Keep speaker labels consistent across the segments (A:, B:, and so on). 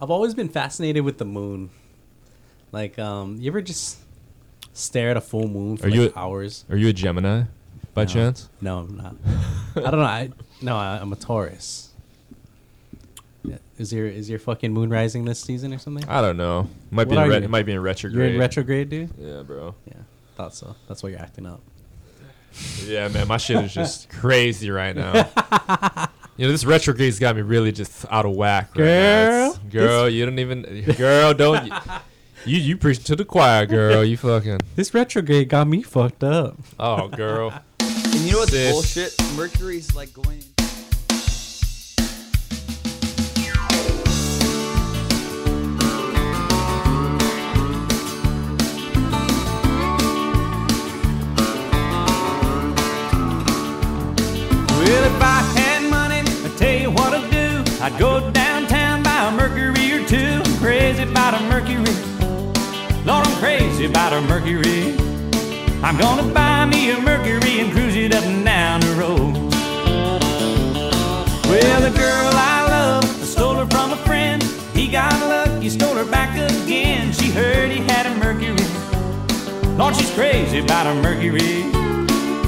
A: I've always been fascinated with the moon. Like, um, you ever just stare at a full moon for
B: Are
A: like
B: you a-
A: hours?
B: Are you a Gemini by
A: No.
B: chance?
A: No, I'm not. I don't know. I no, I, I'm a Taurus. Yeah. Is your is your fucking moon rising this season or something?
B: I don't know. Might be
A: What
B: in
A: are
B: re-
A: you?
B: it might be in retrograde.
A: You're in retrograde, dude.
B: Yeah, bro.
A: Yeah, thought so. That's why you're acting up.
B: Yeah, man, my shit is just crazy right now. You know, this retrograde's got me really just out of whack. Right now. It's-
A: Girl,
B: girl, you don't even. Girl, don't. You you preach to the choir, girl. You fucking.
A: This retrograde got me fucked up.
B: Oh, girl.
C: And you know what's
B: Sis.
C: bullshit? Mercury's like going.
D: Well, if I had money, I'd tell you what I'd do. I'd go downtown, buy a Mercury or two. I'm crazy about a Mercury. Lord, I'm crazy about a Mercury. I'm gonna buy me a Mercury and cruise it up and down the road. Well, the girl I love, I stole her from a friend. He got lucky, stole her back again. She heard he had a Mercury. Lord, she's crazy about a Mercury.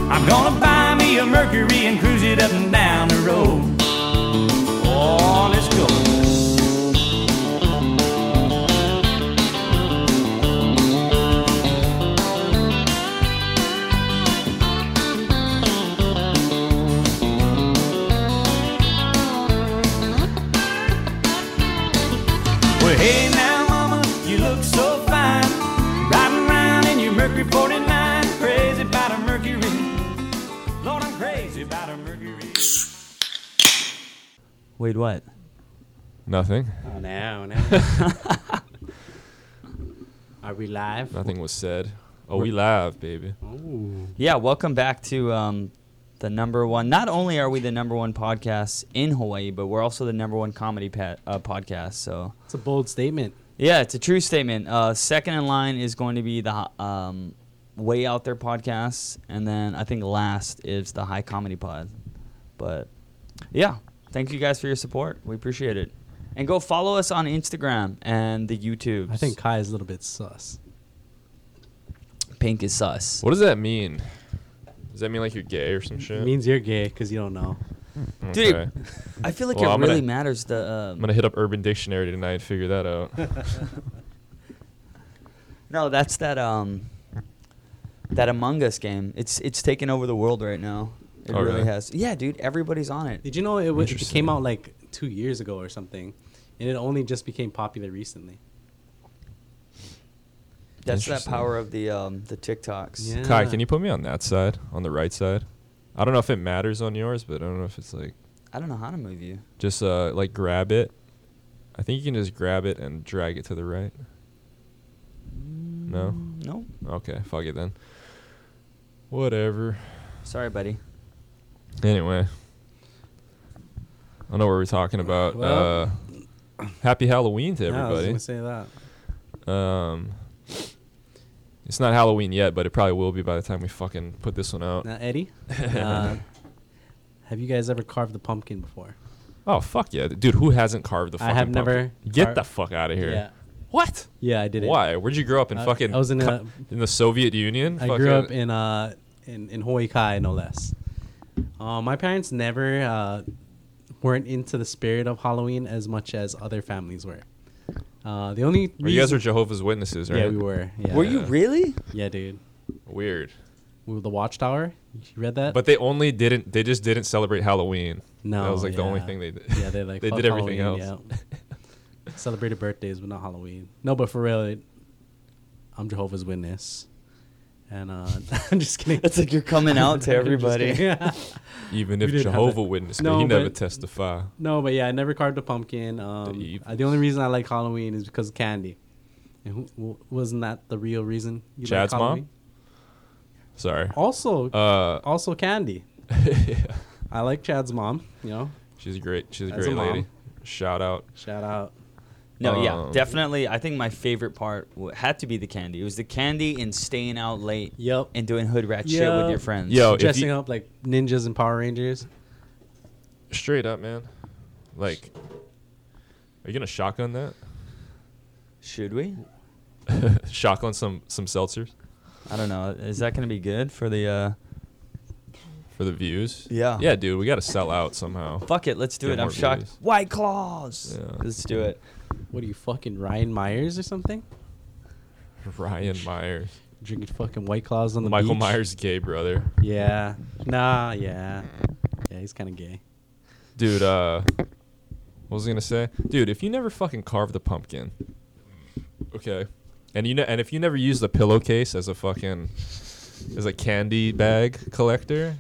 D: I'm gonna buy me a Mercury and cruise it up and down the road. Oh, let's go. Well, hey now, mama, you look so fine. Riding round in your Mercury 49, crazy about a Mercury. Lord, I'm crazy about a Mercury.
E: Wait, what?
B: Nothing.
A: Oh, no, no. Are we live?
B: Nothing was said. Oh, we live, baby.
E: Yeah, welcome back to um, the number one. Not only are we the number one podcast in Hawaii, but we're also the number one comedy pa- uh, podcast. So
A: It's a bold statement.
E: yeah, it's a true statement. Uh, second in line is going to be the hi- um, way out there podcast, and then I think last is the high comedy pod. But yeah, thank you guys for your support. We appreciate it. And go follow us on Instagram and the YouTube.
A: I think Kai is a little bit sus.
E: pink is sus.
B: What does that mean? Does that mean like you're gay or some shit?
A: It means you're gay because you don't know.
E: Dude,
B: Okay.
E: I feel like
B: Well,
E: it
B: I'm gonna-
E: really matters. The uh,
B: I'm gonna hit up Urban Dictionary tonight and figure that out.
E: No, that's that um that Among Us game. It's it's taken over the world right now. It
B: Oh,
E: really,
B: really?
E: has. Yeah, dude, everybody's on it.
A: Did you know it, was, it
B: Interesting.
A: came out like two years ago or something, and it only just became popular recently?
E: That's that
B: Interesting.
E: power of the um the TikToks.
A: Yeah.
B: Kai, can you put me on that side, on the right side? I don't know if it matters on yours, but I don't know if it's like
E: I don't know how to move you.
B: just uh like grab it. I think you can just grab it and drag it to the right.
A: Mm,
B: No.
E: No.
B: Okay, fuck it then. Whatever.
E: Sorry, buddy.
B: Anyway, I know what we're talking about.
A: Well-
B: uh, happy Halloween to
A: Yeah, I was
B: everybody.
A: gonna say that.
B: um, it's not Halloween yet, but it probably will be by the time we fucking put this one out.
A: Now, Eddie, uh, have you guys ever carved a pumpkin before?
B: Oh fuck yeah, dude! Who hasn't carved the
A: I
B: fucking?
A: have never
B: pumpkin? Get
A: car-
B: the fuck out of here.
A: Yeah,
B: What?
A: yeah, I did it.
B: Why? Where'd you grow up in
A: I-
B: fucking?
A: I was in
B: co-
A: a-
B: in the Soviet Union.
A: I grew up
B: Fucking-
A: in uh in in Hawaii Kai, no less. Uh, my parents never uh, weren't into the spirit of Halloween as much as other families were. Uh, the only
B: Well, you guys
A: reason-
B: were Jehovah's Witnesses, right?
A: yeah we were yeah
E: Were you
B: Yeah.
E: really?
A: yeah dude
B: Weird.
A: we were the Watchtower you read that
B: But they only didn't. They just didn't celebrate Halloween.
A: no
B: that was like the only
A: yeah.
B: thing they did.
A: yeah they like
B: they
A: fuck
B: did everything
A: Halloween,
B: else.
A: yeah. celebrated birthdays but not Halloween no but for real it, I'm Jehovah's Witness and uh, I'm just kidding
E: It's like you're coming out to everybody.
A: yeah.
B: Even
A: We
B: if
A: didn't have
B: Jehovah
A: that.
B: Witness,
A: No,
B: he never
A: but-
B: testify.
A: No, but yeah, I never carved a pumpkin. Um,
B: The
A: I- the only reason I like Halloween is because of candy. And who, w- wasn't that the real reason? You
B: Chad's mom?
A: Halloween?
B: Sorry.
A: Also,
B: Uh,
A: also candy.
B: yeah.
A: I like Chad's mom. You know,
B: she's great. She's a
A: As a
B: great lady.
A: mom.
B: Shout out.
A: shout out.
E: No, yeah,
B: Um,
E: definitely. I think my favorite part w- had to be the candy. It was the candy and staying out late
A: Yep.
E: and doing hood rat shit with
A: Yeah.
E: your friends.
B: Yo, Oh, if
A: Dressing
B: you-
A: up like ninjas and Power Rangers.
B: Straight up, man. Like, Are you gonna shotgun that?
F: Should we?
B: shotgun some some seltzers
F: I don't know. Is that gonna be good for the? uh
B: for the views?
F: Yeah.
B: Yeah, dude, we gotta sell out somehow.
F: Fuck it, let's do
B: Get
F: it. I'm
B: more
F: shocked.
B: views.
F: White claws.
B: Yeah.
F: Let's do it.
A: What are you fucking Ryan Myers or something?
B: Ryan Myers,
A: Drinking fucking White Claws on the
B: Michael
A: beach?
B: Myers' gay brother,
A: Yeah. Nah. Yeah. Yeah. He's kind of gay.
B: dude. Uh, what was I gonna say, dude? If you never fucking carve the pumpkin, okay, and you know, and if you never use the pillowcase as a fucking as a candy bag collector,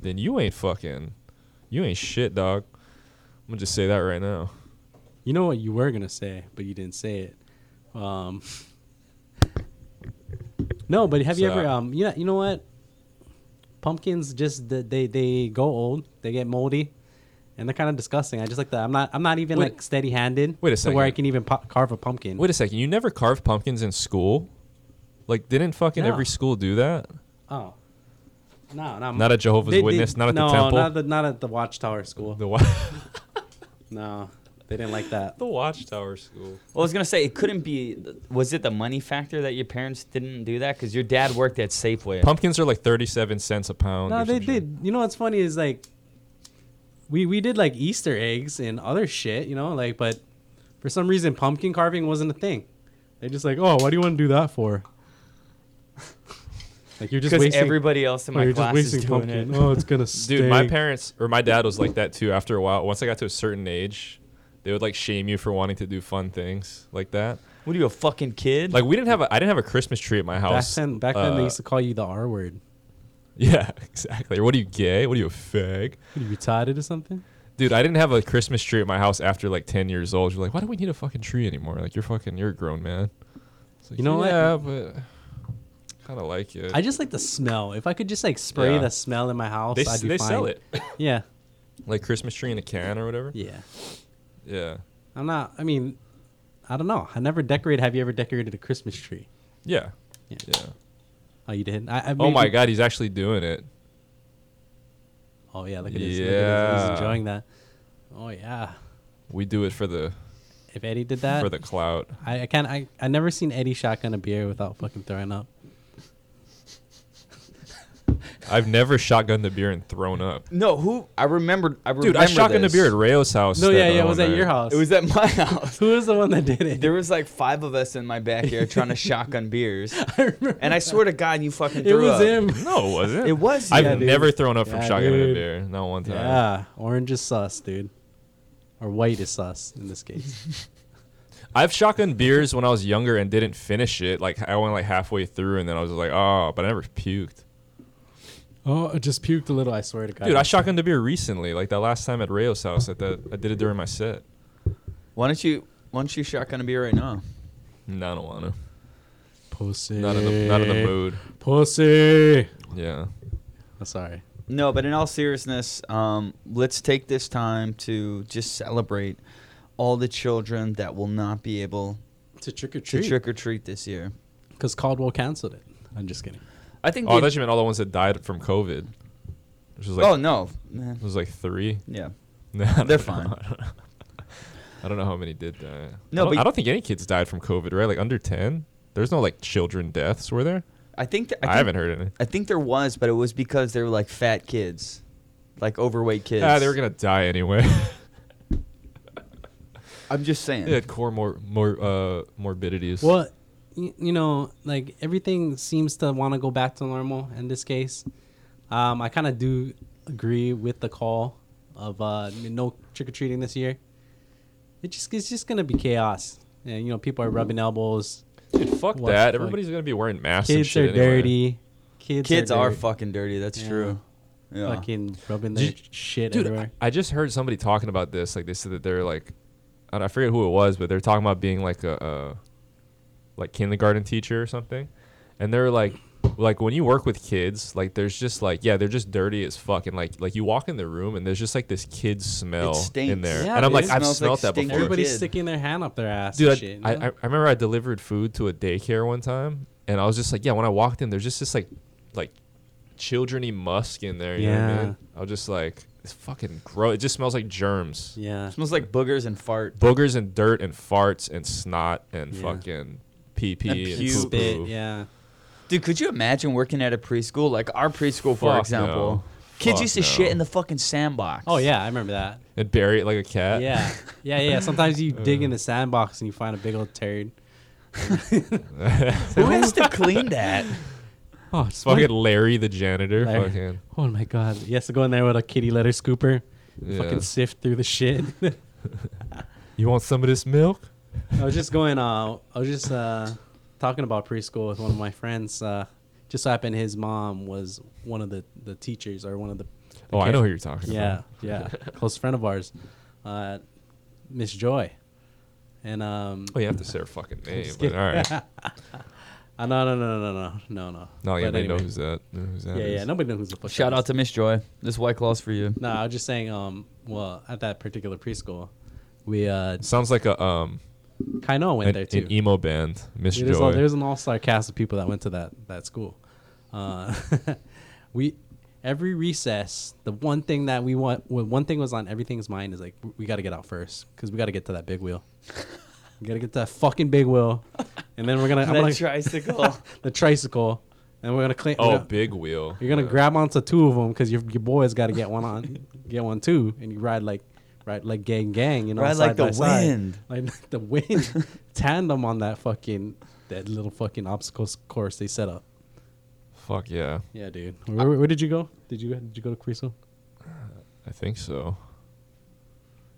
B: then you ain't fucking, you ain't shit, dog. I'm gonna just say that right now.
A: You know what you were gonna say, but you didn't say it. Um, no, but have you
B: So- uh,
A: ever? Um, you know, you know what? Pumpkins just th- they they go old, they get moldy, and they're kind of disgusting. I just like that. I'm not I'm not even
B: Wait-
A: like steady handed.
B: wait a
A: to where I
B: second.
A: can even pu- carve a pumpkin.
B: Wait a second, you never carved pumpkins in school? Like, didn't fucking
A: No.
B: every school do that?
A: oh, no, no,
B: Not at Jehovah's Witness, not at the
A: no,
B: temple?
A: not, the, not at the Watchtower School.
B: The wa-
A: no, they didn't like that.
B: the Watchtower School.
F: Well, I was gonna say it couldn't be. Was it the money factor that your parents didn't do that? Because your dad worked at Safeway.
B: Pumpkins are like 37 cents a pound.
A: No,
B: or
A: they
B: some shit.
A: did. You know what's funny is like we we did like Easter eggs and other shit, you know, like but for some reason pumpkin carving wasn't a thing. They just like, oh, why do you want to do that for? like you're just
F: Because
A: wasting.
F: everybody else in
A: oh,
F: my
A: you're just
F: class is
A: wasting
F: doing
A: pumpkin.
F: it.
A: Oh, it's gonna
B: Dude,
A: stink.
B: my parents or my dad was like that too after a while. Once I got to a certain age, they would like shame you for wanting to do fun things like that.
F: What are you, a fucking kid?
B: Like we didn't have a I didn't have a Christmas tree at my
A: Back
B: house.
A: then, back then they
B: uh,
A: used to call you the R word.
B: Yeah, exactly. What are you gay? What are you a fag?
A: What, Are you retarded or something?
B: Dude, I didn't have a Christmas tree at my house after like 10 years old. You're like, "Why do we need a fucking tree anymore? Like you're fucking you're a grown man." It's like,
A: You know what?
B: yeah, but kind of like it.
A: I just like the smell. If I could just like spray
B: Yeah.
A: the smell in my house,
B: they
A: I'd be
B: they
A: fine.
B: sell it.
A: Yeah,
B: like Christmas tree in a can or whatever.
A: yeah.
B: Yeah.
A: I'm not. I mean, I don't know. I never decorated. Have you ever decorated a Christmas tree?
B: Yeah.
A: Yeah.
B: yeah.
A: Oh, you did. I, I
B: Oh
A: maybe-
B: my god, he's actually doing it.
A: Oh yeah, look at this. Look at this. He's
B: Yeah.
A: enjoying that. Oh yeah.
B: We do it for the
A: If Eddie did that,
B: for the clout.
A: I, I can't. I I never seen Eddie shotgun a beer without fucking throwing up.
B: I've never shotgunned a beer and thrown up.
F: no, who? I remembered. I remember.
B: Dude, I shotgunned
F: this.
B: a beer at Rayo's house.
A: No,
B: that
A: yeah, yeah. It
B: other
A: was
B: one
A: at your
B: night.
A: house.
F: It was at my house.
A: Who was the one that did it?
F: There was like five of us in my backyard trying to shotgun beers,
A: I remember.
F: and I swear to God, you fucking
A: it
F: threw
A: was
F: up.
A: him.
B: No, it wasn't.
F: It was.
B: I've
F: yeah, dude.
B: never thrown up from
A: Yeah,
B: shotgunning
A: dude.
B: a beer. Not one time.
A: Yeah, orange is sus, dude. Or white is sus in this case.
B: I've shotgunned beers when I was younger and didn't finish it. Like I went like halfway through and then I was like, oh, but I never puked.
A: oh, I just puked a little. I swear to God.
B: Dude, I shotgunned a beer recently, like that last time at Rayo's house. At that, I did it during my set.
F: Why don't you?
E: Why don't you shotgun a beer right now?
B: No, I don't want to.
A: pussy.
B: Not in the not in the mood.
A: Pussy.
B: Yeah.
A: Oh, sorry.
E: No, but in all seriousness, um, let's take this time to just celebrate all the children that will not be able
A: To trick or
E: to
A: treat.
E: trick or treat this year.
A: Because Caldwell canceled it. I'm just kidding.
E: I think.
B: Oh, I
E: they-
B: thought you meant all the ones that died from COVID. Which was like
E: oh no, man.
B: It was like three.
E: Yeah.
B: No, I don't
E: They're
B: know.
E: fine.
B: I don't know. I don't know how many did that.
E: No,
B: I don't,
E: but-
B: I don't think any kids died from COVID, right? Like under ten. There's no like children deaths, were there?
E: I think. Th-
B: I,
E: think
B: haven't heard any.
E: I think there was, but it was because they were like fat kids, like overweight kids.
B: Ah, they were gonna die anyway.
E: I'm just saying.
B: they had core more more uh, morbidities.
A: Well, you, you know, like everything seems to want to go back to normal in this case. Um, I kind of do agree with the call of uh, n- no trick or treating this year. It just it's just gonna be chaos, and you know, people are rubbing elbows.
B: Dude, fuck
A: What
B: that.
A: the fuck?
B: Everybody's gonna be wearing masks. and
A: Kids
B: shit
A: are
B: anyway.
A: dirty. Kids,
E: Kids are,
A: dirty.
E: fucking dirty. That's
A: Yeah.
E: true. Yeah.
A: fucking rubbing their
B: Did-
A: shit
B: Dude,
A: everywhere.
B: I I just heard somebody talking about this. Like they said that they're like, I, don't- I forget who it was, but they're talking about being like a, uh like kindergarten teacher or something, and they're like, like when you work with kids, like there's just like yeah, they're just dirty as fuck, and like like you walk in the room and there's just like this kid smell in
E: stinks.
B: there,
A: Yeah,
B: and I'm
A: dude.
B: like I've
E: Smells like
B: smelled that
E: stinky
B: before.
A: Everybody's
E: kid.
A: sticking their hand up their ass.
B: Dude,
A: and
B: I,
A: shit, you
B: I,
A: know?
B: I I remember I delivered food to a daycare one time, and I was just like, yeah, when I walked in, there's just this like, like, childreny musk in there. You know what I
A: Yeah.
B: mean? I was just like, It's fucking gross. It just smells like germs,
A: Yeah.
E: smells like boogers and fart.
B: boogers and dirt and farts and snot and
A: Yeah.
B: fucking pee pee
E: And
B: and,
E: puke.
B: poo
A: Spit. Yeah.
E: Dude, could you imagine working at a preschool like our preschool, for
B: Fuck
E: example?
B: no.
E: Kids
B: Fuck
E: used to
B: no.
E: shit in the fucking sandbox.
A: Oh yeah, I remember that.
B: and bury it like a cat.
A: Yeah. Yeah, yeah. Sometimes you dig in the sandbox and you find a big old turd.
E: Who has to clean that?
A: Oh,
B: It's fucking Larry the janitor.
A: Larry.
B: Fucking
A: Oh my god. He has to go in there with a kitty litter scooper.
B: yeah.
A: Fucking sift through the shit.
B: You want some of this milk?
A: I was just going. Uh, I was just uh, talking about preschool with one of my friends. Uh, just so happened, his mom was one of the, the teachers or one of the.
B: Oh, I know who you're talking
A: Yeah,
B: about.
A: yeah, close friend of ours, uh, Miss Joy, and um.
B: Oh, you have to say her fucking name.
A: just
B: But
A: kidding.
B: all right.
A: Uh, no, no, no, no, no, no, no, no.
B: No, yeah,
A: But
B: they know
A: anyway.
B: who's that. Know who's that
A: Yeah, yeah.
B: is.
A: Nobody knows who's the fuck.
E: Shout out to Miss Joy. This white claw's for you.
A: No, I was just saying. Um, well, at that particular preschool, we uh,
B: Sounds like a um
A: kind of went
B: an,
A: there too.
B: an emo band, Miss
A: Yeah, there's, a-
B: Joy.
A: there's an all-star cast of people that went to that that school. Uh, we every recess, the one thing that we want, well, one thing was on everything's mind is like w- we got to get out first because we got to get to that big wheel. we got to get to that fucking big wheel, and then we're gonna I'm gonna,
E: tricycle.
A: the tricycle, and we're gonna clean.
B: oh, big wheel.
A: You're gonna
B: Yeah.
A: grab onto two of them because your your boy's got to get one on, get one too, and you ride like, ride like gang gang, you know,
E: Ride like
A: side by
E: the
A: side.
E: wind.
A: like the wind, tandem on that fucking that little fucking obstacle course they set up.
B: Fuck yeah,
A: Yeah, dude. Where, where did you go? Did you did you go to Creso?
B: I think so.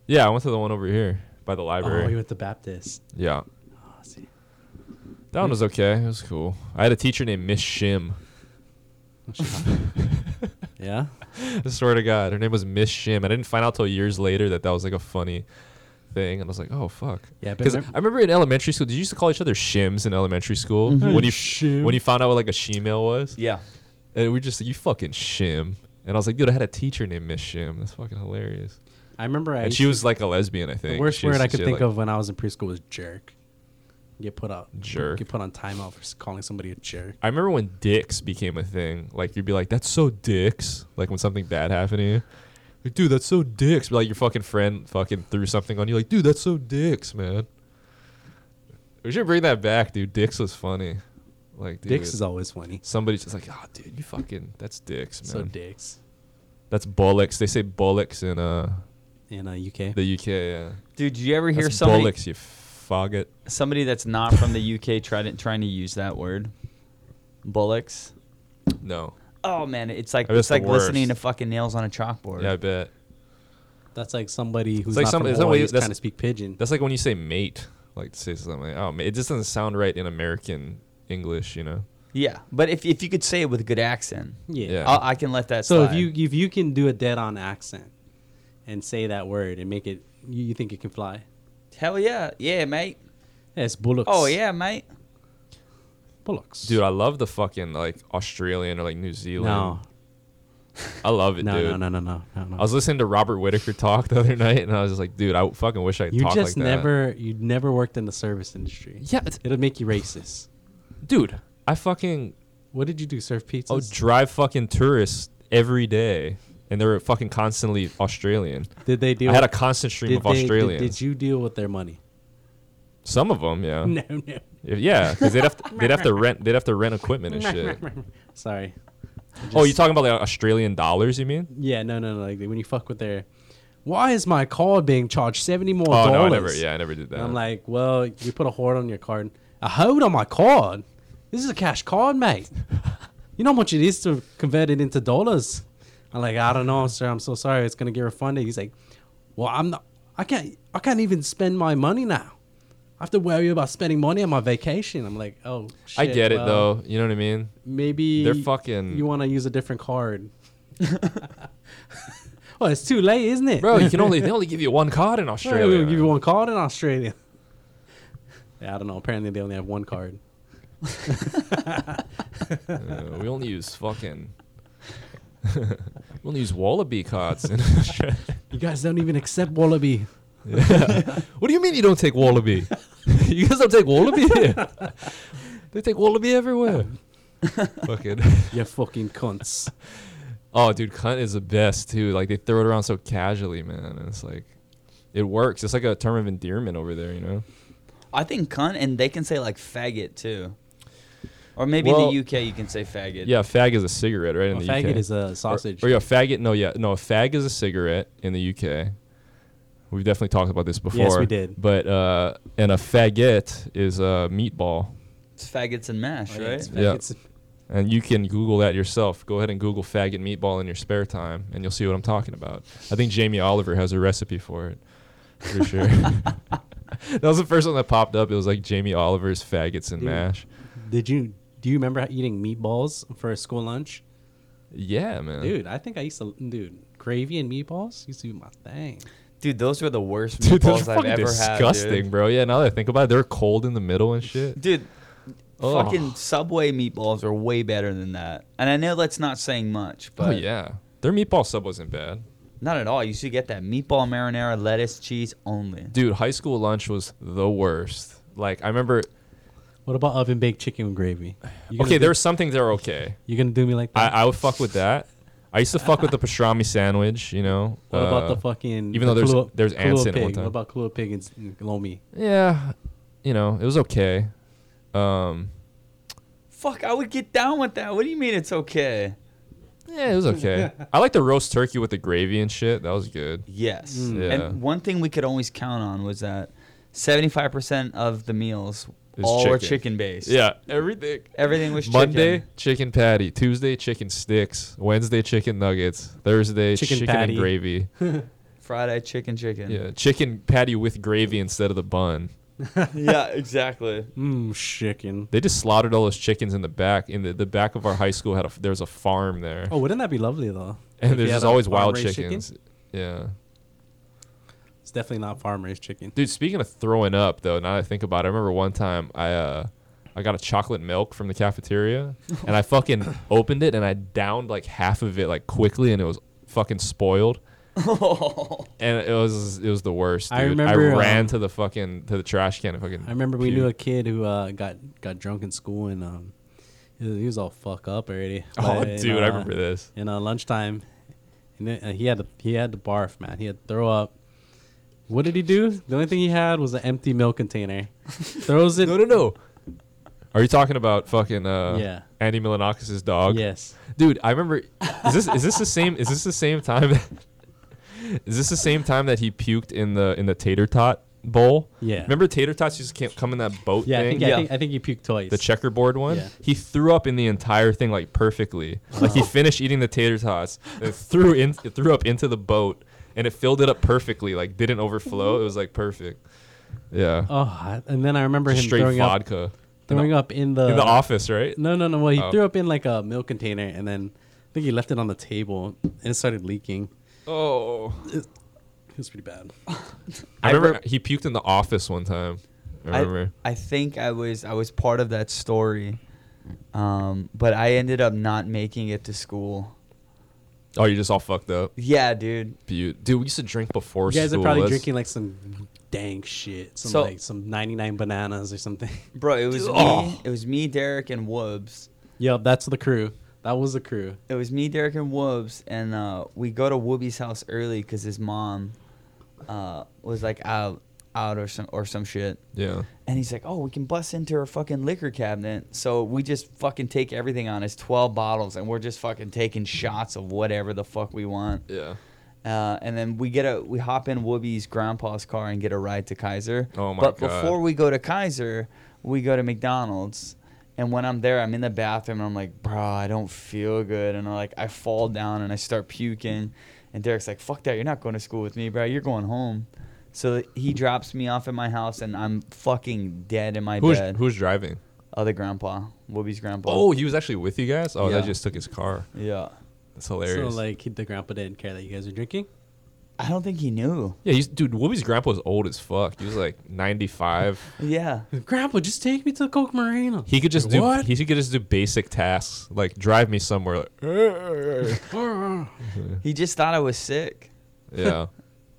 B: Yeah, I went to the one over here by the library.
A: Oh, you went to Baptist.
B: yeah,
A: Oh, I see.
B: that one was okay. It was cool. I had a teacher named Miss Shim.
A: Oh, Yeah.
B: I swear to God, her name was Miss Shim. I didn't find out till years later that that was like a funny thing, and I was like, oh fuck.
A: Yeah, but
B: Because
A: remem-
B: I remember in elementary school, did you used to call each other shims in elementary school? When you
A: Mm-hmm. shim.
B: when you found out what like a shemale was,
E: Yeah.
B: and we just like, you fucking shim. And I was like, dude, I had a teacher named Miss Shim. That's fucking hilarious.
A: I remember I.
B: and
A: used
B: she
A: to-
B: was like a lesbian, I think.
A: the worst
B: She was-
A: word I
B: she
A: could
B: had,
A: think
B: like-
A: of when I was in preschool was jerk. Get put out.
B: Jerk.
A: Get put on timeout for s- calling somebody a jerk.
B: I remember when dicks became a thing. Like you'd be like, "That's so dicks." Like when something bad happened to you, like, "Dude, that's so dicks." But like your fucking friend fucking threw something on you, like, "Dude, that's so dicks, man." We should bring that back, dude. Dicks was funny. Like dude,
A: Dicks is always funny.
B: somebody's just like, "Oh, dude, you fucking that's dicks, man."
A: So dicks
B: That's bollocks. They say bollocks in uh
A: in uh, UK.
B: the UK. Yeah.
E: Dude, did you ever hear
B: That's
E: somebody
B: bollocks, you faggot.
E: somebody that's not from the UK try to, trying to use that word? Bullocks.
B: No.
E: Oh man, it's like
B: That's
E: it's like
B: the worst.
E: listening to fucking nails on a chalkboard.
B: Yeah, I bet.
A: That's like somebody who's
B: like
A: not
B: some-
A: from
B: it's not what
A: Hawaii
B: you-
A: who's
B: that's-
A: trying to speak pigeon.
B: That's like when you say mate, like to say something. Like, oh, ma- it just doesn't sound right in American English, you know.
E: Yeah, but if if you could say it with a good accent,
A: Yeah.
B: Yeah.
E: I, I can let that.
A: So if
E: slide.
A: you if you can do a dead on accent and say that word and make it, you, you think it can fly?
E: hell yeah, yeah, mate.
A: Yeah, it's bullocks.
E: Oh yeah, mate.
A: bullocks.
B: Dude, I love the fucking like Australian or like New Zealand.
A: no,
B: I love it,
A: no,
B: dude.
A: no, no, no, no, no, no.
B: I was listening to Robert Whitaker talk the other night, and I was just like, dude, I fucking wish I could
A: you
B: talk
A: just
B: like that.
A: never you never worked in the service industry.
B: Yeah, it's,
A: It'll make you racist.
B: dude, I fucking
A: What did you do? Serve pizzas?
B: oh drive fucking tourists every day, and they're fucking constantly Australian.
A: did they deal?
B: I had a
A: with-
B: constant stream
A: did
B: of
A: they- did-
B: Australians.
A: Did, you deal with their money?
B: Some of them, yeah,
A: No, no.
B: If- yeah, because they'd have to, they'd have to rent they'd have to rent equipment and shit.
A: Sorry.
B: oh, you talking about like Australian dollars? You mean?
A: Yeah, no, no, no. Like when you fuck with their, why is my card being charged seventy more
B: Oh
A: dollars?
B: no, I never. Yeah, I never did that.
A: And I'm like, well, you put a hoard on your card. A hoard on my card? This is a cash card, mate. You know how much it is to convert it into dollars? I'm like, I don't know, sir. I'm so sorry. It's gonna get refunded. He's like, well, I'm not. I can't. I can't even spend my money now. I have to worry about spending money on my vacation. I'm like, oh, shit,
B: I get it
A: well,
B: though. You know what I mean?
A: Maybe
B: They're fucking-
A: You want to use a different card? well, it's too late, isn't it?
B: Bro, you can only they only give you one card in
A: Well,
B: Australia.
A: We'll give you
B: man.
A: one card in Australia. Yeah, I don't know. Apparently, they only have one card.
B: Uh, we only use fucking. we only use wallaby cards in Australia.
A: You guys don't even accept Wallaby.
B: What do you mean you don't take wallaby? you guys don't take wallaby here. they take wallaby everywhere. fucking.
A: You fucking cunts.
B: Oh, dude, cunt is the best too. Like they throw it around so casually, man. And it's like, it works. It's like a term of endearment over there, you know.
E: I think cunt, and they can say like faggot too, or maybe
B: Well-
E: in the UK you can say faggot.
B: Yeah, fag is a cigarette, right? In
A: A
B: the
A: faggot
B: UK.
A: is a
B: Or-
A: sausage.
B: Or, yeah, faggot. No, yeah, no. A fag is a cigarette in the UK. We've definitely talked about this before.
A: we did.
B: But uh, and a faggot is a meatball,
E: it's faggots and mash,
A: Oh, yeah,
E: right?
A: it's
B: Yeah.
A: faggots.
B: and you can Google that yourself. Go ahead and Google faggot meatball in your spare time, and you'll see what I'm talking about. I think Jamie Oliver has a recipe for it, for sure. that was the first one that popped up. It was like Jamie Oliver's faggots and
A: Dude.
B: mash.
A: Did you do you remember eating meatballs for school lunch?
B: Yeah, man.
A: Dude, I think I used to dude gravy and meatballs used to be my thing.
E: Dude, those were the worst
B: Dude, those
E: meatballs
B: are
E: I've
B: fucking
E: ever
B: disgusting,
E: had.
B: bro. Yeah, now that I think about it, they're cold in the middle and shit.
E: Dude, dude
B: Oh.
E: fucking Subway meatballs are way better than that. And I know that's not saying much,
B: Oh
E: but
B: yeah, their meatball sub wasn't bad,
E: not at all. You should get that meatball marinara, lettuce, cheese only.
B: dude. High school lunch was the worst. Like I remember.
A: What about oven baked chicken with gravy? You gonna
B: Okay,
A: do-
B: there were some things that were okay.
A: You gonna do me like
B: I,
A: that?
B: I would fuck with that. I used to fuck with the pastrami sandwich. You know.
A: what about
B: uh,
A: the fucking?
B: even though
A: the
B: there's-
A: Kahlua-
B: there's ants
A: Kahlua
B: in it one
A: pig?
B: time.
A: What about Kahlua pig and s- and lomi?
B: Yeah, you know it was okay. Um,
E: Fuck, I would get down with that. What do you mean it's okay?
B: yeah, it was okay. I like the roast turkey with the gravy and shit. That was good.
E: Yes.
B: Mm. Yeah.
E: And one thing we could always count on was that 75% of the meals
B: Is
E: all were
B: chicken.
E: chicken based.
B: Yeah, everything.
E: Everything was chicken.
B: Monday chicken patty, Tuesday chicken sticks, Wednesday chicken nuggets, Thursday
A: Chicken
B: chicken,
A: patty.
B: and gravy.
E: Friday chicken chicken.
B: yeah, chicken patty with gravy instead of the bun.
E: yeah, exactly.
A: Mmm, chicken.
B: They just slaughtered all those chickens in the back. In the, the back of our high school had a there's a farm there,
A: Oh, wouldn't that be lovely though? If
B: and
A: you
B: there's
A: had
B: just
A: a
B: always wild
A: farm-raised chicken?
B: chickens. Yeah,
A: It's definitely not farm raised chicken.
B: dude. Speaking of throwing up though, now that I think about it, I remember one time I uh I got a chocolate milk from the cafeteria, and I fucking opened it and I downed like half of it like quickly, and it was fucking spoiled. and it was it was the worst. Dude.
A: I
B: I
A: remember,
B: ran
A: um,
B: to the fucking to the trash can and fucking.
A: I remember we knew a
B: puked.
A: kid who uh, got got drunk in school and um, he was- he was all fuck up already.
B: Oh,
A: But in,
B: dude, I
A: uh,
B: remember this.
A: In uh, lunchtime, and then, uh, he had to, he had to barf, man. He had to throw up. What did he do? The only thing he had was an empty milk container. Throws it.
B: No, no, no. Are you talking about fucking uh,
A: Yeah.
B: Andy Milanakis's dog?
A: Yes.
B: dude. I remember. Is this is this the same? Is this the same time? that- is this the same time that he puked in the in the tater tot bowl?
A: Yeah.
B: Remember tater tots used to can't come in that boat
A: Yeah, I
B: thing?
A: think, I think I think he puked twice.
B: the checkerboard one.
A: Yeah.
B: He threw up in the entire thing like perfectly. Like he finished eating the tater tots, then threw in threw up into the boat, and it filled it up perfectly. Like didn't overflow. It was like perfect. Yeah,
A: Oh, I- and then I remember him
B: Just straight
A: throwing up,
B: vodka. In the-
A: throwing up in the
B: in the office, right?
A: No, no, no. Well, he
B: Oh.
A: threw up in like a milk container, and then I think he left it on the table, and it started leaking.
B: Oh,
A: It was pretty bad.
B: I
E: I
B: remember
E: rem-
B: he puked in the office one time. I
E: I,
B: remember.
E: I think I was I was part of that story, um, but I ended up not making it to school.
B: oh, you're just all fucked up.
E: Yeah, dude.
B: Beaut. Dude, we used to drink before
A: You guys
B: school.
A: are probably
B: That's-
A: drinking like some dang shit, some
E: So-
A: like some ninety nine bananas or something.
E: Bro, it was
B: Oh.
E: me. It was me, Derek, and Woobs.
A: Yo, that's the crew. That was the crew.
E: It was me, Derek, and Woobs, and uh, we go to Wooby's house early because his mom uh, was like out, out or some or some shit.
B: Yeah.
E: And he's like, "Oh, we can bust into her fucking liquor cabinet." So we just fucking take everything on his twelve bottles, and we're just fucking taking shots of whatever the fuck we want.
B: Yeah.
E: Uh, and then we get a we hop in Whoopi's grandpa's car and get a ride to Kaiser.
B: Oh my
E: but
B: God.
E: before we go to Kaiser, we go to McDonald's. And when I'm there, I'm in the bathroom and I'm like, bro, I don't feel good. And I'm like, I fall down and I start puking. And Derek's like, fuck that, you're not going to school with me, bro. You're going home. So he drops me off at my house and I'm fucking dead in my
B: Who's
E: bed.
B: who's driving?
E: Other grandpa, Whoopi's grandpa.
B: Oh, he was actually with you guys. Oh,
E: Yeah.
B: that just took his car.
E: yeah.
B: That's hilarious.
A: So like he, the grandpa didn't care that you guys were drinking.
E: I don't think he knew.
B: Yeah, he's dude. Whoopi's grandpa was old as fuck. He was like ninety five.
E: Yeah.
A: Grandpa, just take me to Coke Marina.
B: He could just
A: Like,
B: do.
A: what?
B: He could just do basic tasks like drive me somewhere. Like, "Hey."
E: He just thought I was sick.
B: yeah,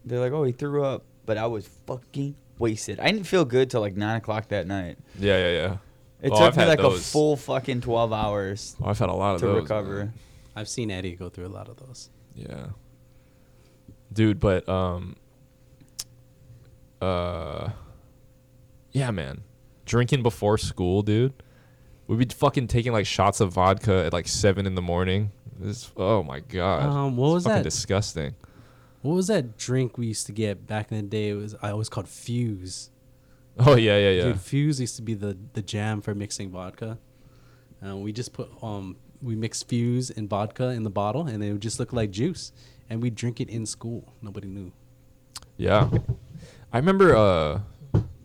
E: They're like, oh, he threw up, but I was fucking wasted. I didn't feel good till like nine o'clock that night.
B: yeah, yeah, yeah.
E: It
B: Oh,
E: took
B: I've
E: me
B: had
E: like a
B: those.
E: full fucking twelve hours
B: Oh, I've had a lot of
E: to
B: those,
E: recover.
B: man.
A: I've seen Eddie go through a lot of those.
B: Yeah. Dude, but um uh yeah, man. Drinking before school, dude. We'd be fucking taking like shots of vodka at like seven in the morning. This oh my god.
A: Um, what
B: It's
A: was
B: fucking
A: that?
B: disgusting.
A: What was that drink we used to get back in the day? It was I always called Fuse.
B: Oh yeah, yeah, yeah.
A: Dude, Fuse used to be the the jam for mixing vodka. Uh, we just put um we mixed Fuse and vodka in the bottle, and it would just look like juice. And we drink it in school. Nobody knew.
B: Yeah. I remember uh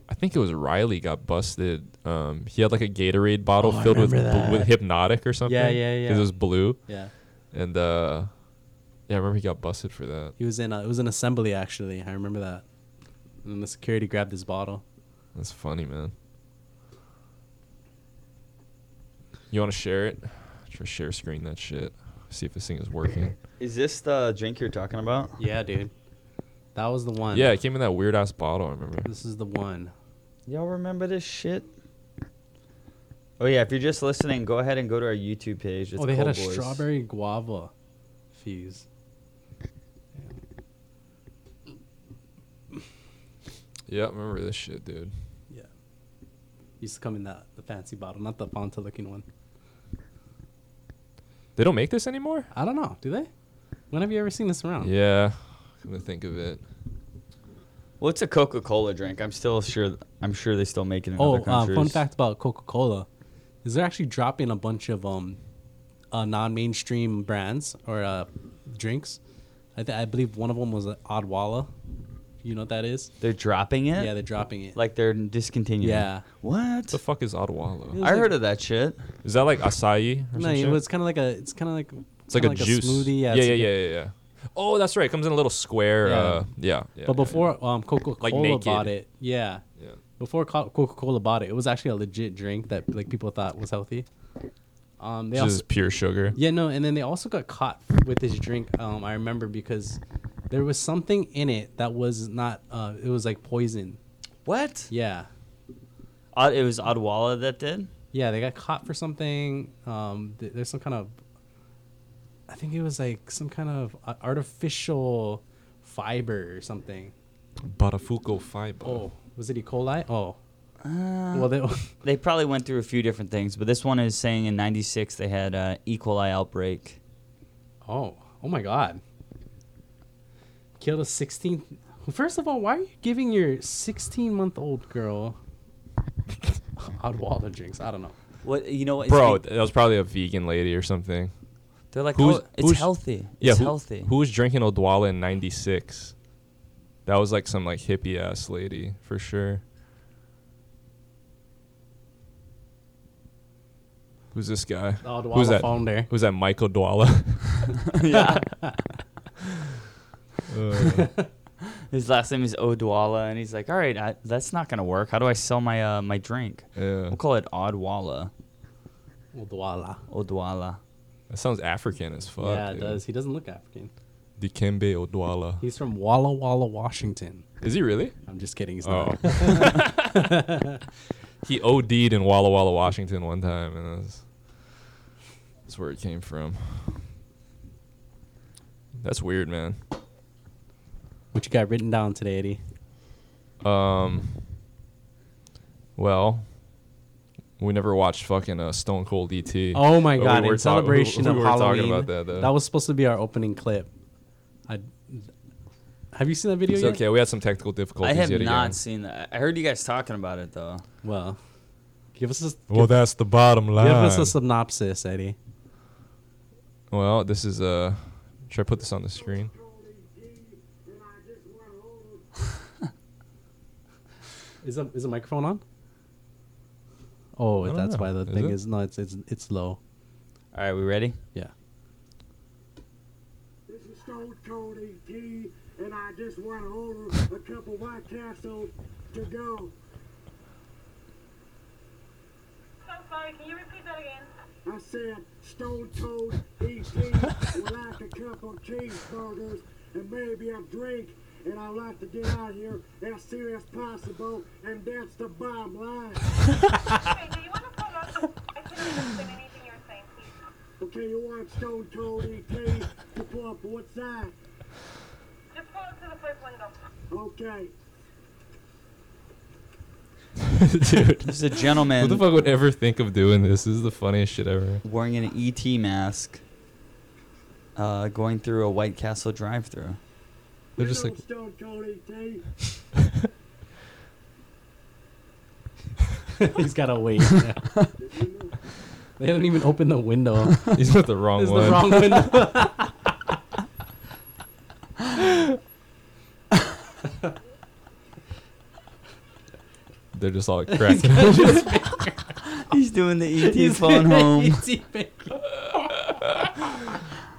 B: I think it was Riley got busted. Um he had like a Gatorade bottle
A: Oh, I
B: filled with
A: remember
B: bl- with
A: that.
B: hypnotic or something.
A: yeah, yeah.
B: Cuz it was blue.
A: Yeah,
B: And uh yeah, I remember he got busted for that.
A: he was in a, it was an assembly actually. I remember that. And the security grabbed his bottle.
B: That's funny, man. You want to share it? Try to share screen that shit. See if this thing is working.
E: Is this the drink you're talking about?
A: Yeah, dude, that was the one.
B: Yeah, it came in that weird ass bottle. I remember.
A: this is the one.
E: Y'all remember this shit? Oh yeah, if you're just listening, go ahead and go to our YouTube page. It's
A: oh, they had a
E: Cold Boys.
A: strawberry guava fuse.
B: Yeah, I remember this shit, dude.
A: Yeah. Used to come in that the fancy bottle, not the Fanta looking one.
B: They don't make this anymore.
A: I don't know. Do they? When have you ever seen this around?
B: Yeah, come to think of it.
E: Well, it's a Coca-Cola drink. I'm still sure. I'm sure they still make it in
A: Oh,
E: other
A: uh,
E: countries.
A: fun fact about Coca Cola is they're actually dropping a bunch of um, uh, non mainstream brands or uh, drinks. I, th- I believe one of them was uh, Odwalla. You know what that is?
E: They're dropping it.
A: Yeah, they're dropping it.
E: like they're discontinuing. it.
A: Yeah.
E: What?
B: The fuck is Odwalla?
A: was
E: I
A: like-
E: heard of that shit.
B: Is that like acai or
A: no,
B: some
A: it
B: shit?
A: was kind of like a. It's kind of like.
B: It's like a
A: kinda
B: juice.
A: smoothie.
B: yeah,
A: it's
B: yeah,
A: like a-
B: yeah, yeah, yeah. Oh, that's right. It comes in a little square.
A: Yeah.
B: Uh, yeah, yeah.
A: But
B: yeah,
A: before um, Coca Cola
B: naked.
A: bought it, yeah.
B: yeah. yeah.
A: Before Coca Cola bought it, it was actually a legit drink that like people thought was healthy. Um, they
B: This is
A: also,
B: pure sugar.
A: yeah, no, and then they also got caught with this drink. Um, I remember because there was something in it that was not. Uh, it was like poison.
F: What?
A: Yeah,
F: Uh, it was Odwalla that did.
A: yeah, they got caught for something. Um, th- there's some kind of. I think it was like some kind of uh, artificial fiber or something.
B: Barafuco fiber.
A: Oh, was it E. coli? Oh, well, they,
F: They probably went through a few different things, but this one is saying in '96 they had uh, E. coli outbreak.
A: Oh, oh my God! Killed a 16. First of all, why are you giving your 16-month-old girl Odwalla drinks? I don't know.
F: What you know? It's
B: Bro,
F: like-
B: that was probably a vegan lady or something.
F: they're like,
B: who's-
F: oh, it's
B: who's-
F: healthy.
B: Yeah,
F: it's
B: who,
F: healthy.
B: who was drinking Odwalla in '96? That was like some like hippie ass lady for sure. Who's this guy?
A: Odwalla
B: Who's that?
A: founder.
B: Who's that? Michael Dwalla.
F: yeah,
B: Uh,
F: his last name is Odwalla, and he's like, all right, I, that's not gonna work. How do I sell my uh, my drink?
B: yeah.
F: We'll call it Odwalla.
A: Odwalla.
F: Odwalla.
B: That sounds African as fuck.
A: yeah, it
B: dude.
A: does. He doesn't look African.
B: Dikembe Odwalla.
A: He's from Walla Walla, Washington.
B: Is he really?
A: I'm just kidding. He's
B: Oh.
A: not.
B: he OD'd in Walla Walla, Washington one time, and that's that's where it came from. That's weird, man.
A: What you got written down today, Eddie?
B: Um. Well, we never watched fucking uh, Stone Cold ET.
A: Oh my
B: But we
A: God! in
B: were talk- we-
A: celebration
B: we
A: of
B: were
A: Halloween.
B: talking about that though.
A: was supposed to be our opening clip. I. Have you seen that video
B: it's
A: yet?
B: okay. We had some technical
F: I
B: difficulties.
F: have
B: yet
F: not
B: again.
F: seen that. I heard you guys talking about it though.
A: Well, give us a
B: Well, that's the bottom line.
A: give us a synopsis, Eddie.
B: well, this is uh. Should I put this on the screen?
A: Is the is the microphone on? Oh,
B: I don't
A: that's
B: know.
A: why the
B: Is
A: thing
B: it?
A: is no, it's it's it's low.
F: All right, we ready?
A: Yeah.
G: This is Stone Cold AT, and I just want to order a cup of White Castle to go.
H: So sorry, can you repeat that again?
G: I said Stone Cold AT would like a cup of cheeseburgers and maybe a drink, and I'd like to get out of here as soon as possible, and that's the bottom line.
H: Okay, do you want to pull up? I couldn't understand anything you were saying, please.
G: Of Okay, you want stone E toad ET to pull up. What's that?
H: Just pull up to the first window.
G: Okay.
B: Dude,
E: This is a
B: who
E: gentleman
B: the fuck would ever think of doing this? This is the funniest shit ever.
E: wearing an
F: E
E: ET mask, uh, going through a White Castle drive-through.
B: They're just like,
G: Stone Cold E ET.
A: He's gotta wait. now. they didn't even open the window.
B: he's not the wrong
A: It's
B: one.
A: the wrong window.
B: They're just all like cracking. up.
E: He's doing the
B: E
E: ET phone home.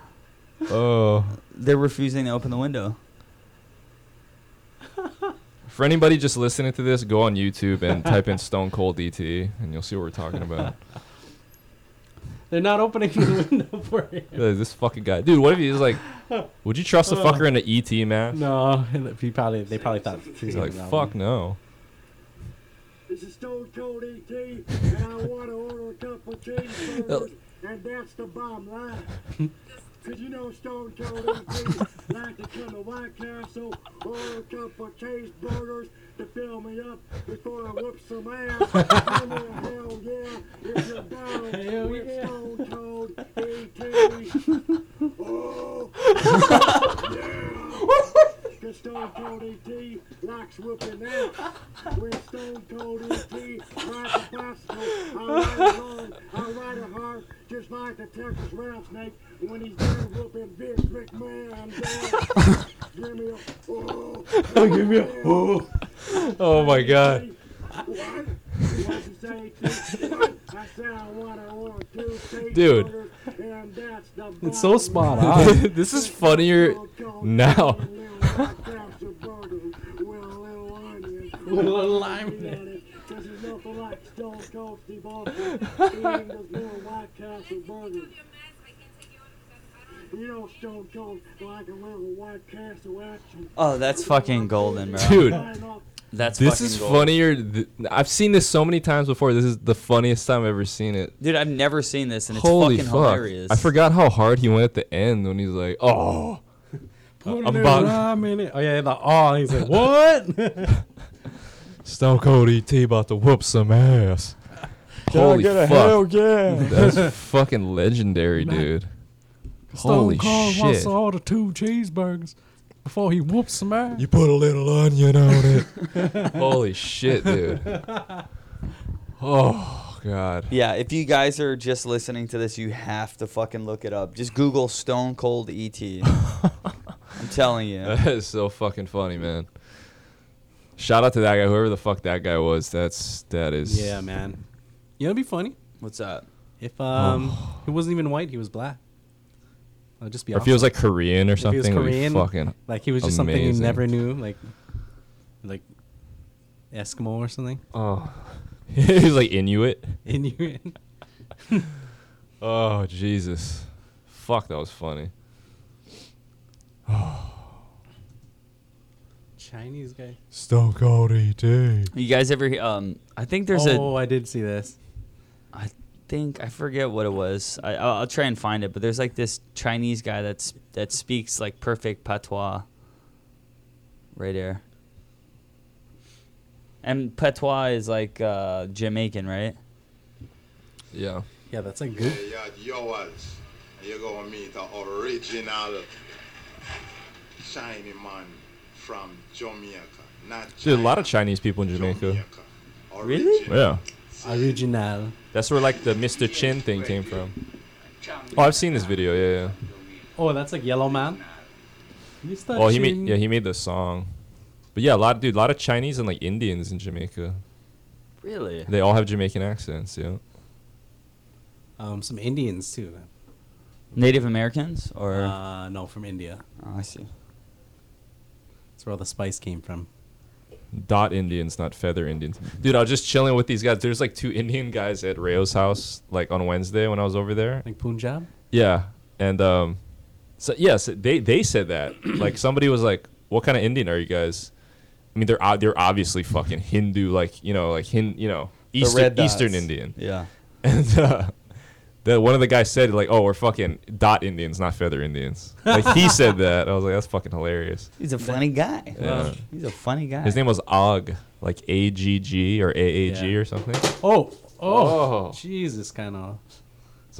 B: oh.
E: They're refusing to open the window.
B: For anybody just listening to this, go on YouTube and type in Stone Cold DT, and you'll see what we're talking about.
A: They're not opening the window for you.
B: Yeah, this fucking guy, dude. What if he's like, would you trust a fucker in an ET mask?
A: No, he probably they probably thought she was
B: He's like,
A: gonna
B: fuck no.
G: This is Stone Cold ET, and I want to order a couple cheeseburgers, and that's the bomb line. Cause you know Stone Cold ET like to come to White Castle, order a couple cheeseburgers to fill me up before I whoop some ass. And then, hell yeah, if you're down
A: Hell
G: with
A: yeah.
G: Stone Cold ET. Oh, yeah. Cause Stone Cold ET likes whooping ass. When Stone Cold ET rides a bicycle, I ride along, I ride a heart, just like the Texas rattlesnake when he's done whooping Vince McMahon. down. Give me a oh,
A: Give me a- oh.
B: Oh my god.
G: what? What'd you say? Two, I said I want to order two
B: Dude.
G: cheeseburgers, and that's the
A: It's so
G: bottom
A: spot
G: line.
A: on.
B: this is funnier now.
A: With a little lime in it.
H: Your mask, I can't take you out because I don't
G: You know, Stone Cold like a little White Castle action.
E: Oh, that's fucking golden, bro.
B: Dude,
G: Sign off.
E: That's
B: this
E: fucking
B: is
E: golden.
B: funnier. Th- I've seen this so many times before. This is the funniest time I've ever seen it.
E: Dude, I've never seen this, and it's
B: Holy
E: fucking
B: fuck.
E: hilarious.
B: I forgot how hard he went at the end when he's like, oh.
A: Put
B: I'm
A: it
B: about-
A: lime in it. Oh yeah, the oh. He's like, what?
B: Stone Cold ET about to whoop some ass. Holy fuck.
I: yeah.
B: That's fucking legendary, dude. Holy shit.
A: order two cheeseburgers before he whoops some ass.
B: You put a little onion on it. Holy shit, dude. Oh, God.
E: Yeah, if you guys are just listening to this, you have to fucking look it up. Just Google Stone Cold ET. I'm telling you.
B: That is so fucking funny, man. Shout out to that guy, whoever the fuck that guy was. That's that is.
A: Yeah, man. You know, it'd be funny
E: What's up?
A: if um he wasn't even white, he was black. I'd just be.
B: Or if he was
A: awesome.
B: like Korean or
A: he
B: something,
A: was
B: it would be
A: Korean,
B: fucking.
A: like he was just something you
B: amazing.
A: never knew, like like Eskimo or something.
B: Oh, he was like Inuit.
A: Inuit.
B: Oh Jesus, fuck, that was funny.
A: Chinese guy.
B: Stone Cold E ET.
E: You guys ever? Um, I think there's
A: oh,
E: a.
A: I did see this.
E: I think I forget what it was. I, I'll, I'll try and find it. But there's like this Chinese guy that's that speaks like perfect patois. Right there. And patois is like uh, Jamaican, right?
B: Yeah.
A: Yeah, that's like good.
J: Yeah, yours. And you're gonna meet the original shiny man from Jamaica. Not
B: Dude, a lot of
J: China,
B: Chinese people in Jamaica.
E: Really?
J: Original.
B: Yeah,
A: Original.
B: that's where like the Mr. Chin thing came from. Oh, I've seen this video. Yeah, yeah.
A: Oh, that's like Yellow Man. Mr.
B: Well, Oh, he
A: Chin.
B: made yeah he made the song, but yeah, a lot dude, a lot of Chinese and like Indians in Jamaica.
E: Really?
B: They all have Jamaican accents. Yeah.
A: um, some Indians too.
E: Native Americans or?
A: Uh, no, from India.
E: oh, I see.
A: That's where all the spice came from.
B: Dot Indians, not feather Indians. Dude, I was just chilling with these guys. There's like two Indian guys at Rayo's house, like on Wednesday when I was over there.
A: Like Punjab.
B: Yeah, and um, so yes, they they said that. like somebody was like, "What kind of Indian are you guys?" I mean, they're o- they're obviously fucking Hindu, like you know, like hin, you know,
E: The
B: Eastern
E: red dots.
B: Eastern Indian.
E: Yeah.
B: And uh, That one of the guys said like, "Oh, we're fucking dot Indians, not feather Indians." Like he said that. I was like, "That's fucking hilarious."
F: He's a funny guy.
B: Yeah.
F: He's a funny guy.
B: His name was Og, like A G G or A A G
A: Yeah.
B: or something.
A: Oh, oh,
B: Oh,
A: Jesus, kind of.
B: it's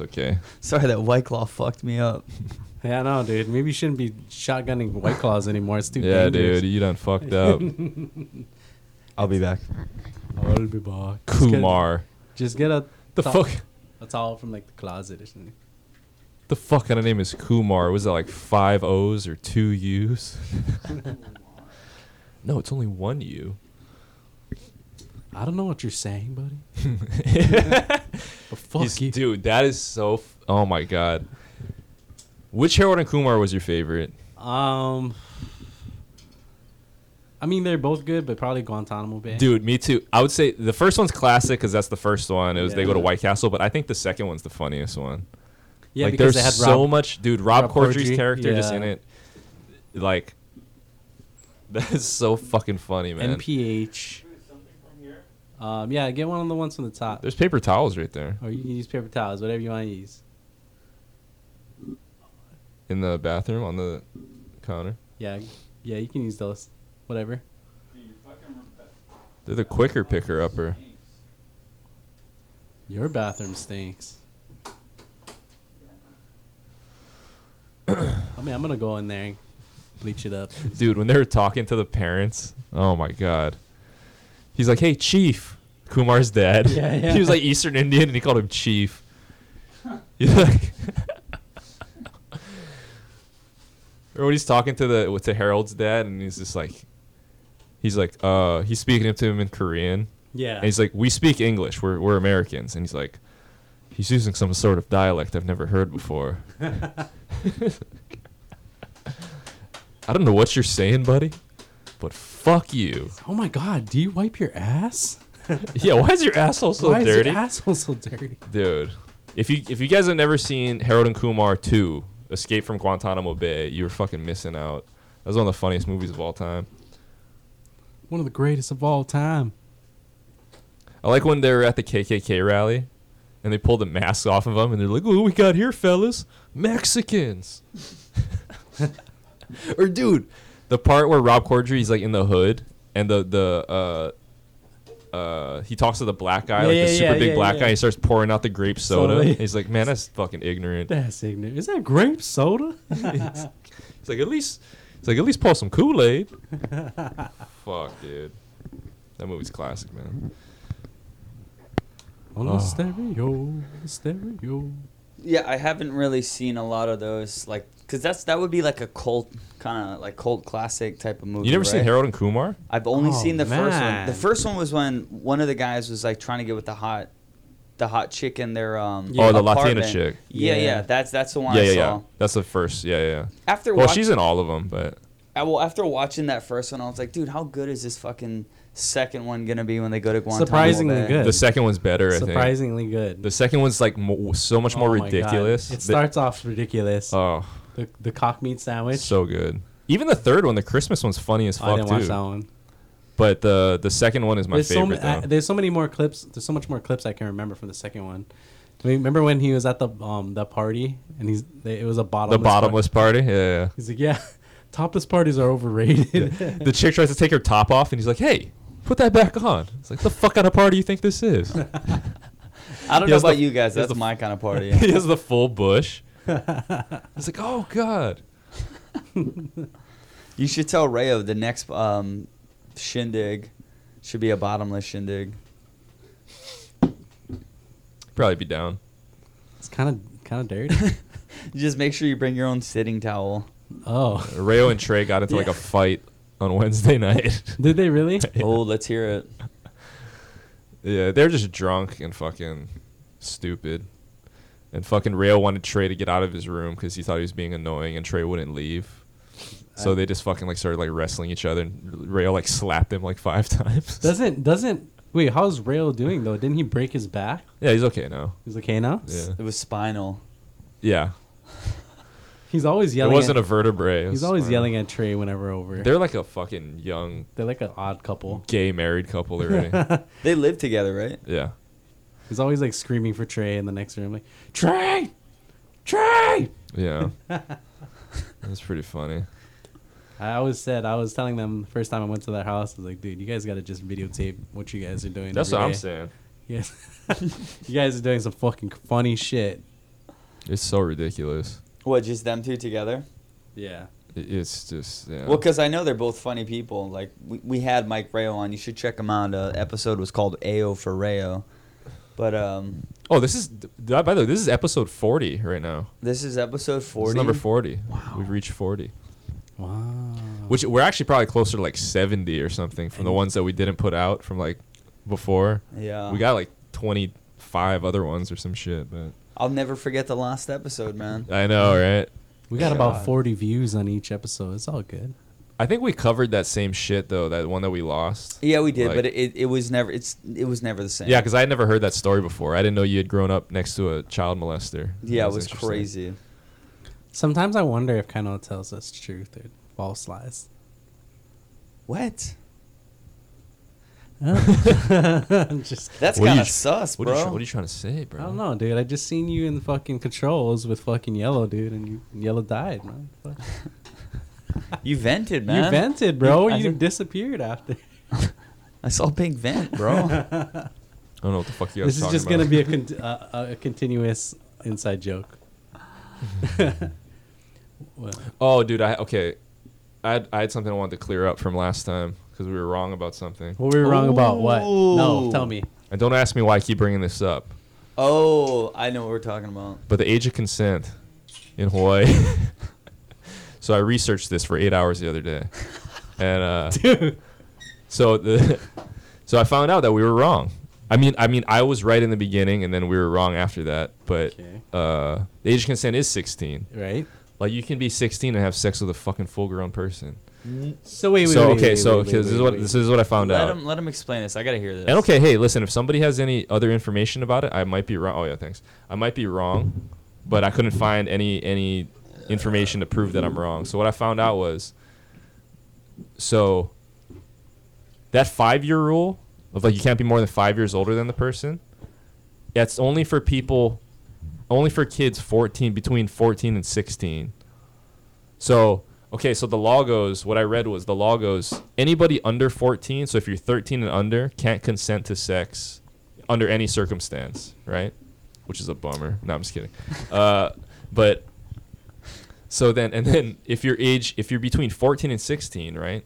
B: okay.
F: Sorry that White Claw fucked me up.
A: Yeah, I know, dude. Maybe you shouldn't be shotgunning white claws anymore. It's too
B: Yeah,
A: dangerous.
B: dude, you done fucked up.
F: I'll be back.
A: I'll be back. Just get-
B: Kumar,
A: Just get a
B: the
A: towel-
B: fuck,
A: a towel from like the closet or something.
B: the fuck kind of name is Kumar? Was it like five O's or two U's? no, it's only one U.
A: I don't know what you're saying, buddy. but fuck
B: He's-
A: you.
B: dude, that is so. F- oh my god. Which Harold and Kumar was your favorite?
A: Um, I mean they're both good, but probably Guantanamo Bay.
B: Dude, me too. I would say the first one's classic because that's the first one. It was they go to
A: Yeah.
B: White Castle, but I think the second one's the funniest one.
A: yeah,
B: like
A: because
B: there's
A: they had
B: so
A: Rob-
B: much, dude. Rob,
A: Rob
B: Corddry's
A: Corddry,
B: character just
A: yeah.
B: in it, like that is so fucking funny, man.
A: MPH. Um, yeah, get one of the ones from the top,
B: There's paper towels right there
A: or you can use paper towels, whatever you want to use.
B: in the bathroom on the counter.
A: Yeah, yeah, you can use those, whatever.
B: They're the quicker picker upper.
A: Your bathroom stinks. I mean, I'm gonna go in there and bleach it up.
B: Dude, when they were talking to the parents, oh my god. He's like, hey, Chief. Kumar's dad.
A: Yeah, yeah.
B: He was like Eastern Indian and he called him Chief. He's like. Or when he's talking to the to Harold's dad and he's just like. He's like, uh, he's speaking to him in Korean.
A: Yeah.
B: And he's like, we speak English. We're, we're Americans. And he's like, he's using some sort of dialect I've never heard before. I don't know what you're saying, buddy, but fuck you.
A: oh my god, do you wipe your ass?
B: Yeah, why is your asshole so
A: Why is
B: dirty?
A: your asshole so dirty?
B: Dude, if you if you guys have never seen Harold and Kumar 2, Escape from Guantanamo Bay, you're fucking missing out. That was one of the funniest movies of all time.
A: One of the greatest of all time.
B: I like when they were at the KKK rally and they pulled the mask off of them and they're like, "What we got here, fellas? Mexicans." or dude, the part where Rob Corddry's like in the hood and the the uh uh he talks to the black guy,
A: Yeah,
B: like
A: yeah,
B: the super
A: yeah,
B: big
A: yeah,
B: black
A: yeah.
B: guy. He starts pouring out the grape soda.
A: Soda.
B: He's like, "Man, that's fucking ignorant."
A: That's ignorant. Is that grape soda?
B: He's like, "At least He's like, "At least pour some Kool-Aid." Fuck, dude. That movie's classic, man.
A: On the stereo, the stereo.
F: Yeah, I haven't really seen a lot of those, like, cause that's that would be like a cult kind of like cult classic type of movie.
B: You never seen
F: right?
B: Harold and Kumar?
F: I've only
A: Oh,
F: seen the first one. The
A: man.
F: first one was when one of the guys was like trying to get with the hot, the hot chick in their um.
B: Yeah. Oh, the Latina
F: apartment.
B: chick.
F: Yeah, yeah,
A: Yeah.
F: that's that's the one
B: yeah,
F: I
B: yeah,
F: saw.
B: yeah. That's the first. Yeah, yeah. yeah.
F: After
B: Well,
F: watch-
B: she's in all of them, but
F: I, well, after watching that first one, I was like, dude, how good is this fucking second one gonna be when they go to Guantanamo?
A: Surprisingly
F: Bay?
A: good.
B: the second one's better. I think
A: Surprisingly good.
B: the second one's like mo- so much more
A: Oh my God.
B: ridiculous.
A: It
B: The-
A: starts off ridiculous.
B: oh,
A: the, the cock meat sandwich.
B: so good. Even the third one, the Christmas one's funny as
A: Oh, I
B: fuck
A: didn't
B: too.
A: watch that one.
B: But the the second one is my
A: there's so
B: favorite.
A: ma- I-
B: though.
A: there's so many more clips. There's so much more clips I can remember from the second one. I mean, remember when he was at the um the party and he's they, it was a
B: the
A: bottomless
B: bottomless
A: Party.
B: party. Yeah, yeah,
A: He's like, yeah, topless parties are overrated.
B: yeah. the chick tries to take her top off, and he's like, "Hey, put that back on." It's like the fuck kind of party you think this is?
F: I don't
B: He
F: know
B: has
F: about
B: the-
F: you guys.
B: he has
F: That's
B: the-
F: my kind of party.
B: he has the full bush. It's like, oh god.
F: You should tell Rayo the next um, shindig should be a bottomless shindig.
B: Probably be down.
A: it's kind of kind of dirty.
F: You just make sure you bring your own sitting towel.
A: oh,
B: Rayo and Trey got into like a fight on Wednesday night.
A: did they really?
F: Oh, let's hear it.
B: Yeah, they're just drunk and fucking stupid. And fucking Rail wanted Trey to get out of his room because he thought he was being annoying, and Trey wouldn't leave. So they just fucking like started like wrestling each other, and Rail like slapped him like five times.
A: Doesn't doesn't wait? How's Rail doing though? Didn't he break his back?
B: yeah, he's okay now.
A: He's okay now.
B: Yeah,
F: It was spinal.
B: yeah.
A: He's always
B: It
A: yelling.
B: wasn't
A: at,
B: a vertebrae. it
A: He's
B: was
A: always
B: spinal.
A: yelling at Trey whenever over. They're,
B: They're like a fucking young
A: like an odd couple.
B: gay married couple already.
F: They live together, right?
B: yeah,
A: He's always like screaming for Trey in the next room, like Trey, Trey.
B: Yeah. That's pretty funny.
A: I always said I was telling them the first time I went to their house, I was like, dude, you guys got to just videotape what you guys are doing.
B: That's
A: every
B: what I'm
A: day."
B: saying.
A: Yes, you guys are doing some fucking funny shit.
B: It's so ridiculous.
E: What, just them two together?
A: Yeah.
B: It- It's just yeah.
E: Well, because I know they're both funny people. Like we, we had Mike Rayo on. You should check him out. Uh, episode was called "Ao for Rayo," but um,
B: oh, this is th- by the way, this is episode 40 right now.
E: this is episode
B: It's
E: forty.
B: number 40. We've reached 40.
A: Wow.
B: Which we're actually probably closer to like 70 or something from the ones that we didn't put out from like before.
A: Uh.
E: Yeah,
B: We got like 25 other ones or some shit, but
E: I'll never forget the last episode, man.
B: I know, right?
A: We got about
E: God.
A: 40 views on each episode. It's all good.
B: I think we covered that same shit though, that one that we lost.
E: Yeah, we did,
B: Like-
E: but it, it was never. It's it was never the same.
B: Yeah, because I had never heard that story before. I didn't know you had grown up next to a child molester.
E: yeah, it
B: That's
E: was
B: interesting.
E: crazy.
A: Sometimes I wonder if Kano tells us truth or false lies.
E: What? Oh.
A: I'm just.
E: That's
B: What are you
E: kind of
B: tr-
E: sus,
B: What
E: bro.
B: are, you, tr- what are you trying to say, bro?
A: I don't know, dude. I just seen you in fucking controls with fucking yellow, dude, and you and yellow died, man. Fuck.
E: You vented, man.
A: You vented, bro.
E: I
A: You
E: think-
A: disappeared after.
E: I saw pink vent, bro.
B: I don't know what the fuck you guys
A: This is
B: talking
A: just gonna
B: about.
A: be a, con- uh, a continuous inside joke. well,
B: Oh, dude, I okay. I had, I had something I wanted to clear up from last time because we were wrong about something.
A: what we were wrong about? What? No,
E: Ooh.
A: tell me.
B: And don't ask me why I keep bringing this up.
E: oh, I know what we're talking about.
B: But the age of consent in Hawaii. so I researched this for eight hours the other day, and uh, so the so I found out that we were wrong. I mean, I mean, I was right in the beginning, and then we were wrong after that. But
A: Okay.
B: uh, the age of consent is 16.
A: Right.
B: Like you can be 16 and have sex with a fucking full-grown person.
A: So wait, wait.
B: so
A: wait,
B: okay,
A: wait,
B: so
A: wait, wait,
B: okay, this
A: wait,
B: is what
A: wait.
B: this is what I found
E: Let
B: out.
E: him let him explain this. I gotta hear this.
B: And okay, hey, listen, if somebody has any other information about it, I might be wrong. Oh yeah, thanks. I might be wrong, but I couldn't find any any information to prove that I'm wrong. So what I found out was so that 5-year rule of like you can't be more than 5 years older than the person. That's only for people only for kids 14 between 14 and 16. So okay, so the law goes. What I read was the law goes. Anybody under 14, so if you're 13 and under, can't consent to sex under any circumstance, right? Which is a bummer. No, I'm just kidding. Uh, but so then, and then if you're age, if you're between 14 and 16, right?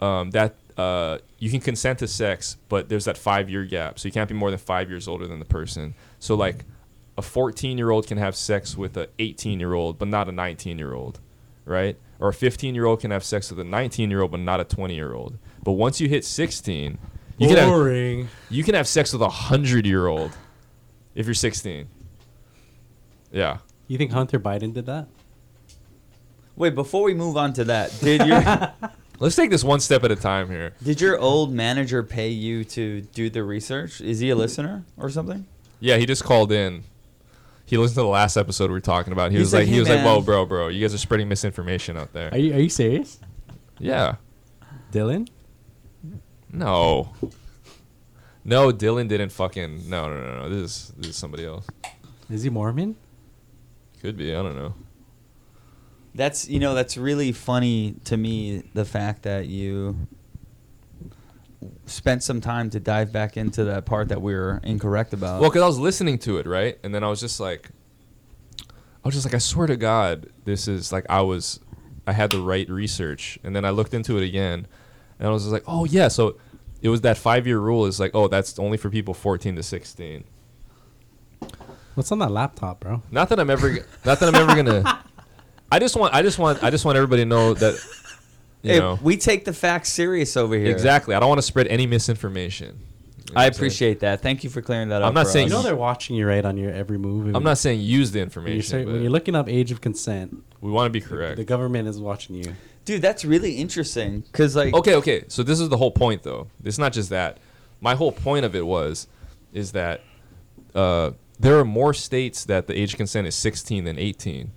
B: Um, that uh, you can consent to sex, but there's that five year gap, so you can't be more than five years older than the person. So like. A 14 year old can have sex with a 18 year old, but not a 19 year old right? Or a 15 year old can have sex with a 19 year old, but not a 20 year old. But once you hit 16, you can have,
A: Boring.
B: you can have sex with a 100 year old if you're 16. Yeah.
A: You think Hunter Biden did that?
E: Wait, before we move on to that, did your
B: Let's take this one step at a time here.
E: did your old manager pay you to do the research? Is he a listener or something?
B: Yeah, he just called in. He listened to the last episode we were talking about. He
E: He's
B: was like,
E: like,
B: he
E: "Hey,
B: was like,
E: man."
B: whoa, bro, bro, you guys are spreading misinformation out there.
A: Are you Are you serious,
B: yeah.
A: Dylan?
B: No. No, Dylan didn't fucking. No, no, no, no. This is this is somebody else.
A: Is he Mormon?
B: Could be. I don't know.
E: That's you know that's really funny to me the fact that you spent some time to dive back into that part that we were incorrect about.
B: Well, because I was listening to it, right? And then I was just like, I was just like, I swear to God, this is like, I was, I had the right research. And then I looked into it again and I was just like, oh, yeah. So it was that five year rule is like, oh, that's only for people 14 to 16.
A: What's on that laptop, bro?
B: Not that I'm ever, not that I'm ever going to, I just want, I just want, I just want everybody to know that, you
E: Hey,
B: know,
E: we take the facts serious over here.
B: exactly. I don't want to spread any misinformation. You know
E: I
B: what I'm saying?
E: appreciate that. Thank you for clearing that up.
B: I'm not
E: for
B: saying
A: You
E: us.
A: know they're watching you right on your every move.
B: I'm not saying use
A: When
B: the
A: you're,
B: information.
A: cer- when
B: but
A: you're looking up age of consent,
B: we want to be correct.
A: the government is watching you.
E: dude. That's really interesting because like
B: okay okay so this is the whole point though it's not just that my whole point of it was is that uh, there are more states that the age of consent is 16 than 18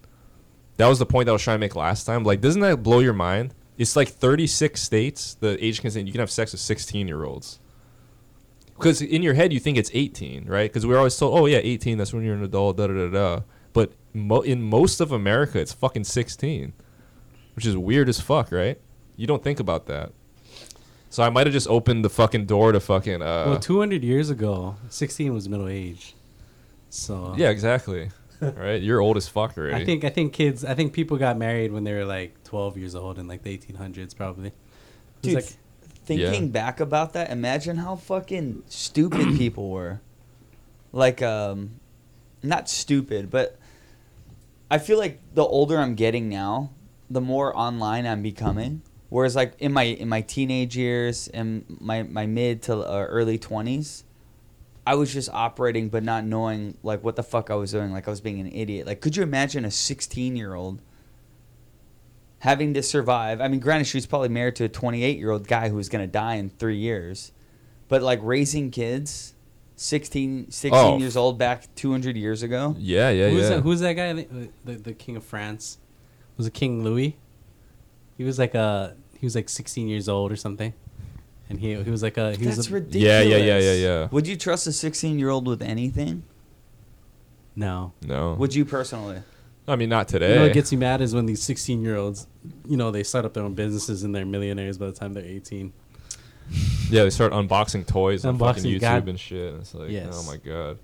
B: that was the point that i was trying to make last time like doesn't that blow your mind it's like 36 states the age of consent you can have sex with 16 year olds because in your head you think it's 18, right? Because we're always told, oh yeah, 18, that's when you're an adult, da da da da. But mo- in most of America, it's fucking 16, which is weird as fuck, right? You don't think about that. So I might have just opened the fucking door to fucking. Uh,
A: well, 200 years ago, 16 was middle age. So
B: yeah, exactly. right, you're old as fuck already.
A: I think I think kids. I think people got married when they were like 12 years old in like the 1800s, probably. It was
E: Dude,
A: like,
E: thinking
B: Yeah.
E: back about that, imagine how fucking stupid people were. Like, um, not stupid, but I feel like the older I'm getting now, the more online I'm becoming. Whereas, like in my in my teenage years and my my mid to uh, early twenties, I was just operating but not knowing like what the fuck I was doing. Like I was being an idiot. Like, could you imagine a 16 year old having to survive. I mean, granted, she was probably married to a 28 year old guy who was going to die in three years, but like raising kids, 16, 16
B: Oh.
E: years old back 200 years ago.
B: yeah, yeah,
A: who's
B: yeah.
A: that? Who's that guy? The, the, the king of France was it King Louis? He was like a he was like 16 years old or something, and he he was like a he was
E: That's
A: a,
B: yeah,
E: ridiculous.
B: yeah, yeah, yeah.
E: Would you trust a 16 year old with anything?
A: no.
B: no,
E: Would you personally?
B: I mean not today.
A: You know what gets me mad is when these 16 year olds, you know, they start up their own businesses and they're millionaires by the time they're 18.
B: Yeah, they start unboxing toys on fucking
A: Unboxing,
B: YouTube
A: God-
B: and shit. And it's like, oh
A: Yes.
B: my god.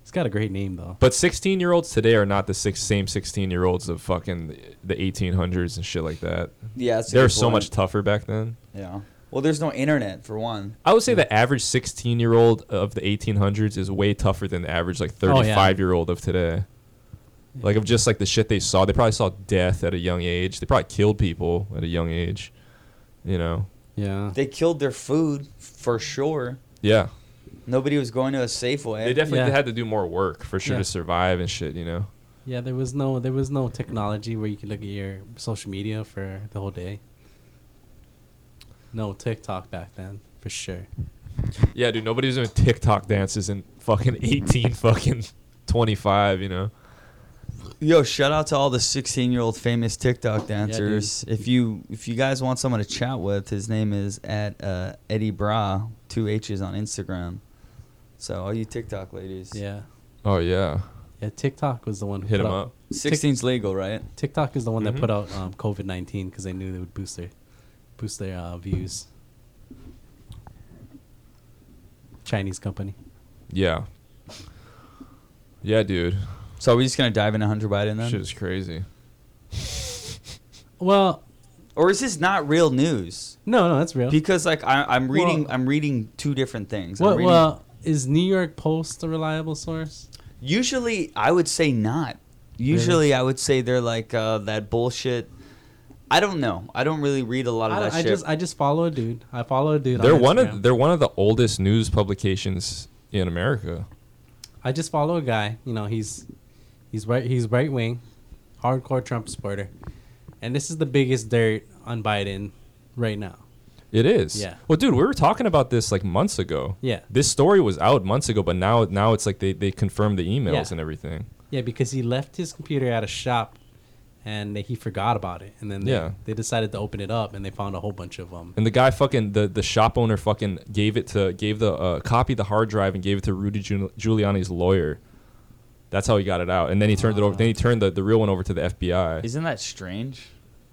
A: It's got a great name though.
B: But 16 year olds today are not the six, same 16 year olds of fucking the 1800s and shit like that.
E: Yeah. that's a
B: They were
E: good
B: so
E: point.
B: much tougher back then.
E: Yeah. Well, there's no internet for one.
B: I would say the average 16 year old of the 1800s is way tougher than the average like
A: Oh, yeah.
B: 35 year old of today. Like of just like the shit they saw. They probably saw death at a young age. They probably killed people at a young age. You know.
A: Yeah.
E: They killed their food for sure.
B: Yeah.
E: Nobody was going to a safe
B: They
E: way.
B: definitely
A: Yeah.
B: had to do more work for sure
A: Yeah.
B: to survive and shit, you know.
A: Yeah, there was no there was no technology where you could look at your social media for the whole day. No TikTok back then, for sure.
B: Yeah, dude, nobody's doing TikTok dances in fucking 18 fucking 25, you know.
E: Yo, shout out to all the 16 year old famous TikTok dancers. if you if you guys want someone to chat with, his name is at uh, Eddie Bra two H's on Instagram. So all you TikTok ladies,
A: Yeah.
B: Oh yeah.
A: Yeah, TikTok was the one who
B: Hit
A: put
B: 'em
A: out-
B: up.
E: 16's legal, right?
A: TikTok is the one
B: Mhm.
A: that put out um, COVID nineteen because they knew they would boost their boost their uh, views. Chinese company.
B: Yeah. Yeah, dude.
E: So are we just gonna dive into Hunter Biden then,
B: Shit is crazy.
A: Well,
E: or is this not real news?
A: no, no, that's real.
E: Because like I, I'm reading,
A: Well-
E: I'm reading two different things. I'm
A: What?
E: reading-
A: Well, is New York Post a reliable source?
E: Usually, I would say not. Usually, I would say they're like uh, that bullshit. I don't know. I don't really read a lot of
A: I,
E: that
A: I
E: shit.
A: just I just follow a dude. I follow a dude.
B: They're
A: on
B: one
A: Instagram.
B: of they're one of the oldest news publications in America.
A: I just follow a guy. You know, he's he's right he's right wing, hardcore Trump supporter, and this is the biggest dirt on Biden right now.
B: It is.
A: Yeah.
B: Well, dude, we were talking about this like months ago.
A: Yeah.
B: This story was out months ago, but now now it's like they they confirmed the emails
A: Yeah.
B: and everything.
A: Yeah, because he left his computer at a shop, and he forgot about it, and then they,
B: Yeah.
A: they decided to open it up, and they found a whole bunch of them.
B: And the guy fucking the, the shop owner fucking gave it to gave the uh, copy the hard drive and gave it to Rudy Giul- Giuliani's lawyer. That's how he got it out. And then he turned it over. Then he turned the, the real one over to the FBI.
F: Isn't that strange?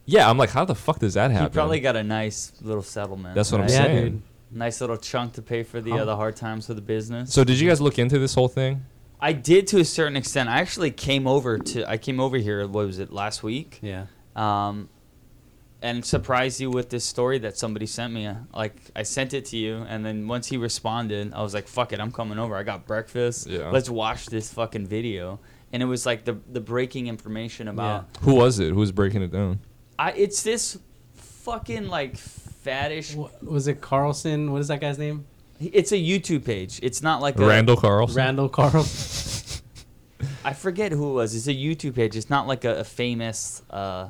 B: yeah, I'm like, how the fuck does that
F: He
B: happen?
F: probably got a nice little settlement.
B: That's what I'm
F: right?
A: Yeah,
B: saying. Oh.
A: dude.
F: Nice little chunk to pay for the
A: How-
F: other hard times for the business.
B: So did you guys look into this whole thing?
E: I did to a certain extent. I actually came over to I came over here. What was it last week?
A: Yeah,
E: Um, and surprised you with this story that somebody sent me. Like I sent it to you, and then once he responded, I was like, "Fuck it, I'm coming over. I got breakfast.
B: Yeah.
E: Let's watch this fucking video." And it was like the the breaking information about
B: Who was it? Who was breaking it down?
E: I. It's this fucking like faddish.
A: Wha- was it Carlson? What is that guy's name?
E: It's a YouTube page. It's not like a,
B: Randall Carlson.
A: Randall Carlson.
E: I forget who it was. It's a YouTube page. It's not like a, a famous uh,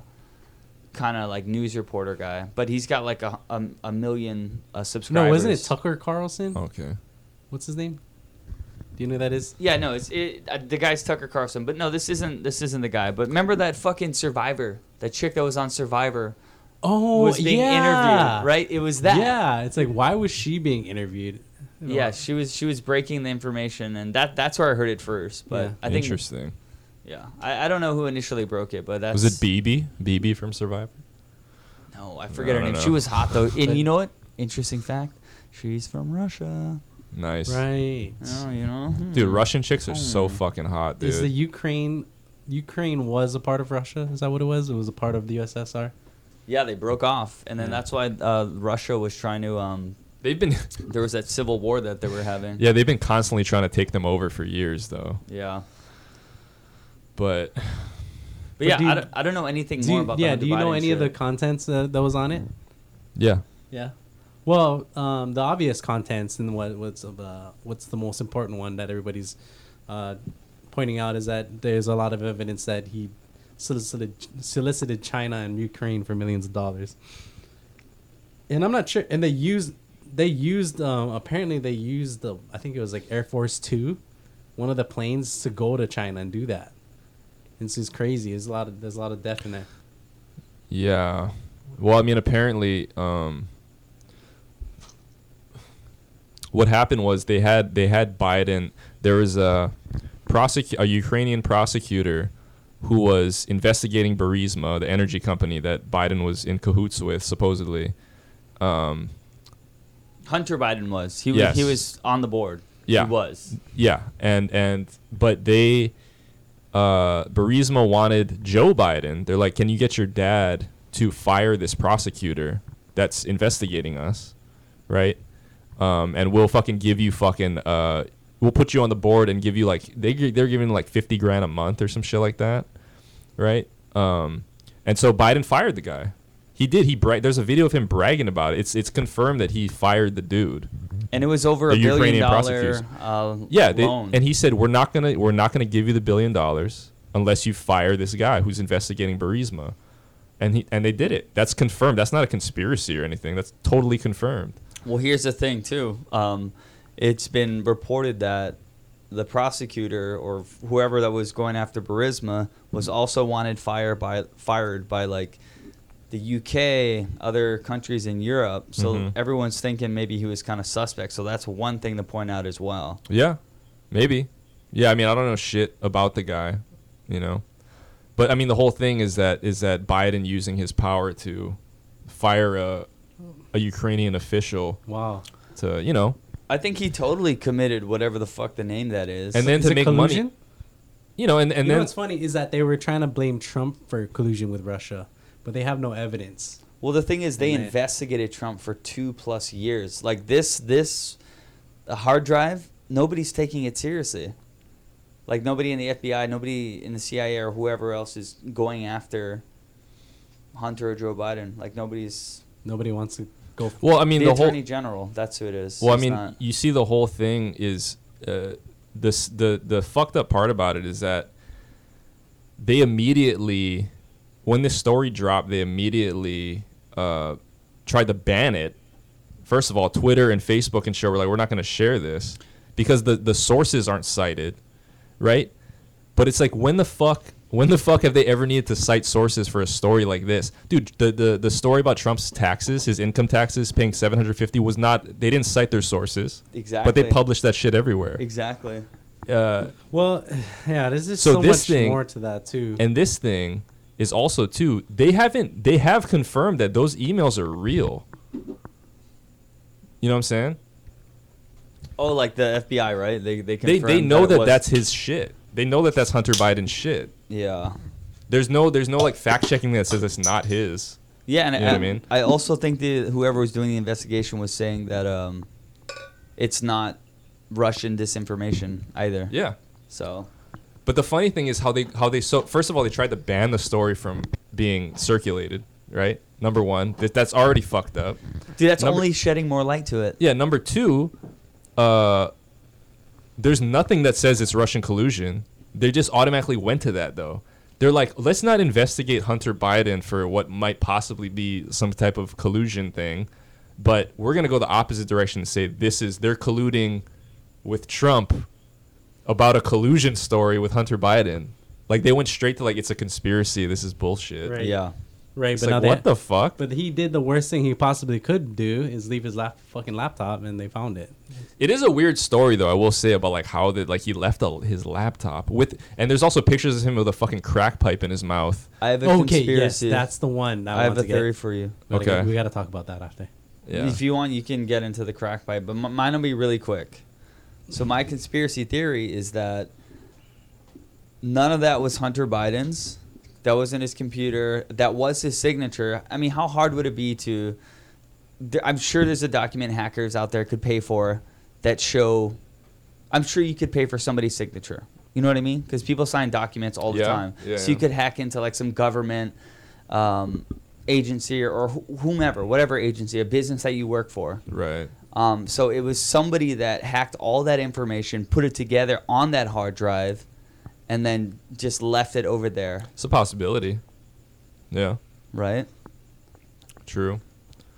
E: kind of like news reporter guy, but he's got like a a, a million uh, subscribers.
A: no, wasn't it Tucker Carlson?
B: okay.
A: What's his name? Do you know who that is?
E: yeah, no, it's it, uh, the guy's Tucker Carlson, but no, this isn't this isn't the guy. But remember that fucking Survivor, that chick that was on Survivor
A: Oh,
E: was being
A: yeah.
E: interviewed, right? It was that.
A: Yeah, it's like why was she being interviewed?
E: Yeah, she was she was breaking the information, and that that's where I heard it first. But
A: Yeah.
E: I think
B: Interesting.
E: yeah, I, I don't know who initially broke it, but that's
B: Was it BB? BB from Survivor?
E: No, I forget her
B: I
E: name.
B: don't
E: She
B: know.
E: was hot though, and you know what? Interesting fact, she's from Russia.
B: Nice.
A: Right. Hmm.
E: Oh, you know, hmm.
B: Dude, Russian chicks are so fucking hot, dude.
A: Is the Ukraine Ukraine was a part of Russia? Is that what it was? It was a part of the USSR.
E: Yeah, they broke off, and then that's why uh, Russia was trying to. Um,
B: they've been
E: there was that civil war that they were having.
B: Yeah, they've been constantly trying to take them over for years though.
E: Yeah.
B: But
E: But, yeah,
A: do you-
E: I, don't, I don't know anything
A: Do
E: more
A: you-
E: about
A: yeah,
E: the
A: do you know
E: Hondurani
A: any of the
E: shit.
A: contents uh, that was on it?
B: yeah.
A: Yeah. Well, um, the obvious contents and what what's of, uh, what's the most important one that everybody's uh, pointing out is that there's a lot of evidence that he solicited solicited China and Ukraine for millions of dollars. And I'm not sure. And they used they used um, apparently they used the I think it was like Air Force Two, one of the planes to go to China and do that. And This is crazy. There's a lot of there's a lot of death in there.
B: Yeah. Well, I mean, apparently, um, what happened was they had they had Biden. There was a prosecu- a Ukrainian prosecutor who was investigating Burisma, the energy company that Biden was in cahoots with, supposedly.
E: Hunter Biden was he was
B: Yes.
E: he was on the board.
B: Yeah.
E: he was.
B: Yeah, and and but they, uh, Burisma wanted Joe Biden. They're like, can you get your dad to fire this prosecutor that's investigating us, right? Um, and we'll fucking give you fucking uh, we'll put you on the board and give you like they gi- they're giving like fifty grand a month or some shit like that, right? Um, and so Biden fired the guy. He did. He bra- there's a video of him bragging about it. It's it's confirmed that he fired the dude.
E: And it was over a
B: The
E: billion
B: Ukrainian
E: dollar
B: prosecutors.
E: uh,
B: Yeah, they,
E: loan.
B: and he said we're not gonna we're not gonna give you the billion dollars unless you fire this guy who's investigating Burisma, and he and they did it. That's confirmed. That's not a conspiracy or anything. That's totally confirmed.
E: Well, here's the thing too. Um, it's been reported that the prosecutor or whoever that was going after Burisma was also wanted fired by fired by like the UK, other countries in Europe. So
B: Mhm.
A: Mm-hmm.
E: everyone's thinking maybe he was kind of suspect. So that's one thing to point out as well.
B: Yeah, maybe. Yeah, I mean I don't know shit about the guy, you know, but I mean the whole thing is that is that Biden using his power to fire a a Ukrainian official
A: Wow.
B: to you know
E: I think he totally committed whatever the fuck the name that is.
B: and then
A: Is
B: to
A: it
B: make
A: collusion?
B: money. You know, and, and
A: you know
B: then
A: what's funny is that they were trying to blame Trump for collusion with Russia, but they have no evidence.
E: Well, the thing is, they
A: And they-
E: investigated Trump for two plus years. Like this, this uh, hard drive, nobody's taking it seriously. Like nobody in the FBI, nobody in the CIA or whoever else is going after Hunter or Joe Biden. Like nobody's.
A: Nobody wants to go. For
B: well, I mean
E: the,
B: the, whole
E: Attorney General, that's who it is.
B: Well, I
E: It's
B: mean,
E: not-
B: you see, the whole thing is uh, this the the fucked up part about it is that they immediately, when this story dropped, they immediately uh, tried to ban it. First of all, Twitter and Facebook and show were like, we're not going to share this because the the sources aren't cited, right? But it's like when the fuck when the fuck have they ever needed to cite sources for a story like this? Dude, the the, the story about Trump's taxes, his income taxes paying 750 was not they didn't cite their sources. But
E: Exactly. E
B: they published that shit everywhere.
E: exactly.
B: Uh,
A: well, yeah, there's just so,
B: So
A: much
B: this thing-
A: more to that too.
B: and this thing is also too they haven't they have confirmed that those emails are real. You know what I'm saying?
E: Oh, like the FBI, right? They
B: They
E: they
B: they
E: confirmed
B: know
E: it
B: that,
E: was-
B: that's his shit. They know that that's Hunter Biden's shit.
E: yeah.
B: There's no there's no like fact checking that says it's not his.
E: Yeah, and
B: You know what
E: I,
B: I mean?
E: I also think that whoever was doing the investigation was saying that um, it's not Russian disinformation either.
B: Yeah.
E: So
B: But the funny thing is how they how they so first of all they tried to ban the story from being circulated, right? Number one, that that's already fucked up.
E: dude, that's
B: Number-
E: only shedding more light to it.
B: Yeah. Number two, uh, there's nothing that says it's Russian collusion. They just automatically went to that though. They're like, let's not investigate Hunter Biden for what might possibly be some type of collusion thing, but we're gonna go the opposite direction and say this is they're colluding with Trump about a collusion story with Hunter Biden. Like they went straight to like it's a conspiracy. This is bullshit.
A: Right.
E: Yeah.
A: Right,
B: It's
A: but now
B: like,
A: they-
B: what the fuck?
A: But he did the worst thing he possibly could do is leave his lap, fucking laptop, and they found it.
B: It is a weird story, though. I will say about like how that like he left a, his laptop with, and there's also pictures of him with a fucking crack pipe in his mouth.
E: I have a
A: Okay, yes,
E: conspiracy.
A: that's the one. That
E: I have
A: want
E: a
A: to get.
E: theory for you.
A: We gotta-
B: Okay.
A: we got to talk about that after.
B: Yeah,
E: If you want, you can get into the crack pipe, but m- mine will be really quick. So my conspiracy theory is that none of that was Hunter Biden's. That wasn't his computer. That was his signature. I mean, how hard would it be to? there- I'm sure there's a document hackers out there could pay for that show. I'm sure you could pay for somebody's signature. You know what I mean? Because people sign documents all the
B: Yeah,
E: time.
B: yeah,
E: so
B: yeah.
E: you could hack into like some government um, agency or wh- whomever, whatever agency, a business that you work for.
B: right.
E: Um, so it was somebody that hacked all that information, put it together on that hard drive, and then just left it over there,
B: It's a possibility. Yeah,
E: right?
B: true.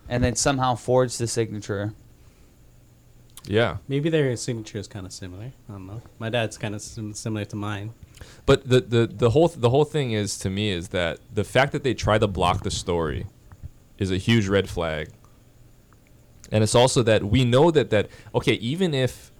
E: And then somehow forged the signature.
B: Yeah,
A: Maybe their signature is kind of similar. I don't know. My dad's kind of sim- similar to mine.
B: but the the the whole the whole thing is to me is that the fact that they try to block the story is a huge red flag, and it's also that we know that that okay, even if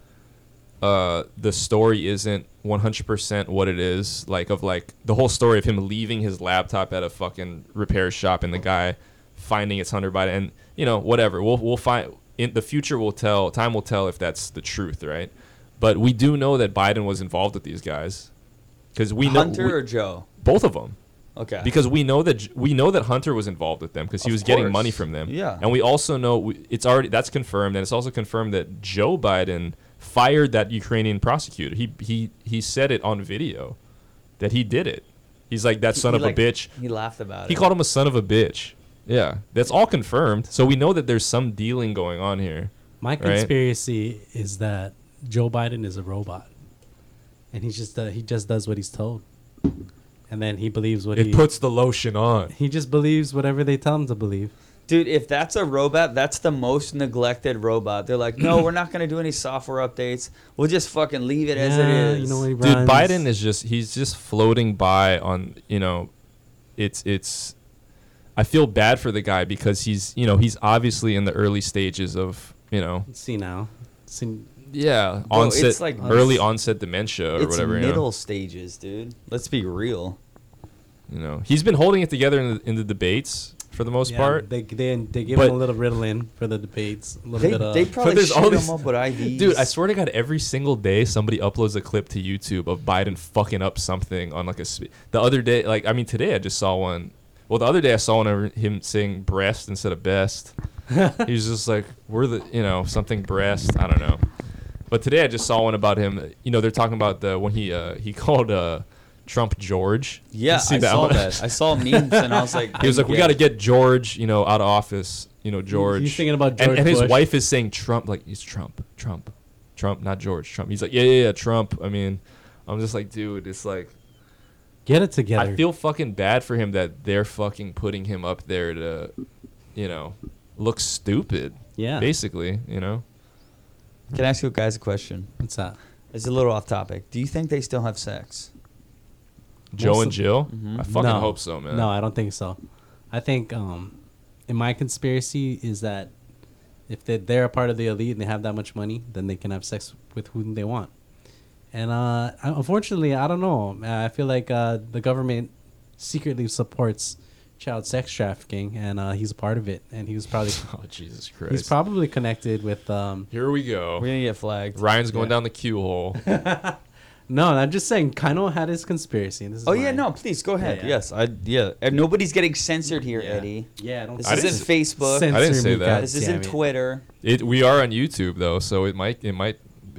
B: uh, the story isn't 100% what it is like of like the whole story of him leaving his laptop at a fucking repair shop and the guy finding it's hunter biden and you know whatever we'll, we'll find in the future will tell time will tell if that's the truth right but we do know that biden was involved with these guys because we know
E: Hunter
B: we-
E: or Joe?
B: both of them
E: Okay.
B: because we know that J- we know that Hunter was involved with them because he
E: Of
B: was getting
E: course.
B: money from them.
E: Yeah.
B: and we also know we- it's already that's confirmed, and it's also confirmed that Joe Biden fired that Ukrainian prosecutor. He he he said it on video that he did it. He's like that son
E: He,
B: of
E: like-
B: a bitch.
E: He laughed about
B: He
E: it.
B: called him a son of a bitch. Yeah, that's all confirmed. So we know that there's some dealing going on here.
A: My
B: Right.
A: conspiracy is that Joe Biden is a robot, and he's just uh, he just does what he's told, and then he believes what he
B: It puts the lotion on.
A: he just believes whatever they tell him to believe.
E: Dude, if that's a robot, that's the most neglected robot. They're like, no, we're not going to do any software updates. We'll just fucking leave it as it
A: Yeah,
E: is.
A: You know, he
B: Dude,
A: runs.
B: Biden is just he's just floating by on you know, it's it's. I feel bad for the guy because he's you know he's obviously in the early stages of you know
A: see now. See,
B: yeah
E: Bro,
B: onset
E: it's like-
B: early onset dementia or
E: it's
B: whatever you know.
E: middle stages, dude. Let's be real.
B: you know he's been holding it together in the, in the debates for the most
A: yeah,
B: part.
A: They they they give
B: But-
A: him a little Ritalin for the debates. A little
E: They,
A: bit of
E: they probably
B: there's all
E: shoot
B: these-
E: him up with IDs.
B: Dude, I swear to God, every single day somebody uploads a clip to YouTube of Biden fucking up something on like a. Spe- the other day, like I mean, today I just saw one. Well, the other day I saw one of him saying breast instead of best. he was just like, "We're the you know something breast." I don't know. But today I just saw one about him. You know, they're talking about the when he uh, he called uh, Trump George. You
E: Yeah,
B: see
E: I saw
B: one?
E: that. I saw memes and I was like,
B: He was
E: I
B: like, "We
E: get
B: got to
E: it."
B: get George, you know, out of office." You know, George.
A: he's thinking about
B: And,
A: George
B: and his
A: Bush.
B: wife is saying Trump, like it's Trump, Trump, Trump, not George, Trump. He's like, "Yeah, yeah, yeah, Trump." I mean, I'm just like, dude, it's like
A: get it together.
B: I feel fucking bad for him that they're fucking putting him up there to, you know, look stupid.
A: Yeah.
B: Basically, you know.
E: Can I ask you guys a question?
A: What's that?
E: It's a little off topic. Do you think they still have sex?
B: Joe
A: Most
B: and
A: of-
B: Jill. I fucking
A: Mm-hmm. No.
B: hope so, man.
A: No, I don't think so. I think, um, in my conspiracy, is that if they, they're a part of the elite and they have that much money, then they can have sex with whom they want. And uh, I- unfortunately, I don't know. Uh, I feel like uh, the government secretly supports child sex trafficking, and uh, he's a part of it. And he was probably
B: oh Jesus Christ.
A: he's probably connected with. Um,
B: Here we go.
E: We're gonna get flagged.
B: Ryan's going down the cue hole.
A: no, I'm just saying. Kano had his conspiracy. And this is
E: Oh yeah,
A: mine.
E: no, please go ahead.
A: yeah.
E: Yes, I yeah. And nobody's getting censored here,
A: Yeah.
E: Eddie.
A: Yeah, I don't.
E: This
B: I
E: isn't
B: didn't-
E: Facebook.
A: Censor
B: I didn't say
A: me,
B: that.
A: God
E: this isn't
A: damn it.
E: Twitter.
B: It we are on YouTube though, so it might it might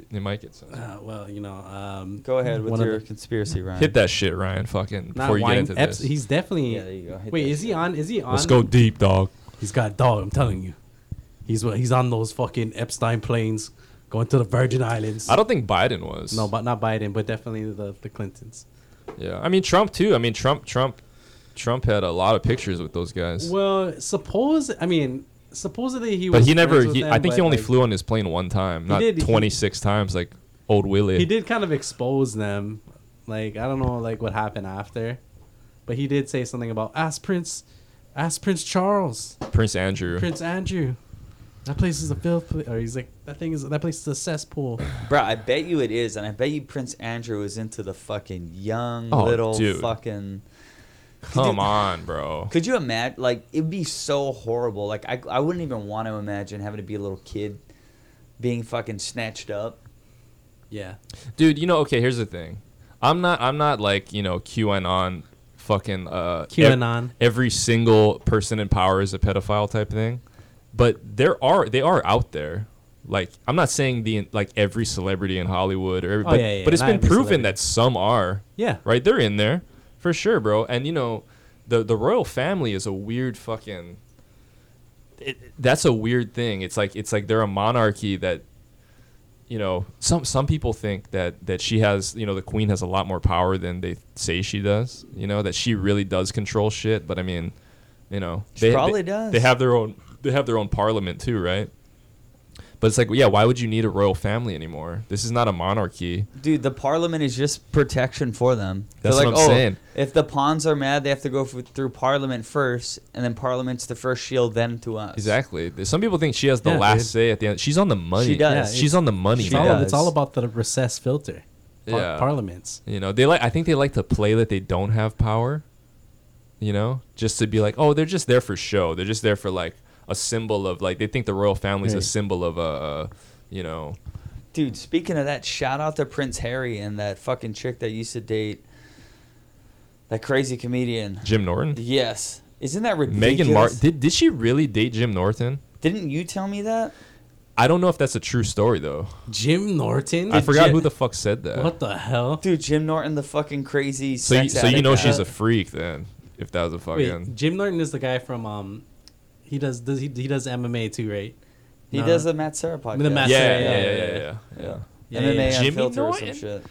B: it might get some.
A: Uh, well, you know. Um,
E: Go ahead with
A: One of
E: your
A: the-
E: conspiracy, Ryan.
B: Hit that shit, Ryan. Fucking
A: Not
B: before you
A: wine-
B: get into
A: Epps-
B: this.
A: He's definitely.
E: Yeah, there you go. Hit
A: Wait,
E: that
A: is he
E: shit.
A: on? Is he on?
B: Let's go deep, dog.
A: He's got a dog. I'm telling you, he's what he's on those fucking Epstein planes, going to the Virgin Islands.
B: I don't think Biden was.
A: no, but not Biden, but definitely the the Clintons.
B: yeah, I mean Trump too. I mean Trump, Trump, Trump had a lot of pictures with those guys.
A: Well, suppose I mean supposedly he.
B: but
A: was
B: he never.
A: friends with
B: He,
A: them,
B: I think he
A: but,
B: only
A: like,
B: flew on his plane one time, not
A: did, he-
B: twenty six times like old Willie.
A: He did kind of expose them. Like I don't know, like what happened after, but he did say something about ask Prince, Ask Prince Charles,
B: Prince Andrew.
A: Prince Andrew. That place is a filth. pla- Or he's like, that thing is that place is a cesspool.
E: Bro, I bet you it is, and I bet you Prince Andrew is into the fucking young
B: Oh,
E: little
B: dude.
E: fucking.
B: Come on, bro.
E: Could you imagine? Like, it'd be so horrible. Like, I, I wouldn't even want to imagine having to be a little kid being fucking snatched up.
A: Yeah.
B: Dude, you know, okay, here's the thing. I'm not I'm not like, you know, QAnon fucking uh ev-
A: QAnon.
B: every single person in power is a pedophile type thing. But there are they are out there. Like I'm not saying the like every celebrity in Hollywood or every,
A: Oh,
B: but,
A: yeah, yeah,
B: but it's
A: not
B: been
A: every
B: proven
A: celebrity.
B: that some are.
A: Yeah.
B: Right? They're in there. For sure, bro. And you know, the the royal family is a weird fucking it, that's a weird thing. It's like it's like they're a monarchy that you know some some people think that that she has you know the queen has a lot more power than they say she does. You know that she really does control shit. But I mean, you know
E: She
B: they
E: probably
B: they,
E: does.
B: They have their own they have their own parliament too, right? But it's like, yeah, why would you need a royal family anymore? This is not a monarchy.
E: Dude, the parliament is just protection for them. oh,
B: That's what I'm saying.
E: If the pawns are mad, they have to go f- through parliament first, and then parliament's the first shield, then to us.
B: Exactly. There's- Some people think she has the
A: Yeah,
B: last
A: dude.
B: say at the end. She's on the money.
E: She does.
A: Yeah, it's-
B: She's on the money.
A: It's
E: She
B: man.
A: all,
E: does.
A: it's all about the recess filter. Par-
B: Yeah.
A: Parliaments.
B: You know, they like. I think they like to play that they don't have power. You know, just to be like, oh, they're just there for show. They're just there for like a symbol of like they think the royal family's a
A: Right.
B: symbol of a, uh, you know,
E: Dude, speaking of that, shout out to Prince Harry and that fucking chick that used to date that crazy comedian.
B: Jim Norton.
E: Yes. Isn't that ridiculous?
B: Megan Martin. Did did she really date Jim Norton?
E: Didn't you tell me that?
B: I don't know if that's a true story though.
A: Jim Norton.
B: I forgot
E: Jim-
B: who the fuck said that.
A: What the hell?
E: Dude, Jim Norton, the fucking crazy.
B: so you,
E: sex
B: so you know
E: addict guy.
B: she's a freak then. If that was a fucking.
A: Wait, Jim Norton is the guy from um, he does does he, he does MMA too, right?
E: He
A: Nah.
E: does the Matt Sarah podcast.
A: The Matt
B: yeah,
A: Sarah,
B: yeah, yeah,
A: yeah,
B: yeah,
A: yeah.
B: yeah, yeah.
A: Yeah,
E: MMA
A: yeah, yeah.
E: Unfiltered
B: Jimmy
E: or some
B: Norton?
E: shit.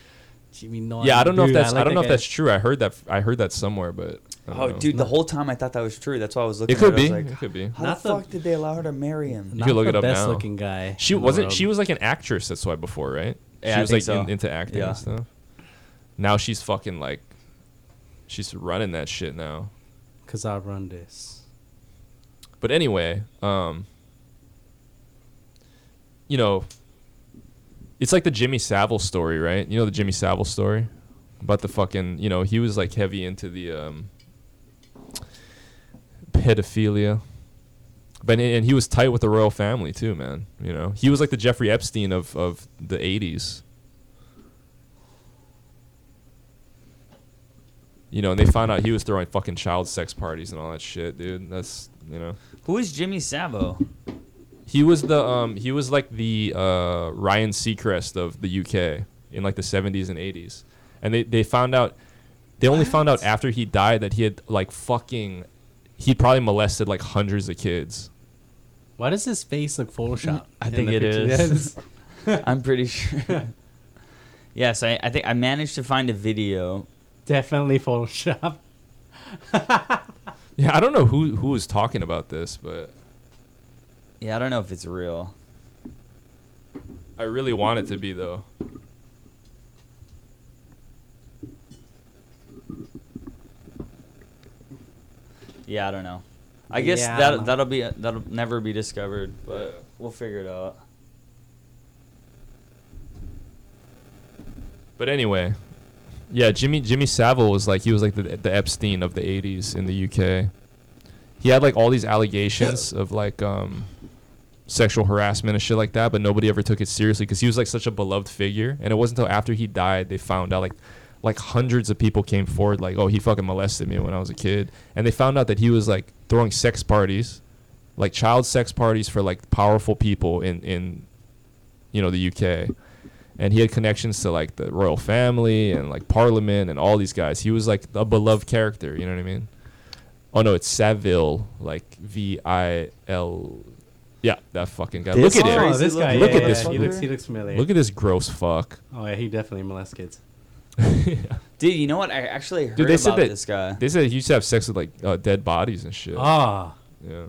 A: Jimmy Norton.
B: Yeah, I don't know if
A: Dude,
B: that's I,
A: like
B: don't
A: that
B: know if that's
A: guy.
B: true. I heard that I heard that somewhere, but I don't
E: Oh,
B: know.
E: dude, the whole time I thought that was true. That's why I was looking.
B: it could
E: at it.
B: be.
E: I was
B: it
E: like,
B: could be.
E: how
A: Not
E: the
A: the-
E: fuck did they allow her to marry him?
B: You can look it up now.
A: best looking guy.
B: She
A: in the
B: wasn't.
A: world.
B: She was like an actress. That's why before, right? she
E: Yeah, I
B: was
E: think
B: like in,
E: so.
B: into acting
E: Yeah.
B: and stuff. Now she's fucking like, she's running that shit now.
A: Cause I run this.
B: But anyway, um, you know, it's like the Jimmy Savile story, right? You know the Jimmy Savile story about the fucking. You know, he was like heavy into the um, pedophilia. But and- and he was tight with the royal family too, man. You know, he was like the Jeffrey Epstein of of the '80s. You know, and they found out he was throwing fucking child sex parties and all that shit, dude. That's you know.
F: Who is Jimmy Savo?
B: He was the um he was like the uh Ryan Seacrest of the UK in like the 70s and 80s. And they they found out they only found out after he died that he had like fucking he probably molested like hundreds of kids.
A: Why does his face look Photoshop?
F: I
A: in
F: think
A: the
F: it
A: picture?
F: is.
A: Yes.
E: I'm pretty sure.
F: Yes, I, I think I managed to find a video.
A: Definitely Photoshop.
B: Yeah, I don't know who who was talking about this, but
F: Yeah, I don't know if it's real.
B: I really want it to be though.
F: Yeah, I don't know. I guess
A: Yeah, I
F: that
A: don't know.
F: that'll be that'll never be discovered, but
B: Yeah.
F: we'll figure it out.
B: But anyway, yeah, Jimmy Jimmy Savile was like he was like the the Epstein of the '80s in the UK. He had like all these allegations of like um, sexual harassment and shit like that, but nobody ever took it seriously because he was like such a beloved figure. And it wasn't until after he died they found out like like hundreds of people came forward like, oh, he fucking molested me when I was a kid, and they found out that he was like throwing sex parties, like child sex parties for like powerful people in in you know the UK and he had connections to like the royal family and like parliament and all these guys. He was like a beloved character, you know what I mean? Oh no, it's Saville, like V I L. Yeah, that fucking guy. Look
E: This
B: at
E: is
A: Oh,
B: him.
E: crazy
A: this guy. Look
E: looking
B: Look
A: yeah,
B: at
A: at
B: this
A: this. He
E: fucker.
A: looks. He looks familiar.
B: Look at this gross fuck.
A: oh yeah, he definitely molests kids.
E: Dude, you know what? I actually heard
B: Dude, they
E: about
B: said that
E: this guy.
B: they said he used to have sex with like uh, dead bodies and shit.
A: Ah,
B: Yeah.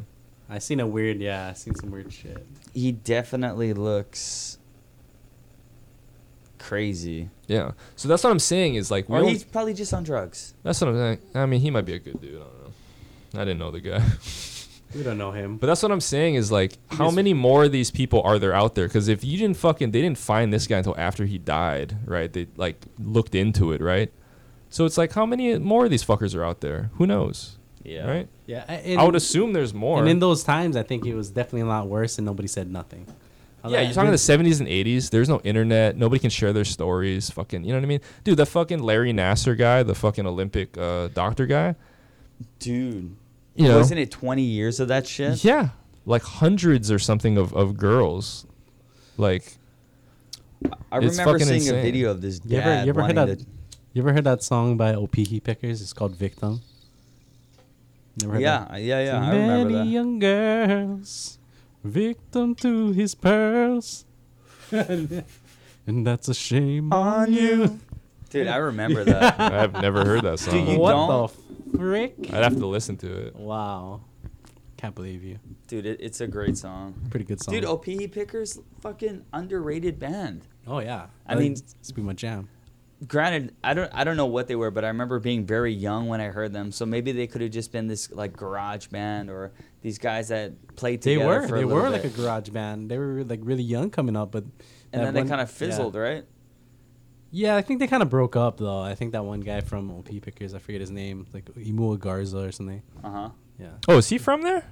A: I seen a weird. Yeah, I seen some weird shit.
E: He definitely looks crazy.
B: Yeah. So that's what I'm saying is like we
E: Or
B: don't-
E: he's probably just on drugs.
B: that's what I'm saying. I mean, he might be a good dude. I don't know. I didn't know the guy.
A: We don't know him.
B: But that's what I'm saying is like, how many more of these people are there out there? Because if you didn't fucking, they didn't find this guy until after he died, right? They like looked into it, right? So it's like, how many more of these fuckers are out there? Who knows,
F: Yeah.
B: right?
A: yeah, a- and,
B: I would assume there's more.
A: and in those times, I think it was definitely a lot worse, and nobody said nothing. I was
B: yeah,
A: like,
B: you're talking the
A: dude,
B: 70s and 80s. There's no internet. Nobody can share their stories. Fucking, you know what I mean? Dude, that fucking Larry Nasser guy, the fucking Olympic uh, doctor guy.
E: Dude,
B: You know?
E: wasn't it 20 years of that shit?
B: Yeah, like hundreds or something of, of girls. Like,
E: I
B: It's
E: remember
B: fucking
E: seeing a
B: insane.
E: video of this
A: You ever-
E: dad
A: you ever heard
E: wanting
A: of-
E: to-
A: You ever heard that song by Opehe Pickers? It's called Victim. Never heard
E: Yeah,
A: that?
E: yeah, yeah. I
A: Many
E: remember that.
A: young girls, victim to his pearls. and that's a shame.
E: on you. Dude, I remember that.
B: I've never heard that song.
E: you
A: what
E: don't?
A: the frick?
B: I'd have to listen to it.
A: Wow. Can't believe you.
E: Dude, it, it's a great song.
A: Pretty good song.
E: Dude, oh, OPE Pickers, fucking underrated band.
A: oh, yeah.
E: I mean-
A: it's been my jam.
E: Granted, I don't I don't know what they were, but I remember being very young when I heard them. So maybe they could have just been this like garage band or these guys that played
A: They
E: together.
A: were.
E: for
A: They
E: a
A: were
E: little
A: like a
E: bit.
A: garage band. They were like really young coming up, but.
E: And then they kind of fizzled, right?
A: Yeah, I think they kind of broke up though. I think that one guy from OP Pickers, I forget his name, like Imua Garza or something.
E: Uh huh.
A: Yeah.
B: Oh, is he from there?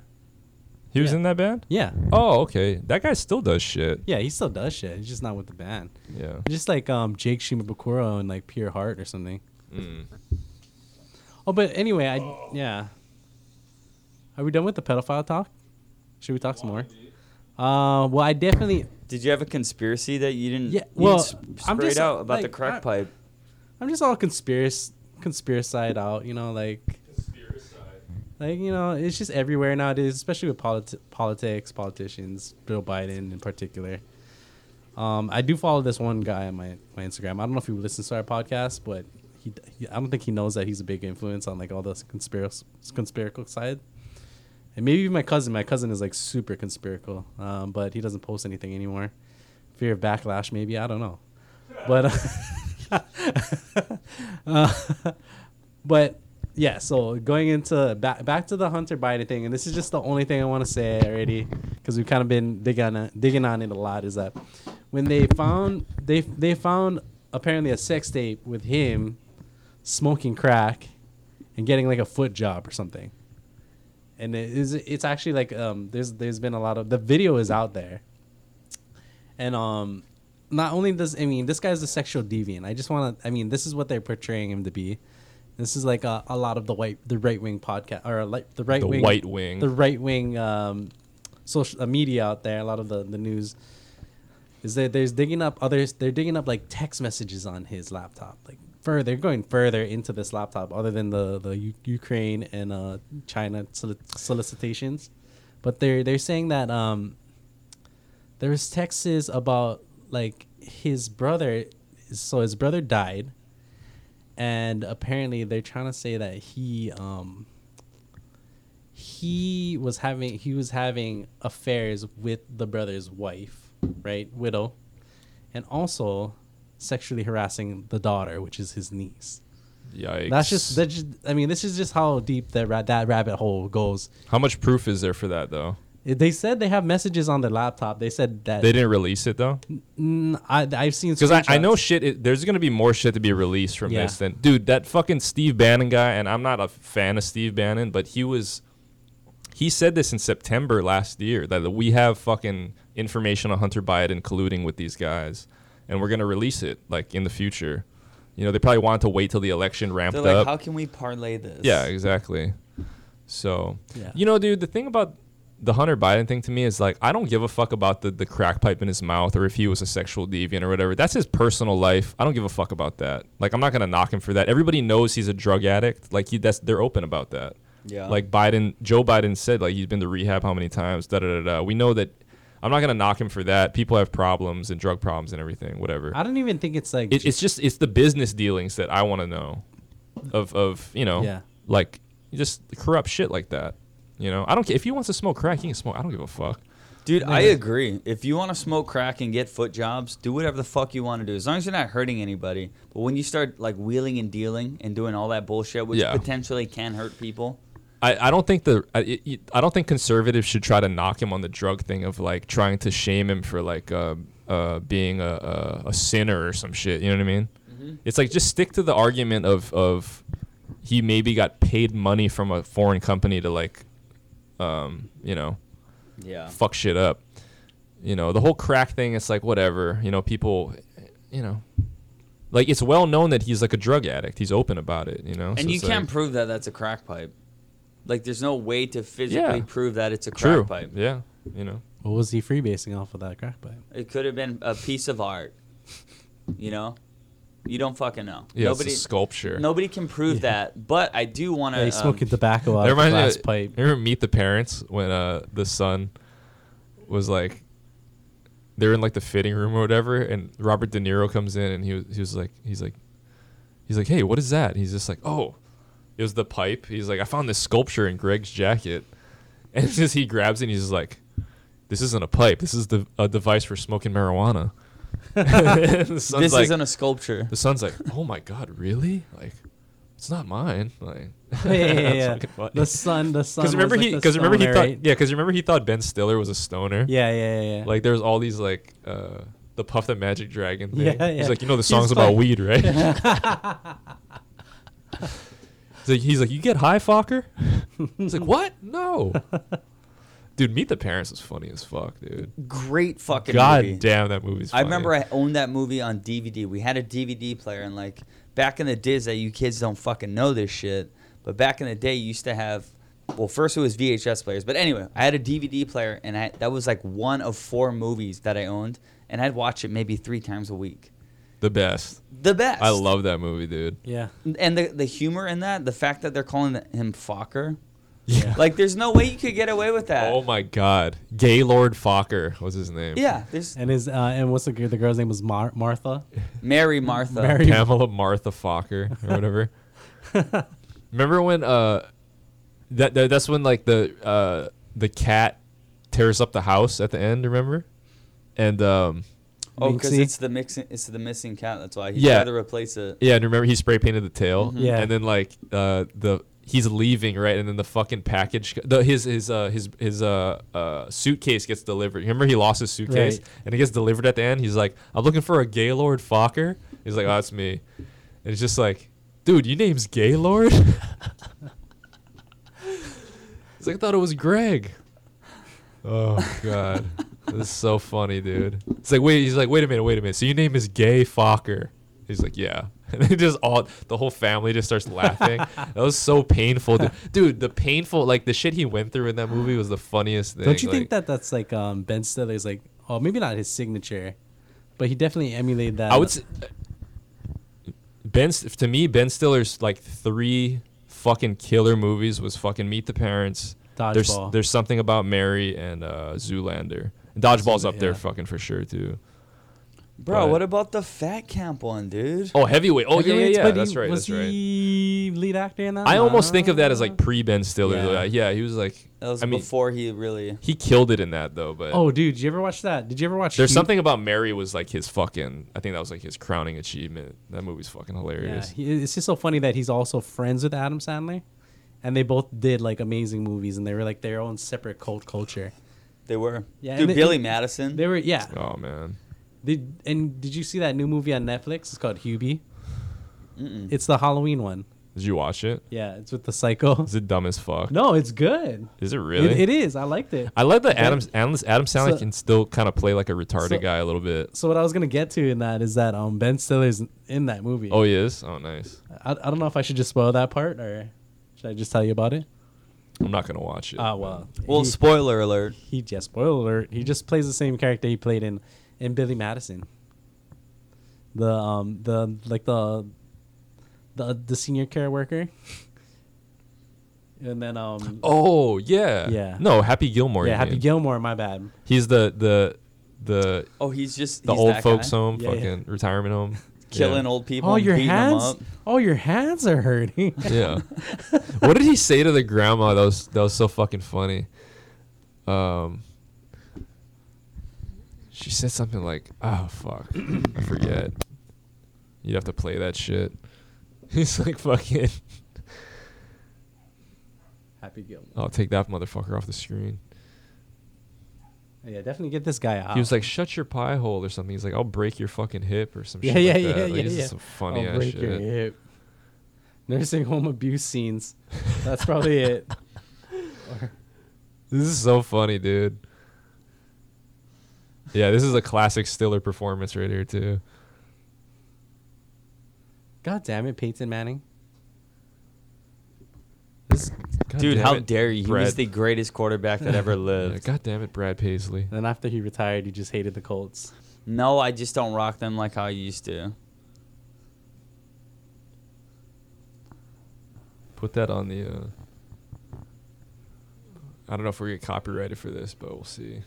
B: He was
A: Yeah.
B: in that band?
A: Yeah.
B: Oh, okay. That guy still does shit.
A: Yeah, he still does shit. He's just not with the band.
B: Yeah.
A: Just like um, Jake Shimabukuro and like Pure Heart or something.
B: Hmm.
A: Oh, but anyway, I yeah. Are we done with the pedophile talk? Should we talk some more? Uh, well, I definitely
E: Did you have a conspiracy that you didn't?
A: Yeah,
E: you
A: well,
E: didn't
A: I'm
E: sprayed
A: just,
E: out about the
A: like,
E: crack
A: I-
E: pipe.
A: I'm just all conspiracy conspiracy side out, you know, like like you know, it's just everywhere nowadays, especially with politi- politics, politicians, Bill Biden in particular. Um, I do follow this one guy on my, my Instagram. I don't know if he listens to our podcast, but he, he I don't think he knows that he's a big influence on like all the conspiracy conspiratorial side. And maybe even my cousin. My cousin is like super conspiratorial, um, but he doesn't post anything anymore. Fear of backlash, maybe I don't know, but. Uh, but yeah, so going into back back to the Hunter Biden thing, and this is just the only thing I want to say already, because we've kind of been digging on it, digging on it a lot. Is that when they found they they found apparently a sex tape with him smoking crack and getting like a foot job or something, and it is it's actually like um there's there's been a lot of the video is out there, and um not only does I mean this guy's a sexual deviant. I just want to. I mean, this is what they're portraying him to be. This is like a, a lot of the white, the right wing podcast or like the right
B: The
A: wing,
B: white wing.
A: the right wing um, social uh, media out there. A lot of the the news is that there's digging up others. They're digging up like text messages on his laptop. Like further, they're going further into this laptop other than the the U- Ukraine and uh, China soli- solicitations. But they're they're saying that um, there's texts about like his brother so his brother died and apparently they're trying to say that he um he was having he was having affairs with the brother's wife right widow and also sexually harassing the daughter which is his niece
B: Yikes.
A: that's just that's just, i mean this is just how deep that ra- that rabbit hole goes
B: How much proof is there for that, though?
A: they said they have messages on their laptop they said that
B: They didn't release it, though?
A: Mm, I, I've seen
B: Because I, I know
A: screenshots.
B: shit. Is, there's gonna be more shit to be released from
A: Yeah.
B: this than dude. That fucking Steve Bannon guy, and I'm not a fan of Steve Bannon, but he was. He said this in September last year that we have fucking information on Hunter Biden colluding with these guys, and we're gonna release it like in the future. You know, they probably wanted to wait till the election ramped
E: They're like,
B: up.
E: how can we parlay this?
B: Yeah, exactly. So,
A: Yeah.
B: you know, dude, the thing about the Hunter Biden thing to me is like, I don't give a fuck about the, the crack pipe in his mouth or if he was a sexual deviant or whatever. That's his personal life. I don't give a fuck about that. Like, I'm not going to knock him for that. Everybody knows he's a drug addict. Like, he, that's, they're open about that.
E: Yeah.
B: Like, Biden, Joe Biden said, like, he's been to rehab how many times, da da da da. We know that. I'm not going to knock him for that. People have problems and drug problems and everything, whatever.
A: I don't even think it's like
B: It, it's just it's the business dealings that I want to know, of of you know,
A: Yeah.
B: like just corrupt shit like that. You know, I don't care if he wants to smoke crack, he can smoke. I don't give a fuck.
E: Dude, I agree. If you want to smoke crack and get foot jobs, do whatever the fuck you want to do, as long as you're not hurting anybody. But when you start like wheeling and dealing and doing all that bullshit, which
B: Yeah.
E: potentially can hurt people,
B: I, I don't think the I, it- it- I don't think conservatives should try to knock him on the drug thing of like trying to shame him for like uh, uh, being a, a a sinner or some shit. You know what I mean? It's like just stick to the argument of of he maybe got paid money from a foreign company to like um, you know
E: Yeah.
B: fuck shit up. You know, the whole crack thing, it's like whatever. You know, people you know like it's well known that he's like a drug addict. He's open about it, you know. So
E: And you
B: it's like-
E: can't prove that that's a crack pipe. Like, there's no way to physically
B: Yeah.
E: prove that it's a crack
B: True.
E: pipe.
B: Yeah. You know.
A: What was he freebasing off of that crack pipe?
E: It could have been a piece of art. You know, you don't fucking know.
B: Yeah,
E: nobody,
B: it's a sculpture.
E: nobody can prove that. But I um, do want
A: Yeah,
E: to.
A: he's smoking tobacco out
B: That
A: of a
B: reminds me
A: glass
B: of-
A: pipe.
B: you Remember Meet the Parents when uh the son was like they're in like the fitting room or whatever, and Robert De Niro comes in and he was he was like he's like he's like hey what is that? And he's just like oh it was the pipe. He's like I found this sculpture in Greg's jacket, and it's just he grabs it and he's just like this isn't a pipe. This is the a device for smoking marijuana. the son's
E: this
B: like,
E: isn't a sculpture.
B: the son's like oh my god really like it's not mine like
A: Yeah, yeah, yeah.
B: It's fucking funny.
A: The sun, the sun.
B: Because remember
A: was,
B: he,
A: like,
B: because remember he
A: stoner,
B: thought,
A: right?
B: yeah, because remember he thought Ben Stiller was a stoner.
A: yeah, yeah, yeah, yeah.
B: Like there was all these like uh, the Puff the Magic Dragon thing.
A: Yeah, yeah.
B: He's like, you know, the
A: He's
B: song's about
A: like-
B: weed, right? he's, like, he's like, you get high, Fokker? He's like, what? No. Dude, Meet the Parents is funny as fuck, dude.
E: Great fucking
B: God
E: movie.
B: damn, that movie's.
E: I
B: Funny.
E: remember I owned that movie on DVD. We had a DVD player, and like back in the days that you kids don't fucking know this shit, but back in the day you used to have. Well, first it was VHS players, but anyway, I had a DVD player, and I, that was like one of four movies that I owned, and I'd watch it maybe three times a week.
B: the best.
E: The best.
B: I love that movie, dude.
A: yeah.
E: and the the humor in that, the fact that they're calling him Fokker.
B: Yeah.
E: Like, there's no way you could get away with that.
B: oh my god, Gaylord Fokker was his name.
E: Yeah, there's
A: And his uh, and what's the gir- the girl's name was Mar- Martha.
E: Mary Martha.
A: Mary-
B: Pamela Martha Fokker or whatever. Remember when uh that, that that's when like the uh the cat tears up the house at the end, remember? And um
E: Oh, because
A: Minxie.
E: it's the mixing, it's the missing cat. That's why he
B: Yeah.
E: tried to replace it.
B: yeah, and remember he spray painted the tail.
A: Mm-hmm. Yeah.
B: And then like uh the he's leaving, right? And then the fucking package the his his uh his his uh uh suitcase gets delivered. Remember he lost his suitcase
A: Right.
B: and it gets delivered at the end. He's like, I'm looking for a Gaylord Fokker. He's like, Oh, that's me. And it's just like, dude, your name's Gaylord? It's like I thought it was Greg. Oh god, this is so funny, dude. It's like wait, he's like wait a minute, wait a minute. So your name is Gay Fokker? He's like yeah, and they just all the whole family just starts laughing. that was so painful, dude. dude. The painful like the shit he went through in that movie was the funniest thing.
A: Don't you
B: like-
A: think that that's like um, Ben Stiller's like oh maybe not his signature, but he definitely emulated that.
B: I would say Ben St- to me Ben Stiller's like three fucking killer movies was fucking Meet the Parents. There's
A: Dodgeball.
B: there's something about Mary and uh, Zoolander. And Dodgeball's up there
A: yeah.
B: fucking for sure too.
E: Bro,
B: But-
E: what about the fat camp one, dude?
B: Oh, heavyweight. Oh yeah,
A: Heavyweights,
B: yeah, yeah.
A: but he-
B: That's right.
A: Was
B: That's right.
A: he lead actor in that? Uh-huh.
B: I almost think of that as like pre Ben Stiller.
A: Yeah.
B: Yeah. yeah, he was like.
E: That was
B: I mean,
E: before he really.
B: he killed it in that though. But
A: Oh, dude, did you ever watch that? Did you ever watch?
B: there's
A: Heat?
B: something about Mary was like his fucking. I think that was like his crowning achievement. That movie's fucking
A: Yeah,
B: hilarious.
A: he, it's just so funny that he's also friends with Adam Sandler, and they both did like amazing movies, and they were like their own separate cult culture.
E: They were.
A: Yeah,
E: Yeah,
A: and
E: dude,
A: the-
E: Billy
A: and-
E: Madison.
A: They were yeah.
B: Oh man.
A: Did and did you see that new movie on Netflix? It's called Hubie. It's the Halloween one.
B: Did you watch it?
A: Yeah, it's with the psycho.
B: Is it dumb as fuck?
A: No, it's good.
B: Is it really?
A: It, it is. I liked it.
B: I like that Adam Adam, Adam Sandler
A: So-
B: can still kind of play like a retarded
A: So-
B: guy a little bit.
A: so what I was gonna get to in that is that um Ben Stiller's in that movie.
B: Oh, he is. Oh, nice.
A: I, I don't know if I should just spoil that part or should I just tell you about it?
B: I'm not gonna watch it.
A: Ah, well.
E: well,
A: he,
E: spoiler alert.
A: he just spoiler alert. He just plays the same character he played in in Billy Madison. The um the like the the the senior care worker. And then um
B: Oh yeah.
A: Yeah.
B: No, Happy Gilmore.
A: yeah,
B: you
A: Happy
B: mean.
A: Gilmore, my bad.
B: He's the the the
E: Oh, he's just
B: the
E: he's
B: old
E: that
B: folks
E: guy.
B: home,
A: Yeah, yeah.
B: fucking retirement home.
E: killing
B: yeah.
E: old people.
A: Oh,
E: and
A: your
E: beating 'em
A: hands!
E: up.
A: Oh, your hands are hurting.
B: Yeah. what did he say to the grandma? That was that was so fucking funny. Um. She said something like, "Oh fuck, I forget." You'd have to play that shit. He's like fucking.
A: Happy Gilmore.
B: I'll take that motherfucker off the screen.
A: Yeah, definitely get this guy out.
B: He was like, "Shut your pie hole" or something. He's like, "I'll break your fucking hip" or some
A: yeah,
B: shit.
A: yeah,
B: like
A: yeah,
B: that. Like,
A: yeah,
B: this is
A: yeah.
B: some funny
A: I'll
B: ass
A: break your
B: shit.
A: hip. Nursing home abuse scenes. That's probably it.
B: This is so funny, dude. Yeah, this is a classic Stiller performance right here too.
A: God damn it, Peyton Manning.
B: This, God
E: Dude,
B: damn
E: how
B: it,
E: dare you? He
B: Brad-
E: was the uh, greatest quarterback that ever
B: Yeah,
E: lived.
B: God damn it, Brad Paisley.
A: And then after he retired, he just hated the Colts.
E: No, I just don't rock them like how I used to.
B: Put that on the. Uh, I don't know if we're gonna get copyrighted for this, but we'll see.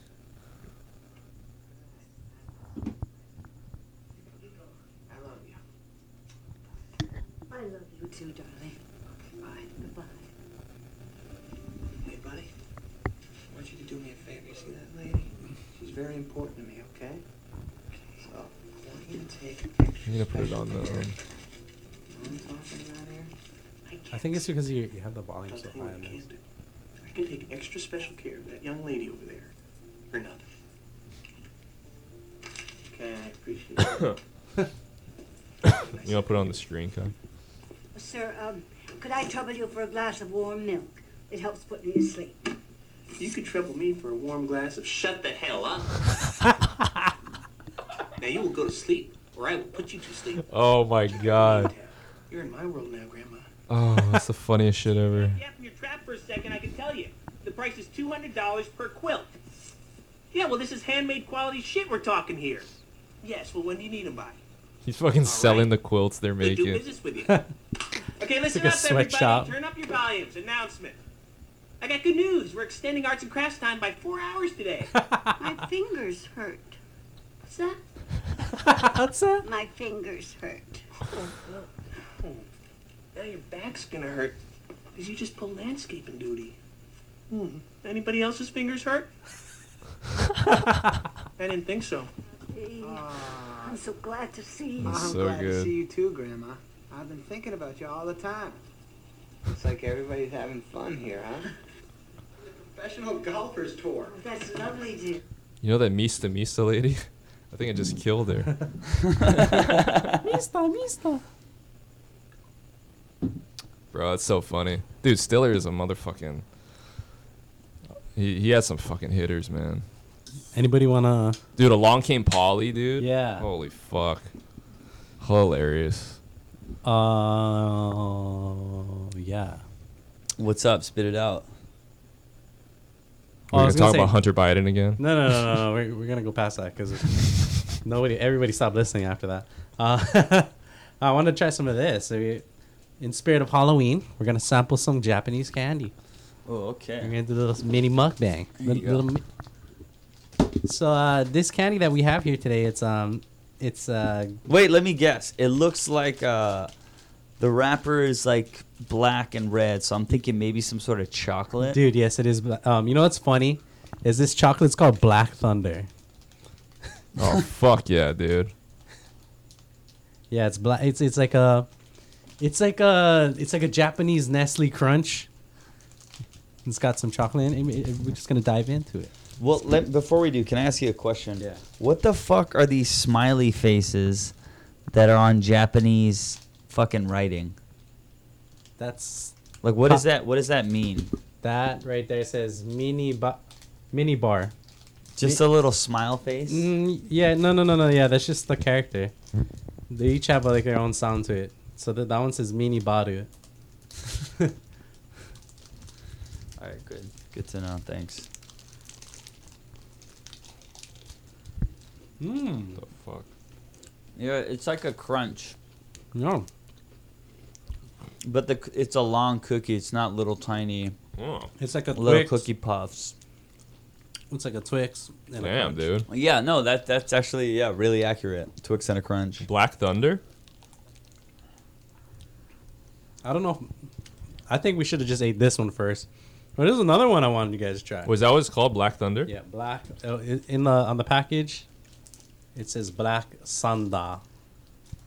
G: I love you. I love you too, darling. Okay, bye. Goodbye.
K: Hey, buddy. I want you to do me a favor. You see that lady? She's very important to me, okay? So, I want you to take a picture.
B: I'm gonna put it on the. Um,
K: You know what I'm talking about here?
A: I think it's because you, you have the volume
K: I'll
A: so
K: tell you
A: high
K: what I
A: on this.
K: can do. I can take extra special care of that young lady over there. Or nothing. Okay, I appreciate it.
B: you know, put it on the screen, Kyle.
G: Sir, um, could I trouble you for a glass of warm milk? It helps put me to sleep.
K: You could trouble me for a warm glass of shut the hell up. now you will go to sleep, or I will put you to sleep.
B: Oh my god.
K: You're in my world now, Grandma.
B: Oh, that's the funniest shit ever.
K: Yeah, from your trap for a second, I can tell you. The price is $200 per quilt. Yeah, well, this is handmade quality shit we're talking here. Yes, well, when do you need them by?
B: He's fucking selling
K: right.
B: the quilts they're
K: We do
B: making.
K: business with you. Okay, listen
A: like a
K: up,
A: sweatshop.
K: everybody. Turn up your volumes. Announcement. I got good news. We're extending arts and crafts time by four hours today.
G: My fingers hurt. What's that?
A: What's that?
G: My fingers hurt.
K: now your back's gonna hurt because you just pulled landscaping duty. Hmm. Anybody else's fingers hurt? I didn't think so.
G: See? I'm so glad to see you.
B: That's
K: I'm
B: so
K: glad to
B: good.
K: see you too, Grandma. I've been thinking about you all the time. It's like everybody's having fun here, huh? Professional golfers tour.
G: That's lovely, dear.
B: You know that Mista Mista lady? I think I just
K: Mm-hmm.
B: killed her.
A: Mista, Mista.
B: Bro, it's so funny. Dude, Stiller is a motherfucking. He, he has some fucking hitters, man.
A: Anybody wanna?
B: Dude, along came Polly, dude.
A: Yeah.
B: Holy fuck. Hilarious.
A: Uh, yeah.
E: What's up? Spit it out.
B: We're
A: Oh, I
B: gonna
A: was
B: talk
A: gonna
B: about
A: say-
B: Hunter Biden again.
A: No, no, no, no, no. we're, we're gonna go past that because nobody, everybody stopped listening after that. Uh, I want to try some of this. So we- In spirit of Halloween, we're gonna sample some Japanese candy.
E: Oh,
A: We're
E: okay.
A: gonna do a little mini mukbang. Little, little mi- so uh, this candy that we have here today, it's um, it's uh,
E: Wait, let me guess. It looks like uh, the wrapper is like black and red, so I'm thinking maybe some sort of chocolate.
A: dude. Yes, it is. bla- Um, you know what's funny is this chocolate's called Black Thunder.
B: Oh, fuck yeah, dude.
A: Yeah, it's black. It's it's like a, it's like a it's like a Japanese Nestle Crunch. It's got some chocolate in it. We're just gonna dive into it.
E: Well, let, before we do, can I ask you a question?
A: Yeah.
E: What the fuck are these smiley faces that are on Japanese fucking writing?
A: That's
E: Like, what is
A: Huh.
E: that? What does that mean?
A: that right there says mini ba- mini bar.
E: Just a little smile face?
A: Mm, yeah, no, no, no, no. Yeah, that's just the character. They each have like their own sound to it. So that that one says mini baru.
E: All right, good. Good to know. Thanks.
A: Mmm.
B: The fuck.
E: Yeah, it's like a crunch,
A: No.
E: but the c- it's a long cookie. It's not little tiny
B: Oh,
A: It's like a
E: little
A: Twix.
E: cookie puffs.
A: It's like a Twix. and a
B: damn,
A: Crunch.
B: dude.
E: Yeah, no, that that's actually yeah really accurate. Twix and a crunch.
B: Black Thunder?
A: I don't know. If, I think we should have just ate this one first. But there's another one I wanted you guys to try.
B: Was Oh, that what it's called? Black Thunder?
A: Yeah, black. uh, i- In the on the package, it says black sanda.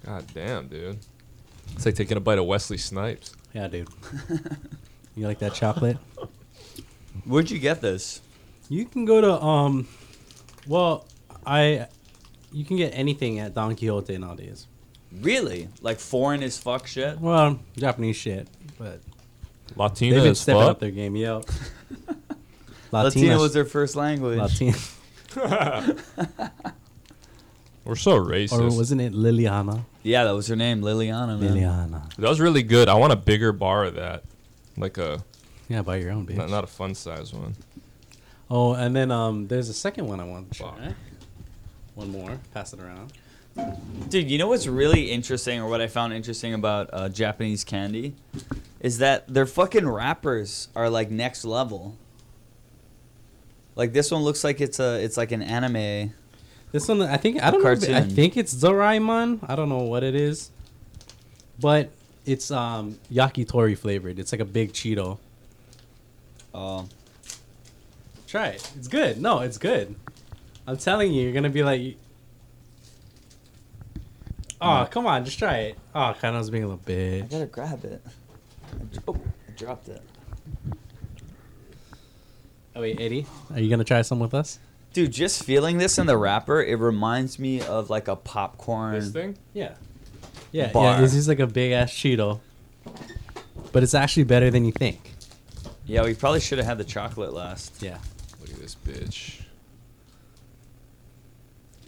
B: God damn, dude. It's like taking a bite of Wesley Snipes.
A: Yeah, dude. you like that chocolate?
E: Where'd you get this?
A: You can go to um, well, I, you can get anything at Don Quixote nowadays.
E: Really? Like foreign as fuck shit?
A: Well, Japanese shit, but
B: Latina
A: they've been
B: as
A: stepping up
B: fuck.
A: their game. Yep.
L: Latino
A: Latinas-
L: was their first language.
A: Latina,
B: We're so racist.
A: or wasn't it Liliana?
E: Yeah, that was her name, Liliana. Man.
A: Liliana.
B: that was really good. I want a bigger bar of that, like a
A: Yeah, buy your own, bitch.
B: not, not a fun size one.
A: Oh, and then um, there's a second one I want to
B: Fuck.
A: try. One more. Pass it around.
E: Dude, you know what's really interesting, or what I found interesting about uh, Japanese candy, is that their fucking wrappers are like next level. Like this one looks like it's a, it's like an anime.
A: This one, I think I don't know. if it- I
E: cartoon.
A: think it's Doraemon. I don't know what it is, but it's um yakitori flavored. It's like a big Cheeto.
E: Oh,
A: Try it. It's good. No, it's good. I'm telling you, you're gonna be like, oh come on, just try it. Oh, Kano's being a little
E: I
A: bitch.
E: gotta grab it. I dro- Oh, I dropped it.
A: Oh wait, Eddie, are you gonna try some with us?
E: Dude, just feeling this in the wrapper, it reminds me of like a popcorn.
B: This thing?
A: Yeah. Yeah, yeah.
E: Bar.
A: It's just like a big ass Cheeto, but it's actually better than you think.
E: Yeah, we probably should have had the chocolate last.
A: Yeah.
B: Look at this bitch.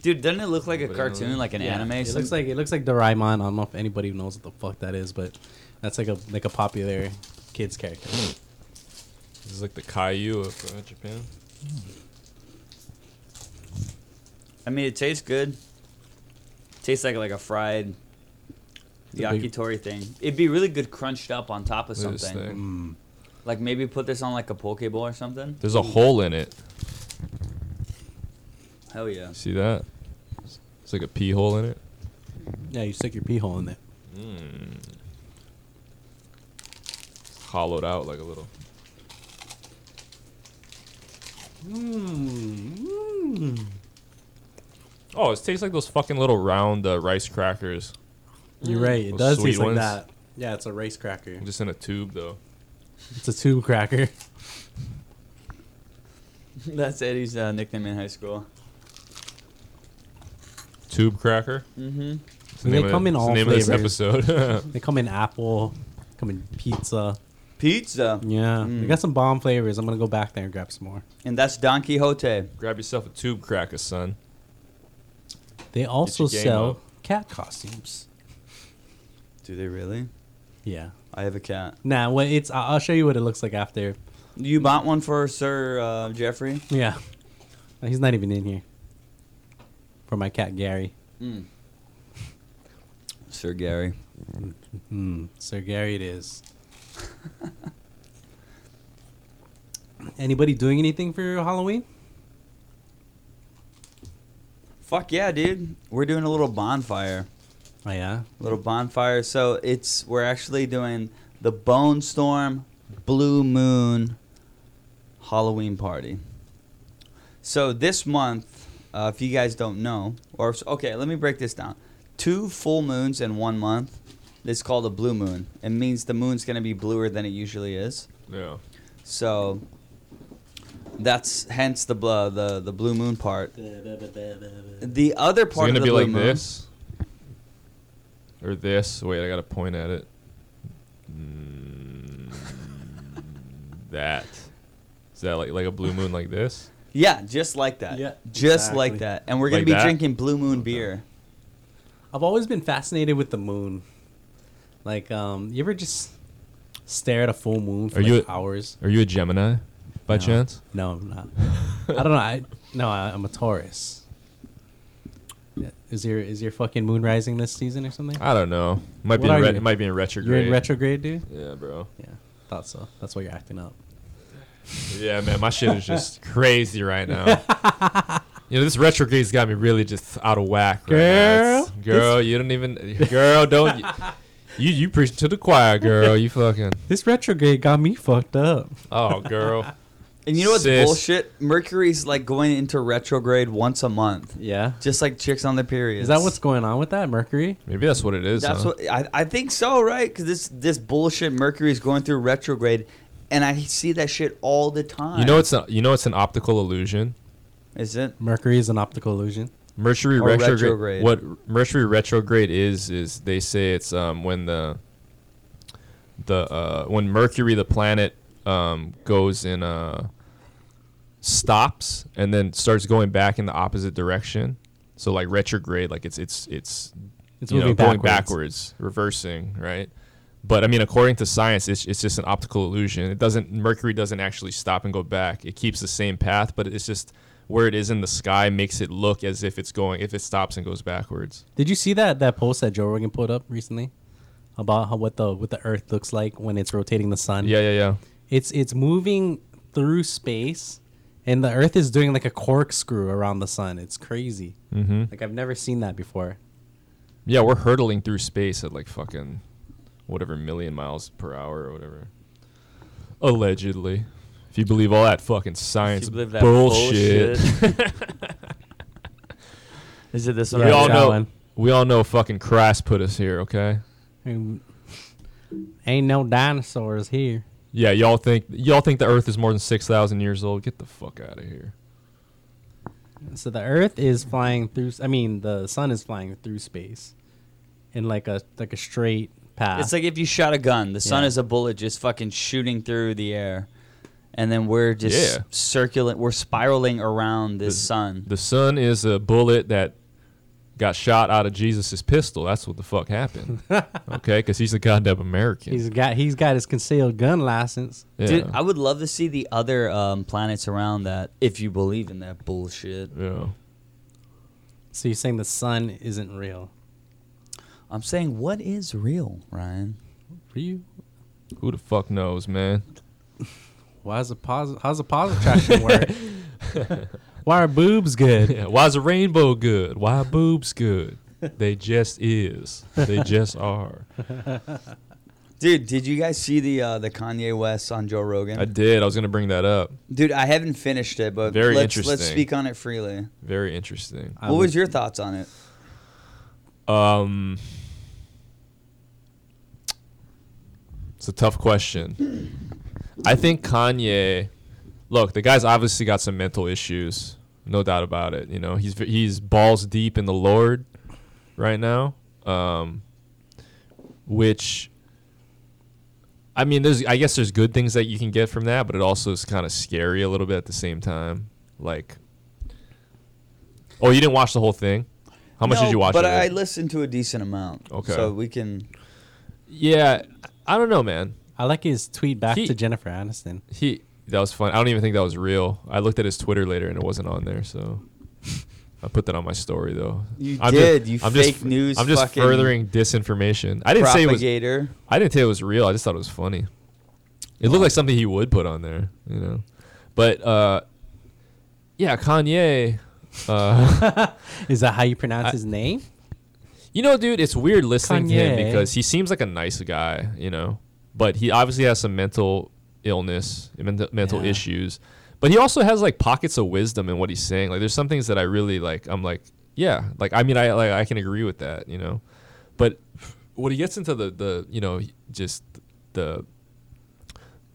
E: Dude, doesn't it look like a
B: But anyway.
E: cartoon, like an
A: Yeah,
E: anime?
A: It
E: Some-
A: looks like it looks like Doraemon. I don't know if anybody knows what the fuck that is, but that's like a like a popular kids character.
B: Hmm. This is like the Caillou of uh, Japan.
E: I mean, it tastes good. tastes like like a fried
A: It's a big-
E: yakitori thing. It'd be really good crunched up on top of
B: Look at this
E: something.
B: thing.
A: Mm.
E: Like maybe put this on like a poke bowl or something.
B: There's a hole in it.
E: Hell yeah.
B: See that? It's like a pee hole in it.
A: Yeah, you stick your pee hole in there.
B: It's hollowed out like a little. Oh, it tastes like those fucking little round uh, rice crackers,
A: You're right. It
B: Hmm. Those
A: does
B: sweet
A: taste like
B: ones.
A: that. Yeah, it's a rice cracker.
B: just in a tube though.
A: It's a tube cracker.
E: That's Eddie's uh, nickname in high school.
B: Tube cracker.
E: Mm-hmm.
B: It's
A: And they
B: of-
A: come in
B: it's
A: all
B: the name of
A: flavors.
B: this episode.
A: They come in apple, come in pizza.
E: Pizza.
A: Yeah,
B: Hmm.
A: they got some bomb flavors. I'm gonna go back there and grab some more.
E: And that's Don Quixote.
B: Grab yourself a tube cracker, son.
A: They also
B: your game
A: sell
B: up.
A: cat costumes.
E: Do they really?
A: Yeah.
E: I have a cat.
A: Nah, well, it's. I- I'll show you what it looks like after.
E: You bought one for Sir uh, Jeffrey?
A: Yeah. He's not even in here. For my cat Gary.
E: Sir Gary.
A: Hmm. Sir Gary, it is. Anybody doing anything for Halloween?
E: Fuck yeah, dude. We're doing a little bonfire.
A: Oh yeah.
E: little bonfire. So it's we're actually doing the Bone Storm Blue Moon Halloween party. So this month, uh, if you guys don't know, or okay, let me break this down. Two full moons in one month. It's called a blue moon. It means the moon's gonna be bluer than it usually is.
B: Yeah.
E: So that's hence the bl- the the blue moon part. The other
B: Is it
E: part
B: gonna
E: of the
B: be
E: blue
B: like
E: moon.
B: this? Or this? Wait, I gotta point at it. Mm, that. Is that like like a blue moon like this?
E: Yeah, just like that.
A: Yeah,
E: just
A: exactly.
E: like that. And we're gonna
B: Like
E: be
B: that?
E: drinking Blue Moon beer.
A: I've always been fascinated with the moon. Like, um, you ever just stare at a full moon for
B: Are
A: like
B: you a-
A: hours?
B: Are you a Gemini by
A: No.
B: chance?
A: No, I'm not. I don't know. I no, I, I'm a Taurus. Yeah, Is your is your fucking moon rising this season or something?
B: I don't know. Might
A: What
B: be in
A: are
B: re-
A: you?
B: it might be in retrograde.
A: You're in retrograde, dude.
B: Yeah, bro.
A: Yeah, thought so. That's why you're acting up.
B: Yeah, man, my shit is just crazy right now. You know, this retrograde's got me really just out of whack right now. It's- Girl, you don't even girl, don't you, you you preach to the choir, girl. You fucking
A: This retrograde got me fucked up.
B: Oh, girl.
E: And you know what's
B: Sis.
E: bullshit? Mercury's like going into retrograde once a month,
A: Yeah.
E: just like chicks on the period.
A: Is that what's going on with that Mercury?
B: Maybe that's what it is.
E: That's
B: huh?
E: what I, I think so, right? Because this this bullshit Mercury's going through retrograde and I see that shit all the time.
B: You know it's a, you know it's an optical illusion.
E: is it?
A: Mercury is an optical illusion.
B: Mercury
E: Or
B: retrograde,
E: retrograde.
B: What Mercury retrograde is is they say it's um, when the the uh, when Mercury the planet um, goes in uh, stops and then starts going back in the opposite direction. So like retrograde, like it's it's it's
A: It's
B: you know,
A: moving
B: going
A: backwards.
B: backwards, reversing, right? But I mean, according to science, it's, it's just an optical illusion. It doesn't Mercury doesn't actually stop and go back. It keeps the same path, but it's just where it is in the sky makes it look as if it's going if it stops and goes backwards.
A: Did you see that that post that Joe Rogan put up recently about how what the what the Earth looks like when it's rotating the sun?
B: Yeah, yeah, yeah.
A: it's it's moving through space, and the Earth is doing like a corkscrew around the sun. It's crazy.
B: Mm-hmm.
A: Like I've never seen that before.
B: Yeah, we're hurtling through space at like fucking whatever million miles per hour or whatever. Allegedly. If you believe all that fucking science
F: believe that
B: bullshit.
F: Is it this one?
A: Yeah,
B: we
F: right
B: all
F: here?
A: that
B: know
A: one.
B: we all know fucking Christ put us here, okay?
A: And Mm. Ain't no dinosaurs here.
B: Yeah, y'all think y'all think the earth is more than 6,000 years old? Get the fuck out of here.
A: So the Earth is flying through. I mean, the sun is flying through space, in like a like a straight path.
F: It's like if you shot a gun. The sun
A: Yeah.
F: is a bullet just fucking shooting through the air. And then we're just
B: Yeah.
F: circulating, we're spiraling around this sun.
B: The sun is a bullet that got shot out of Jesus' pistol. That's what the fuck happened. okay? Cuz he's a goddamn American.
A: he's got he's got his concealed gun license.
B: yeah.
F: Dude, I would love to see the other um, planets around that if you believe in that bullshit.
B: yeah.
A: So you're saying the sun isn't real?
F: I'm saying, what is real, Ryan?
A: For you?
B: Who the fuck knows, man?
A: Why is the posi- how's the positive attraction work? Why are boobs good?
B: Yeah, why is a rainbow good? Why are boobs good? They just is. They just are.
E: Dude, did you guys see the uh, the Kanye West on Joe Rogan?
B: I did. I was gonna bring that up.
E: Dude, I haven't finished it, but
B: Very
E: let's, let's
B: interesting.
E: speak on it freely.
B: Very interesting.
A: I
E: what
A: would-
E: was your thoughts on it?
B: Um, it's a tough question. I think Kanye. Look, the guy's obviously got some mental issues, no doubt about it. You know, he's v- he's balls deep in the Lord right now. Um, which, I mean, there's I guess there's good things that you can get from that, but it also is kind of scary a little bit at the same time. Like, oh, you didn't watch the whole thing. How much
E: No,
B: did you watch?
E: But
B: of it?
E: I listened to a decent amount.
B: Okay.
E: So we can.
B: Yeah, I don't know, man.
A: I like his tweet back
B: He-
A: to Jennifer Aniston.
B: He that was fun. I don't even think that was real. I looked at his Twitter later and it wasn't on there, so I put that on my story though.
E: You
B: I'm
E: did, you fake
B: just,
E: news
B: I'm just
E: fucking
B: furthering disinformation. I didn't say it was.
E: propagator.
B: I didn't say it was real. I just thought it was funny. It looked like something he would put on there, you know. But uh, yeah, Kanye. Uh,
A: Is that how you pronounce
B: I-
A: his name?
B: You know, dude, it's weird listening to him
A: Kanye.
B: because he seems like a nice guy, you know, but he obviously has some mental illness, mental, mental
A: Yeah.
B: issues. But he also has like pockets of wisdom in what he's saying. Like, there's some things that I really like. I'm like, yeah, like I mean, I like I can agree with that, you know. But when he gets into the the you know just the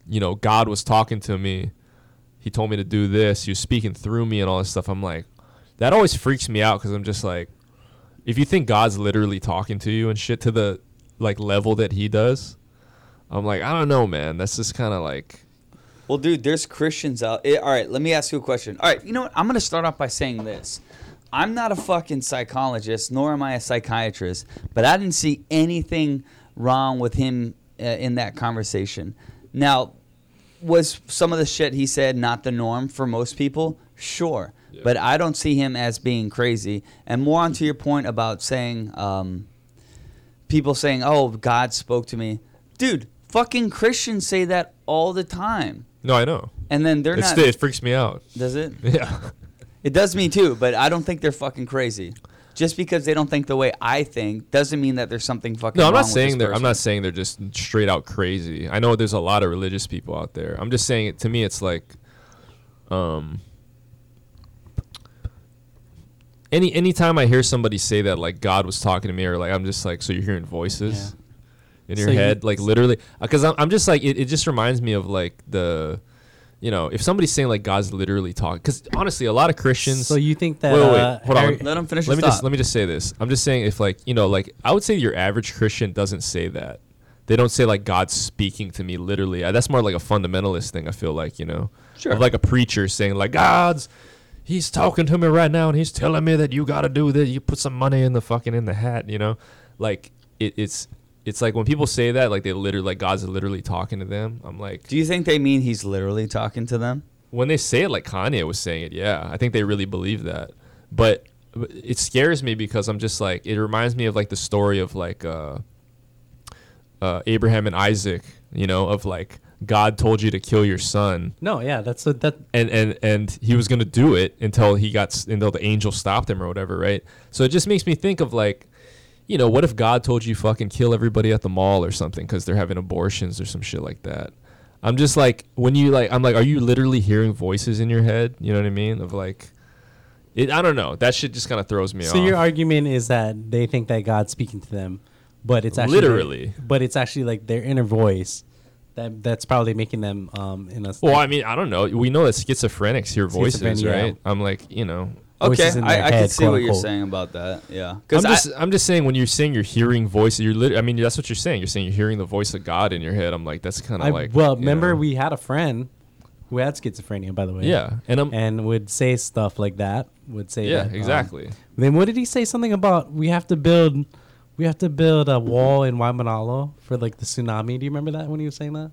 B: you know God was talking to me, he told me to do this, he was speaking through me and all this stuff. I'm like, that always freaks me out because I'm just like, if you think God's literally talking to you and shit to the like level that he does, I'm like, I don't know, man. That's just kind of like,
E: Well, dude, there's Christians out. eh, all right, let me ask you a question. All right, you know what? I'm gonna start off by saying this. I'm not a fucking psychologist, nor am I a psychiatrist, but I didn't see anything wrong with him uh, in that conversation. Now, was some of the shit he said not the norm for most people? Sure, but I don't see him as being crazy. And more on to your point about saying. Um, people saying, "Oh, God spoke to me." Dude, fucking Christians say that all the time.
B: no, I know.
E: And then they're
B: It's,
E: not
B: it freaks me out.
E: does it?
B: Yeah.
E: It does me too, but I don't think they're fucking crazy. Just because they don't think the way I think doesn't mean that there's something fucking
B: No, I'm
E: wrong
B: not
E: with
B: saying
E: this
B: they're. I'm
E: person.
B: not saying they're just straight out crazy. I know there's a lot of religious people out there. I'm just saying it to me. It's like, um, any anytime I hear somebody say that, like God was talking to me, or like I'm just like, so you're hearing voices. in your
A: So you-
B: head, like literally, because I'm, I'm just like it, it. just reminds me of like the, you know, if somebody's saying like God's literally talking, because honestly, a lot of Christians.
A: So you think that,
B: Wait, wait,
A: uh,
B: wait hold on.
A: Harry-
B: Let,
F: Let him finish
B: Let
F: his
B: me just
F: thought.
B: let me just say this. I'm just saying if like you know like I would say your average Christian doesn't say that. They don't say like God's speaking to me literally. Uh, That's more like a fundamentalist thing. I feel like you know,
F: Sure.
B: of like a preacher saying like God's. He's talking to me right now, and he's telling me that you got to do that. You put some money in the fucking in the hat, you know, like it, it's it's like when people say that, like they literally like God's literally talking to them. I'm like,
F: Do you think they mean he's literally talking to them?
B: when they say it like Kanye was saying it, yeah, I think they really believe that. But but it scares me because I'm just like it reminds me of like the story of like uh, uh, Abraham and Isaac, you know, of like God told you to kill your son,
A: No, yeah, that's what that.
B: and and and he was gonna do it until he got s- until the angel stopped him or whatever, right? So it just makes me think of like. You know, what if God told you fucking kill everybody at the mall or something because they're having abortions or some shit like that? I'm just like when you like I'm like, are you literally hearing voices in your head? You know what I mean? Of like, it. I don't know. That shit just kind of throws me
A: So
B: off.
A: your argument is that they think that God's speaking to them, but it's actually
B: Literally.
A: but it's actually like their inner voice that that's probably making them um in a.
B: well, I mean, I don't know. We know that schizophrenics hear voices,
A: Schizophrenia.
B: right? I'm like, you know,
F: Okay,
A: Voices in their
F: I, I can
A: head,
F: see what
A: quote,
F: you're
A: unquote.
F: saying about that. Yeah,
B: I'm
F: because
B: just I'm just saying when you're saying you're hearing voices, you're lit- I mean, that's what you're saying. You're saying you're hearing the voice of God in your head. I'm like, that's kind of
A: I,
B: like.
A: well,
B: you
A: remember
B: know.
A: we had a friend who had schizophrenia, by the way.
B: Yeah, and I'm.
A: and would say stuff like that. Would say
B: yeah,
A: that, um,
B: exactly.
A: Then what did he say something about? We have to build, we have to build a wall in Waimanalo for like the tsunami. Do you remember that when he was saying that?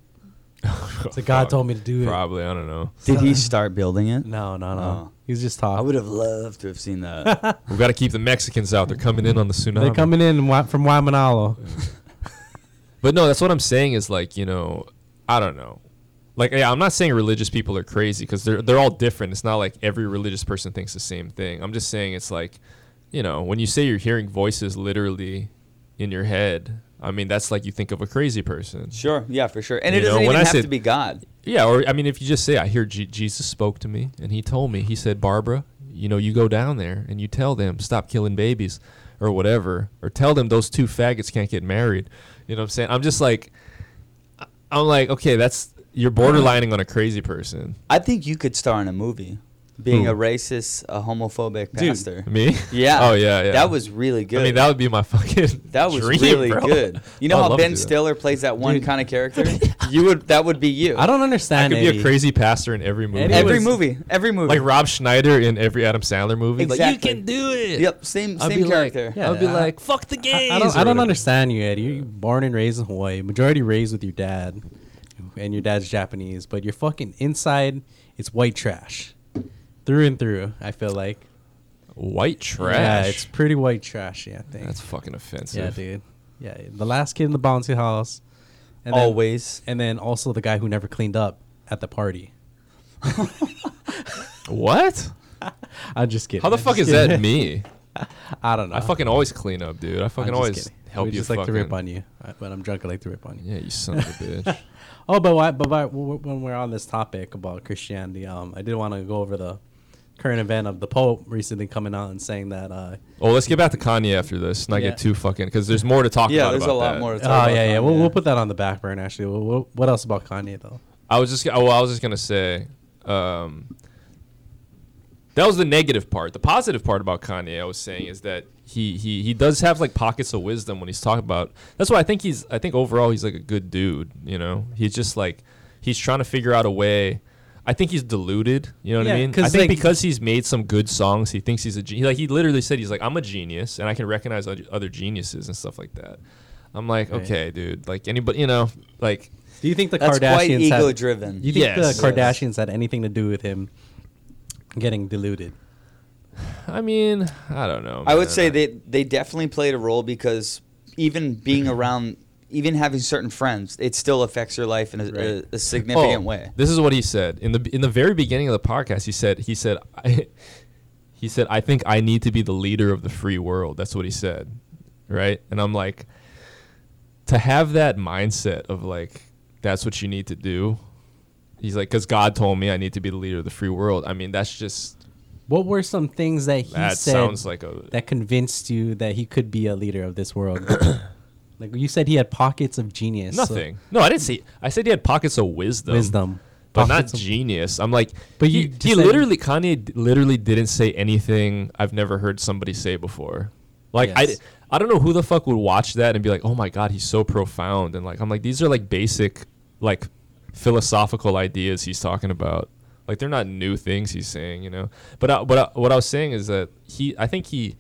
A: So God told me to do it.
B: Probably, I don't know.
F: did he start building it?
A: No, no, no.
F: Oh.
A: He was just talking.
F: I would have loved to have seen that.
B: We've got to keep the Mexicans out. They're coming in on the tsunami.
A: They're coming in wa- from Waimanalo.
B: But no, that's what I'm saying is like, you know, I don't know. Like, yeah, I'm not saying religious people are crazy because they're, they're all different. It's not like every religious person thinks the same thing. I'm just saying it's like, you know, when you say you're hearing voices literally in your head, I mean, that's like you think of a crazy person.
F: sure, yeah, for sure. And it
B: You know,
F: doesn't
B: when
F: even
B: I
F: have
B: said-
F: to be God.
B: Yeah, or I mean, if you just say, I hear Je- Jesus spoke to me and he told me, he said, Barbara, you know, you go down there and you tell them, stop killing babies or whatever, or tell them those two faggots can't get married. You know what I'm saying? I'm just like, I- I'm like, okay, that's, you're borderlining on a crazy person.
F: I think you could star in a movie, being
B: Who?
F: a racist, a homophobic pastor.
B: Me?
F: Yeah.
B: Oh, yeah, yeah.
F: That was really good.
B: I mean, that would be my fucking.
F: That was
B: dream,
F: really
B: bro.
F: good. You know
B: I'd
F: how
B: love to
F: Ben
B: do that.
F: Stiller plays that one kind of character? you would that would be you.
A: I don't
B: I
A: understand.
B: could be
A: Eddie.
B: a crazy pastor in every movie.
A: Eddie
F: every
A: was-
F: movie, every movie.
B: like Rob Schneider in every Adam Sandler movie. Like,
F: Exactly.
B: you can do it.
F: Yep, same
B: I'd
F: same
B: be
F: character.
B: Like, I'd be like, fuck the
A: I,
B: gays.
A: I don't,
B: or
A: I don't
B: whatever.
A: understand you, Eddie. You're born and raised in Hawaii. Majority raised with your dad, and your dad's Japanese, but you're fucking inside. It's white trash, through and through. I feel like.
B: White trash.
A: Yeah, it's pretty white trash. Yeah, I think.
B: That's fucking offensive.
A: yeah, dude. Yeah, the last kid in the bouncy house. And then-
F: Always.
A: and then also the guy who never cleaned up at the party.
B: What?
A: I'm just kidding.
B: How the
A: I'm
B: fuck
A: just
B: is that
A: kidding.
B: me?
A: I don't know.
B: I fucking always clean up, dude. I
A: I'm
B: fucking
A: just
B: always
A: kidding.
B: help
A: we
B: you.
A: just like
B: fucking,
A: to rip on you. I- When I'm drunk, I like to rip on you.
B: Yeah, you son of a bitch.
A: Oh, but why, but why, w- w- when we're on this topic about Christianity, um, I did want to go over the current event of the Pope recently coming out and saying that. Uh,
B: Oh, let's get back to Kanye after this. Not
A: Yeah.
B: get too fucking because there's more to talk
F: yeah,
B: about.
F: there's a
B: about
F: lot
B: that.
F: more to
A: oh
F: talk
A: yeah,
F: about.
A: yeah,
F: Kanye.
A: We'll, we'll put that on the back burner. Actually, We'll- we'll- what else about Kanye though?
B: I was just. Oh, well, I was just gonna say. Um, that was the negative part. The positive part about Kanye, I was saying, is that he he he does have like pockets of wisdom when he's talking about. That's why I think he's. I think overall he's like a good dude. You know, he's just like he's trying to figure out a way. I think he's deluded. You know what I
A: Yeah,
B: mean? I
A: 'cause,
B: think
A: like-
B: because he's made some good songs, he thinks he's a genius. Like he literally said, he's like, I'm a genius, and I can recognize oth- other geniuses and stuff like that. I'm like,
A: Right.
B: okay, dude. Like anybody, you know, like
A: Do you think the
F: That's
A: Kardashians
F: quite
A: had-
F: ego-driven.
A: You think
B: Yes.
A: the Kardashians had anything to do with him getting diluted?
B: I mean, I don't know.
F: I would
B: man.
F: say they they definitely played a role because even being around, even having certain friends, it still affects your life in a, a,
A: Right.
F: a significant
B: Oh,
F: way.
B: This is what he said in the in the very beginning of the podcast. He said he said I, he said I think I need to be the leader of the free world. That's what he said, right? And I'm like, to have that mindset of like that's what you need to do. He's like, because God told me I need to be the leader of the free world. I mean, that's just
A: What were some things that he
B: that
A: said
B: sounds like a
A: that convinced you that he could be a leader of this world? Like you said, he had pockets of genius. so-
B: Nothing. No, I didn't see. I said he had pockets of wisdom.
A: Wisdom.
B: But
A: Pockets
B: not
A: of-
B: genius. I'm like,
A: But
B: he,
A: you just
B: he
A: said-
B: literally, Kanye d- literally didn't say anything I've never heard somebody say before. Like, I, d-
A: Yes.
B: I don't know who the fuck would watch that and be like, oh my God, he's so profound. And like, I'm like, these are like basic, like philosophical ideas he's talking about. Like, they're not new things he's saying, you know? But I, but I, what I was saying is that he, I think he,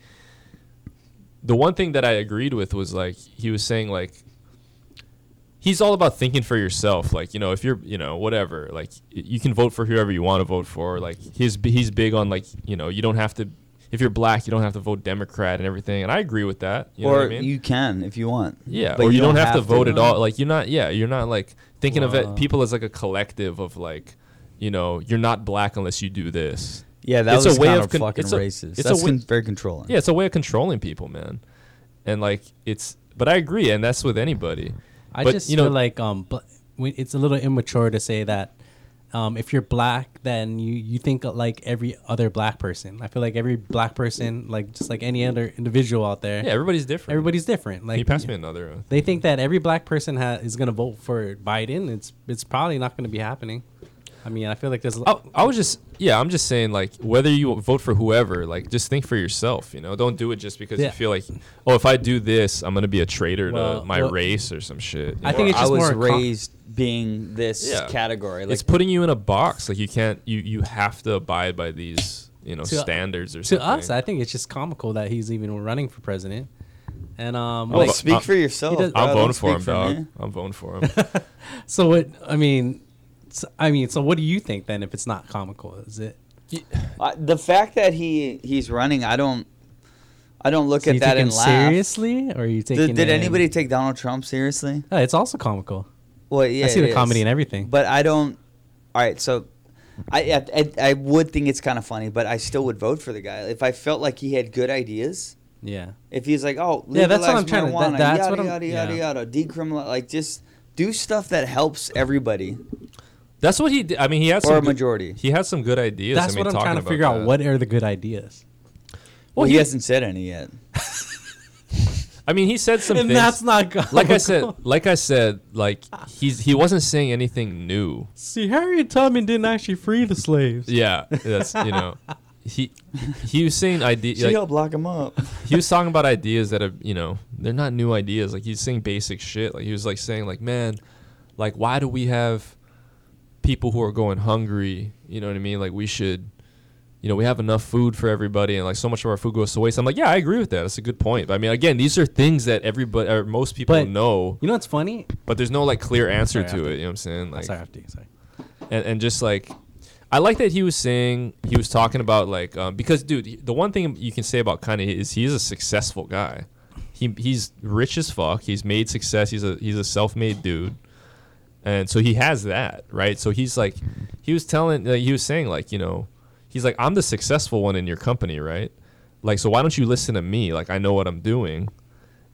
B: the one thing that I agreed with was like he was saying like he's all about thinking for yourself. Like you know, if you're you know whatever, like y- you can vote for whoever you want to vote for. Like he's b- he's big on like you know you don't have to if you're black you don't have to vote Democrat and everything. And I agree with that. You know
E: or
B: what I mean?
E: you can if you want.
B: yeah,
E: But
B: or you, don't, have, to vote at
E: No.
B: all. Like you're not yeah you're not like thinking of
A: Wow.
B: it people as like a collective of like you know you're not black unless you do this.
E: Yeah, that
B: It's a
E: was
B: way
E: kind
B: of
E: of
B: con-
E: fucking
B: it's a-
E: racist.
B: it's a
E: That's
B: way-
E: con- very controlling.
B: Yeah, it's a way of controlling people, man. And like it's, but I agree, and that's with anybody.
A: I
B: but,
A: just
B: you know,
A: feel like um, but when it's a little immature to say that um, if you're black, then you you think like every other black person. I feel like every black person, like just like any other individual out there,
B: yeah, everybody's different.
A: everybody's different.
B: Can
A: Like
B: you pass me another? uh,
A: They think that every black person ha- is going to vote for Biden. It's it's probably not going to be happening. I mean, I feel like there's.
B: I, Oh, I was just, yeah, I'm just saying, like, whether you vote for whoever, like, just think for yourself, you know? Don't do it just because
A: Yeah.
B: you feel like, oh, if I do this, I'm going to be a traitor
A: Well,
B: to my
A: well-
B: race or some shit. you
A: I
B: know?
A: think it's
E: I
A: just
E: was
A: more con-
E: raised being this
B: Yeah.
E: category. Like,
B: it's putting you in a box. Like, you can't, you, you have to abide by these, you know,
A: To-
B: standards or
A: to
B: something.
A: us, I think it's just comical that he's even running for president. And um,
E: like
B: vo-
E: speak
B: I'm-
E: for yourself.
A: he does-
E: bro.
B: I'm
E: Don't
B: voting for
E: speak
B: him, dog.
E: me.
B: I'm voting for him.
A: So what? I mean, so, I mean, so what do you think then? If it's not comical, is it?
E: I, the fact that he he's running, I don't, I don't look
A: So
E: at
A: you
E: that
A: take
E: and
A: him
E: laugh.
A: seriously, or are you taking?
E: Did, did
A: it-
E: anybody take Donald Trump seriously?
A: Oh, it's also comical.
E: Well, yeah,
A: I see
E: it
A: the comedy
E: is.
A: and everything.
E: But I don't. All right, so I I, I- I would think it's kind of funny, but I still would vote for the guy if I felt like he had good ideas.
A: yeah,
E: If he's like, oh,
A: Yeah, that's what I'm
E: legalize
A: trying to- that-
E: marijuana,
A: that's
E: yada
A: what I'm-
E: yada yada
A: yeah.
E: yada, decriminalize, like just do stuff that helps everybody
B: That's what he did. I mean, he had
E: or a
B: some. Good,
E: majority.
B: he had some good ideas.
A: that's
B: I mean,
A: what I'm
B: talking
A: trying to
B: about
A: figure out.
B: that.
A: What are the good ideas?
E: Well, he,
B: he-
E: hasn't said any yet.
B: I mean, he said some
A: and
B: things.
A: that's Ah. not comical.
B: like I said, like I said, like he's he wasn't saying anything new.
A: see, Harriet Tubman didn't actually free the slaves.
B: Yeah, that's you know, he he was saying ideas.
E: She
B: Like,
E: helped lock him up.
B: he was talking about ideas that are you know they're not new ideas. Like he's saying basic shit. Like he was like saying like man, like why do we have people who are going hungry? You know what I mean? Like we should. You know, we have enough food for everybody, and like so much of our food goes to waste. I'm like, yeah, I agree with that. That's a good point. But I mean, again, these are things that everybody, or most people
A: But-
B: know,
A: You know what's funny?
B: but there's no like clear answer
A: Sorry, I have
B: to
A: to-
B: it. You know what I'm saying? Like,
A: sorry, I have to- sorry.
B: and, and just like I like that he was saying he was talking about like um, because dude the one thing you can say about Kanye is he is a successful guy. He he's rich as fuck. He's made success. He's a he's a self-made dude. And so he has that, right? So he's like he was telling like, he was saying like, you know, he's like I'm the successful one in your company, right? Like so why don't you listen to me? Like I know what I'm doing.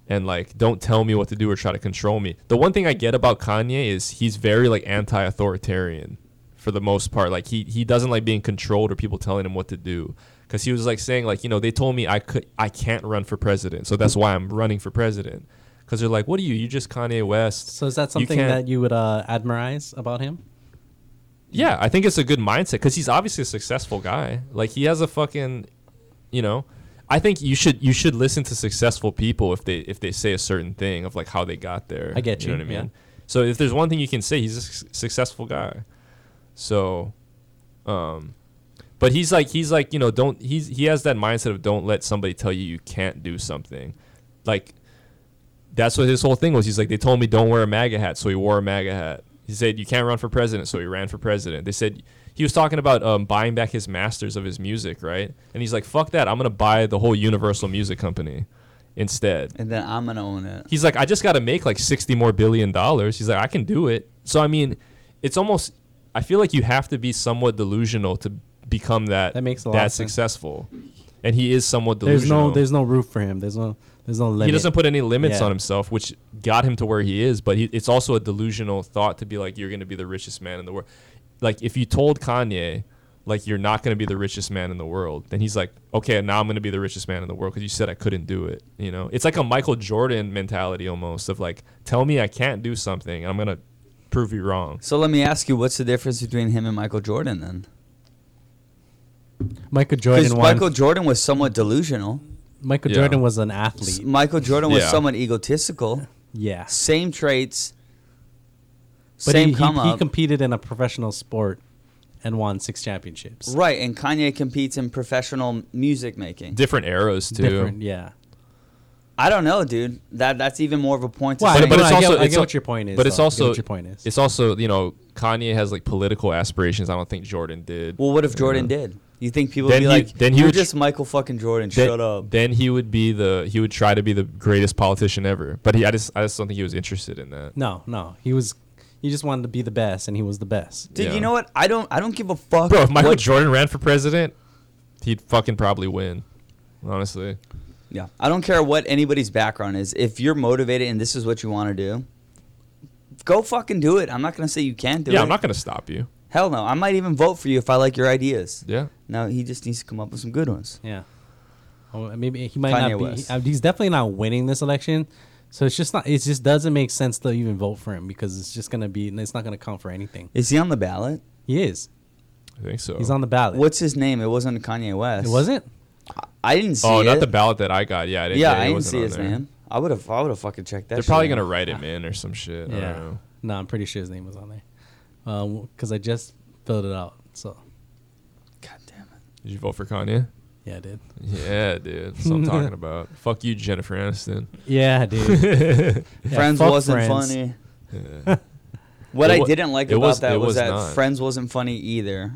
B: And like, don't tell me what to do or try to control me. The one thing I get about Kanye is he's very like anti-authoritarian for the most part. Like he he doesn't like being controlled or people telling him what to do. Cause he was like saying like you know they told me I could I can't run for president, so that's why I'm running for president. Cause they're like, what are you? You just Kanye West.
A: So is that
B: You
A: something
B: can't-
A: that you would uh, admirize about him?
B: yeah, I think it's a good mindset because he's obviously a successful guy. Like he has a fucking, you know, I think you should you should listen to successful people if they if they say a certain thing of like how they got there.
A: I get
B: You
A: you,
B: know what I mean?
A: yeah.
B: So if there's one thing you can say, he's a su- successful guy. So, um, but he's like he's like you know don't he's he has that mindset of don't let somebody tell you you can't do something, like that's what his whole thing was. He's like, they told me don't wear a MAGA hat, so he wore a MAGA hat. He said you can't run for president, so he ran for president. They said he was talking about um, buying back his masters of his music, right? And he's like, fuck that, I'm gonna buy the whole Universal Music Company instead.
E: And then I'm gonna own it.
B: He's like, I just got to make like 60 more billion dollars. He's like, I can do it. So, I mean, it's almost, I feel like you have to be somewhat delusional to become that,
A: That makes a lot
B: that
A: of sense.
B: successful. And he is somewhat
A: There's
B: delusional.
A: no, there's no roof for him. There's no, there's no limit.
B: he doesn't put any limits
A: Yeah.
B: on himself, which got him to where he is. But he, it's also a delusional thought to be like, you're going to be the richest man in the world. Like, if you told Kanye, like you're not going to be the richest man in the world then he's like okay now i'm going to be the richest man in the world because you said i couldn't do it you know it's like a michael jordan mentality almost of like tell me i can't do something and i'm going to prove you wrong
E: So let me ask you, what's the difference between him and Michael Jordan then?
A: Michael
E: Because
A: Jordan.
E: Michael
A: won-
E: Jordan was somewhat delusional.
A: Michael
B: Yeah.
A: Jordan was an
E: S-
A: athlete.
E: Michael Jordan was
B: Yeah.
E: somewhat egotistical.
A: Yeah,
E: Same traits.
A: but
E: same
A: he, he,
E: come
A: he
E: up.
A: competed in a professional sport and won six championships.
E: right, and Kanye competes in professional music making.
B: different eras too
A: Different, yeah.
E: I don't know, dude. That that's even more of a point. To
A: Well,
E: say.
A: I
B: but, but
A: know,
B: it's
A: I get-
B: also
A: I
B: it's
A: get
B: al-
A: what your point is,
B: But it's
A: though. I get
B: also
A: what your point is.
B: It's also you know Kanye has like political aspirations. I don't think Jordan did.
E: well, what if
B: You
E: Jordan
B: know?
E: did? You think people would
B: Then
E: be
B: he-
E: like,
B: then he
E: "You're
B: would tr-
E: just Michael fucking Jordan"?
B: Then,
E: Shut up.
B: Then he would be the he would try to be the greatest politician ever. But he I just I just don't think he was interested in that.
A: No, no, he was. He just wanted to be the best, and he was the best.
E: Dude,
B: Yeah.
E: you know what? I don't. I don't give a fuck.
B: Bro, if Michael
E: what-
B: Jordan ran for president, he'd fucking probably win. Honestly,
E: Yeah. I don't care what anybody's background is. If you're motivated and this is what you want to do, go fucking do it. I'm not gonna say you can't do
B: yeah,
E: it.
B: I'm not gonna stop you.
E: Hell no. I might even vote for you if I like your ideas.
B: Yeah,
E: No, he just needs to come up with some good ones.
A: Yeah. Oh, maybe he might
E: Kanye
A: not be.
E: West.
A: uh, He's definitely not winning this election, so it's just not. It just doesn't make sense to even vote for him because it's just gonna be. It's not gonna count for anything.
E: Is he on the ballot?
A: He is.
B: I think so.
A: He's on the ballot.
E: What's his name? It wasn't Kanye West.
A: It wasn't.
E: I didn't see
B: oh,
E: it.
B: not the ballot that I got. Yeah, I didn't,
E: Yeah,
B: it
E: I didn't
B: wasn't
E: see
B: on
E: his
B: there.
E: name. I would have. I would have fucking checked that.
B: They're
E: shit
B: probably
E: out.
B: gonna write him in or some shit. I don't know.
A: No, I'm pretty sure his name was on there, because I just filled it out. So
E: God damn it.
B: Did you vote for Kanye?
A: yeah, I did.
B: Yeah, dude. That's what I'm talking about. Fuck you, Jennifer Aniston.
A: Yeah, dude. Yeah,
E: Friends
A: fuck
E: wasn't
A: Friends.
E: funny.
B: Yeah.
E: What
B: It
E: I
B: wa-
E: didn't like
B: it
E: about
B: was-
E: that
B: it
E: was,
B: was
E: that
B: not.
E: Friends wasn't funny either.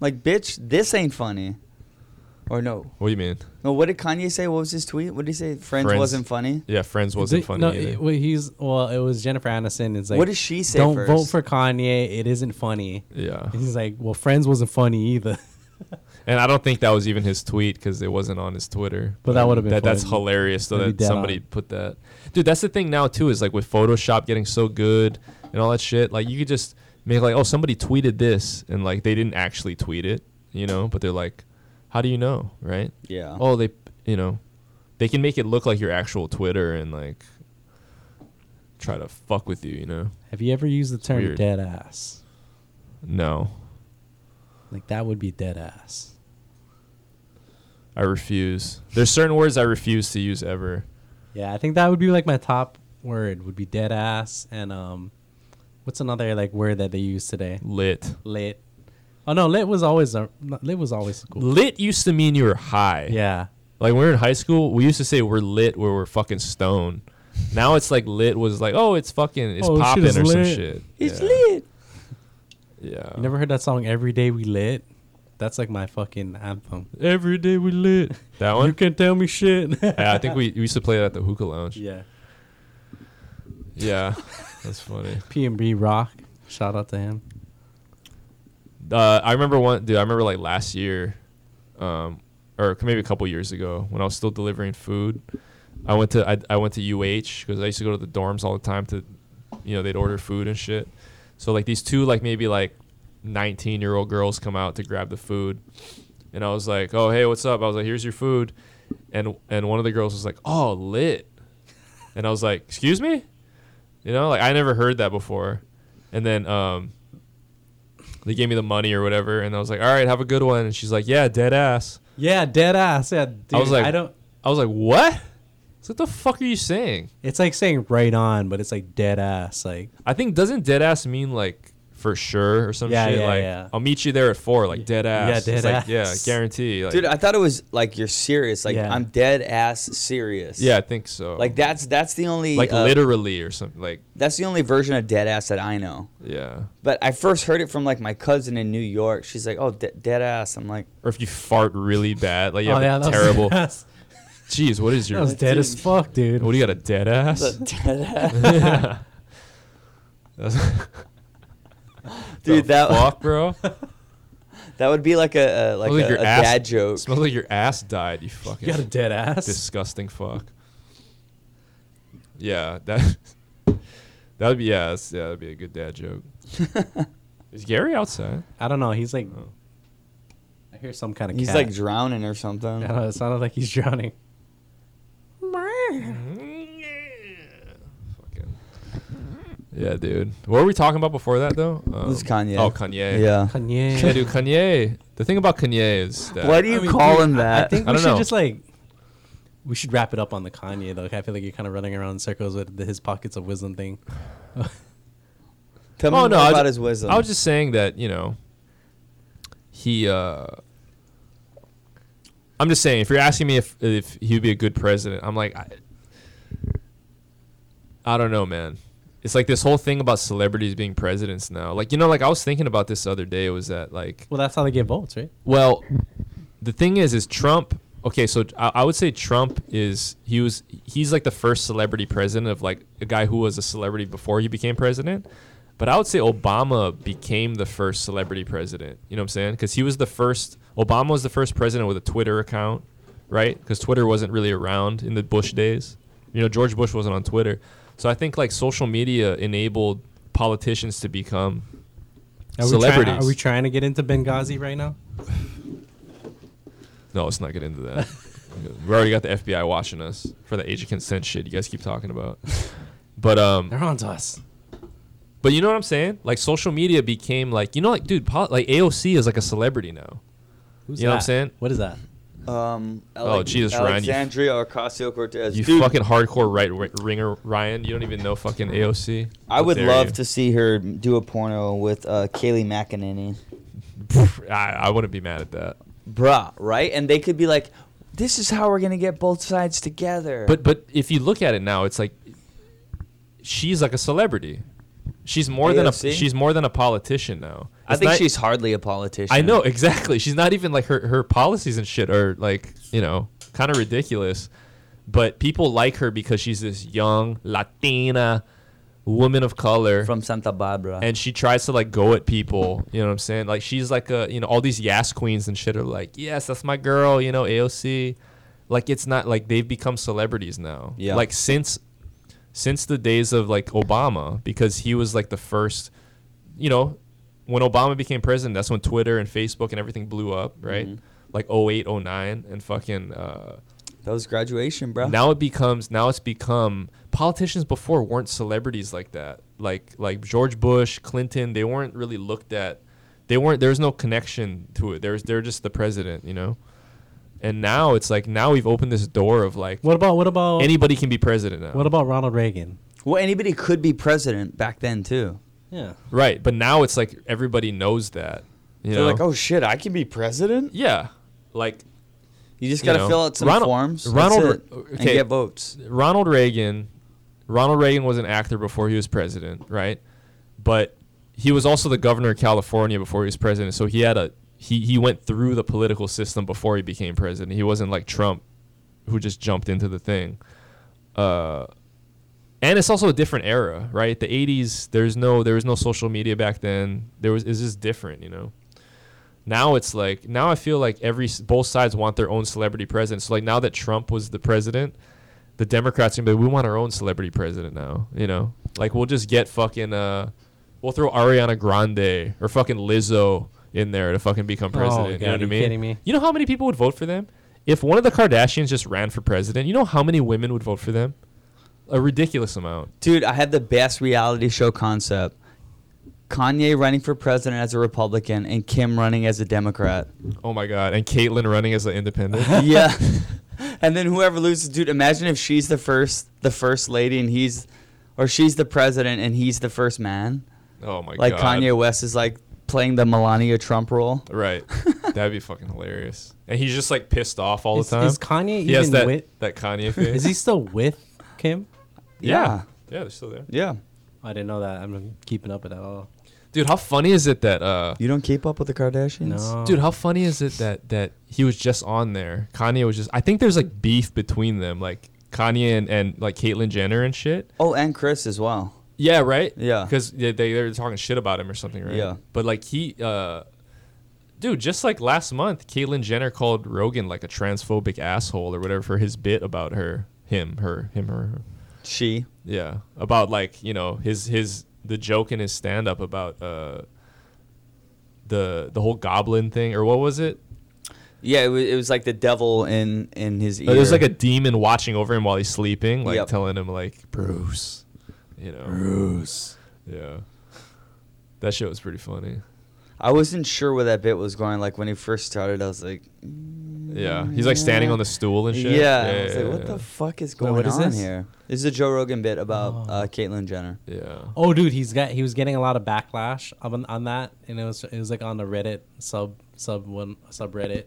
E: Like, bitch, this ain't funny. Or no,
B: what do you mean?
E: no. What did Kanye say? What was his tweet? What did he say? Friends,
B: Friends-
E: wasn't funny.
B: Yeah, Friends wasn't
A: They-
B: funny.
A: No,
B: either.
A: it- well, he's well. It was Jennifer Aniston. It's like,
E: What does she say
A: Don't vote
E: first?"
A: for Kanye. It isn't funny.
B: yeah,
A: And he's like, well, Friends wasn't funny either.
B: and I don't think that was even his tweet because it wasn't on his Twitter.
A: But that would've been
B: that, that's
A: funny.
B: hilarious though
A: That'd be
B: that
A: dead
B: somebody
A: on.
B: put that. Dude, that's the thing now too is like with Photoshop getting so good and all that shit. Like you could just make like, oh, somebody tweeted this and like they didn't actually tweet it, you know, but they're like, how do you know, right?
E: Yeah.
B: Oh, they, you know, they can make it look like your actual Twitter and like try to fuck with you, you know?
A: Have you ever used the term
B: weird.
A: dead ass?
B: No,
A: Like that would be dead ass.
B: I refuse. There's certain words I refuse to use ever.
A: Yeah, I think that would be like my top word would be dead ass and um what's another like word that they use today?
B: Lit.
A: Lit. Oh no, lit was always a no, lit was always cool.
B: Lit used to mean you were high.
A: Yeah.
B: Like when we were in high school, we used to say we're lit where we're fucking stoned. Now it's like lit was like, oh, it's fucking, it's
A: Oh, shit
B: popping or
A: is
B: some
A: lit.
B: shit.
E: It's
B: yeah.
E: lit.
B: Yeah.
A: You never heard that song Every Day We Lit? That's like my fucking anthem.
B: Every day we lit. That
A: You
B: one?
A: can't tell me shit.
B: yeah, I think we, we used to play that at the hookah lounge.
A: yeah.
B: Yeah. That's funny.
A: P and B Rock. Shout out to him.
B: Uh, I remember one, dude. I remember like last year, um, or maybe a couple years ago, when I was still delivering food. I went to I, I went to UH because I used to go to the dorms all the time to, you know, they'd order food and shit. So like these two like maybe like, nineteen year old girls come out to grab the food, and I was like, oh hey, what's up? I was like, here's your food, and and one of the girls was like, oh lit, and I was like, excuse me, you know, like I never heard that before, and then um they gave me the money or whatever, and I was like, "All right, have a good one." And she's like, "Yeah, dead ass."
A: Yeah, dead ass. Yeah, dude,
B: I was like,
A: I don't
B: I was like, "What?" It's like, "The fuck are you saying?"
A: it's like saying right on, but it's like dead ass. Like
B: I think doesn't dead ass mean like for sure or some
A: Yeah,
B: shit?
A: yeah,
B: like,
A: yeah.
B: I'll meet you there at four, like dead ass.
A: Yeah,
B: It's
A: dead ass.
B: like, yeah, guarantee. Like,
E: Dude, I thought it was like you're serious. Like
A: Yeah.
E: I'm dead ass serious.
B: yeah, I think so.
E: Like that's that's the only
B: like
E: uh,
B: literally or something. Like,
E: that's the only version of dead ass that I know.
B: yeah.
E: But I first heard it from like my cousin in New York. She's like, "Oh, de- dead ass." I'm like,
B: Or if you fart really bad, like you have a
A: Oh, that was
B: terrible.
A: dead ass.
B: Jeez, what is
A: That
B: your?
A: was dead as fuck, dude.
B: What do you got a dead ass? That's-
E: Dude,
B: The
E: that-
B: fuck, bro.
E: "That would be like a, a like,
B: Smells
E: a, a
B: ass,
E: dad joke."
B: Smells like your ass died. You fucking
A: You got a dead ass.
B: disgusting fuck. Yeah, that that would be yeah, that's, yeah, that'd be a good dad joke. Is Gary outside? Oh.
A: I don't know. He's like I hear some kind of
E: He's
A: cat.
E: like drowning or something.
A: I don't know, it sounded like he's drowning.
B: Fucking- Yeah, dude. What were we talking about before that though? Um,
E: was Kanye.
B: Oh, Kanye.
E: Yeah.
A: Kanye.
B: Yeah, dude, Kanye. The thing about Kanye is that
E: Why do you
A: I mean,
E: call
A: dude,
E: him that?
A: I think
B: I
A: we
B: don't
A: should
B: know.
A: just like we should wrap it up on the Kanye though. 'cause I feel like you're kind of running around in circles with the, his pockets of wisdom thing.
E: Tell me
B: Oh
E: more
B: no, I
E: about
B: was,
E: his wisdom.
B: I was just saying that you know, he. uh I'm just saying, if you're asking me if if he'd be a good president, I'm like, I, I don't know, man. It's like this whole thing about celebrities being presidents now. Like you know, like I was thinking about this the other day. Was that like
A: Well, that's how they get votes, right?
B: well, the thing is, is Trump. Okay, so I, I would say Trump is he was he's like the first celebrity president of like a guy who was a celebrity before he became president. But I would say Obama became the first celebrity president. You know what I'm saying? Because he was the first. Obama was the first president with a Twitter account, right? Because Twitter wasn't really around in the Bush days. You know, George Bush wasn't on Twitter. So I think like social media enabled politicians to
A: Are
B: become
A: We trying,
B: Celebrities.
A: are we trying to get into Benghazi right now?
B: No, let's not get into that. we already got the FBI watching us for the age of consent shit you guys keep talking about. But um,
A: They're on to us.
B: but you know what I'm saying? Like social media became like you know like dude, pol- like AOC is like a celebrity now.
A: Who's
B: You know what I'm
A: that?
B: saying?
A: What is that?
E: um,
B: Oh, Jesus, Ryan, you-
E: Alexandria Ocasio Cortez.
B: You fucking hardcore right wi- ringer Ryan. You don't even know fucking AOC.
E: I
B: How
E: would
B: dare
E: love
B: you.
E: to see her do a porno with uh, Kaylee McEnany.
B: I, I wouldn't be mad at that.
E: Bruh, right? And they could be like, this is how we're going to get both sides together.
B: But but if you look at it now, it's like she's like a celebrity. She's more than a
E: AOC?
B: she's more than a politician now.
F: I
B: It's
F: think
B: not-
F: she's hardly a politician.
B: I know exactly. She's not even like her her policies and shit are like you know kind of ridiculous, but people like her because she's this young Latina woman of color,
F: From Santa Barbara.
B: and she tries to like go at people. You know what I'm saying? Like she's like a you know all these Yas queens and shit are like yes that's my girl. You know AOC, like it's not like they've become celebrities now.
E: Yeah.
B: like since since the days of like Obama because he was like the first, you know, when Obama became president, that's when Twitter and Facebook and everything blew up, right? Like 08, 09 and fucking uh
E: that was graduation, bro.
B: now it becomes now it's become politicians before weren't celebrities like that. Like like George Bush, Clinton, they weren't really looked at. They weren't there's no connection to it. There's they're just the president, you know. And now it's like now we've opened this door of like
A: What about what about
B: anybody can be president now.
A: what about Ronald Reagan?
E: well, anybody could be president back then, too.
A: Yeah.
B: Right, but now it's like everybody knows that. You
E: They're
B: know?
E: like, oh shit, I can be president?
B: yeah, like
E: You just
B: You
E: got to
B: know,
E: fill out some
B: Ronald-
E: forms.
B: Ronald-
E: That's it, and
B: okay.
E: get votes.
B: Ronald Reagan. Ronald Reagan was an actor before he was president, right? But he was also the governor of California before he was president. So he had a he he went through the political system before he became president. He wasn't like Trump, who just jumped into the thing. Uh, and it's also a different era, right? The '80s, there's no there was no social media back then. There was it's just different, you know. Now it's like now I feel like every s- both sides want their own celebrity president. So like now that Trump was the president, the Democrats gonna be like, we want our own celebrity president now. You know, like we'll just get fucking uh, we'll throw Ariana Grande or fucking Lizzo in there to fucking become president.
A: Oh, God,
B: you know what
A: are
B: I
A: you
B: mean?
A: kidding me?
B: You know how many people would vote for them? If one of the Kardashians just ran for president, you know how many women would vote for them? A ridiculous amount.
E: Dude, I had the best reality show concept. Kanye running for president as a Republican and Kim running as a Democrat.
B: Oh my god! And Caitlyn running as an independent.
E: yeah. And then whoever loses, dude, imagine if she's the first the first lady and he's or she's the president and he's the first man.
B: Oh my
E: Like
B: god!
E: Kanye West is like playing the Melania Trump role.
B: Right. That'd be fucking hilarious. And he's just like pissed off all
A: Is-
B: the time.
A: is Kanye
B: he has
A: even
B: that,
A: with-
B: that Kanye face.
A: Is he still with Kim?
B: yeah. Yeah, they're still there.
E: Yeah.
A: I didn't know that. I'm not keeping up with that at all.
B: Dude, how funny is it that uh
E: You don't keep up with the Kardashians?
A: No.
B: Dude, how funny is it that that he was just on there? Kanye was just I think there's like beef between them, like Kanye and, and like Caitlyn Jenner and shit.
E: Oh, and Chris as well.
B: Yeah, right.
E: Yeah.
B: because they, they they were talking shit about him or something, right?
E: Yeah.
B: But like he, uh, dude, just like last month, Caitlyn Jenner called Rogan like a transphobic asshole or whatever for his bit about her, him, her, him, her. her.
E: She.
B: Yeah, about like you know his his the joke in his stand up about uh the the whole goblin thing or what was it?
F: Yeah, it was, it was like the devil in in his ear.
B: No, Uh, there's like a demon watching over him while he's sleeping, like
F: Yep.
B: telling him like Bruce, you know.
F: Bruce.
B: Yeah, that shit was pretty funny.
F: I wasn't sure where that bit was going. Like when he first started, I was like,
B: Yeah, he's like standing on the stool
A: Oh,
B: and
F: yeah.
B: shit.
F: I was like, what the fuck is going
A: what is
F: on
A: this?
F: here? This is a Joe Rogan bit about
A: Oh.
F: uh, Caitlyn Jenner.
B: yeah.
A: Oh, dude, he's got he was getting a lot of backlash on, on that, and it was it was like on the Reddit sub sub one subreddit,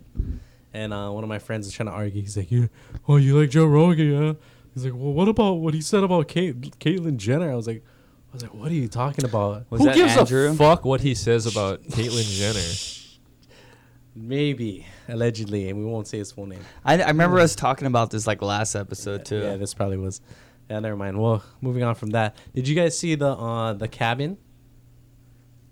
A: and uh, one of my friends was trying to argue. He's like, "You, oh, you like Joe Rogan? Yeah." He's like, "Well, what about what he said about Kate, Caitlyn Jenner?" I was like, "I was like, what are you talking about?"
F: Was
B: Who
F: that
B: gives
F: Andrew?
B: a fuck what he says about Caitlyn Jenner?
A: Maybe allegedly, and we won't say his full name.
F: I, I remember us talking about this like last episode too.
A: Yeah, this probably was. Yeah, never mind. Well, moving on from that, did you guys see the uh, the cabin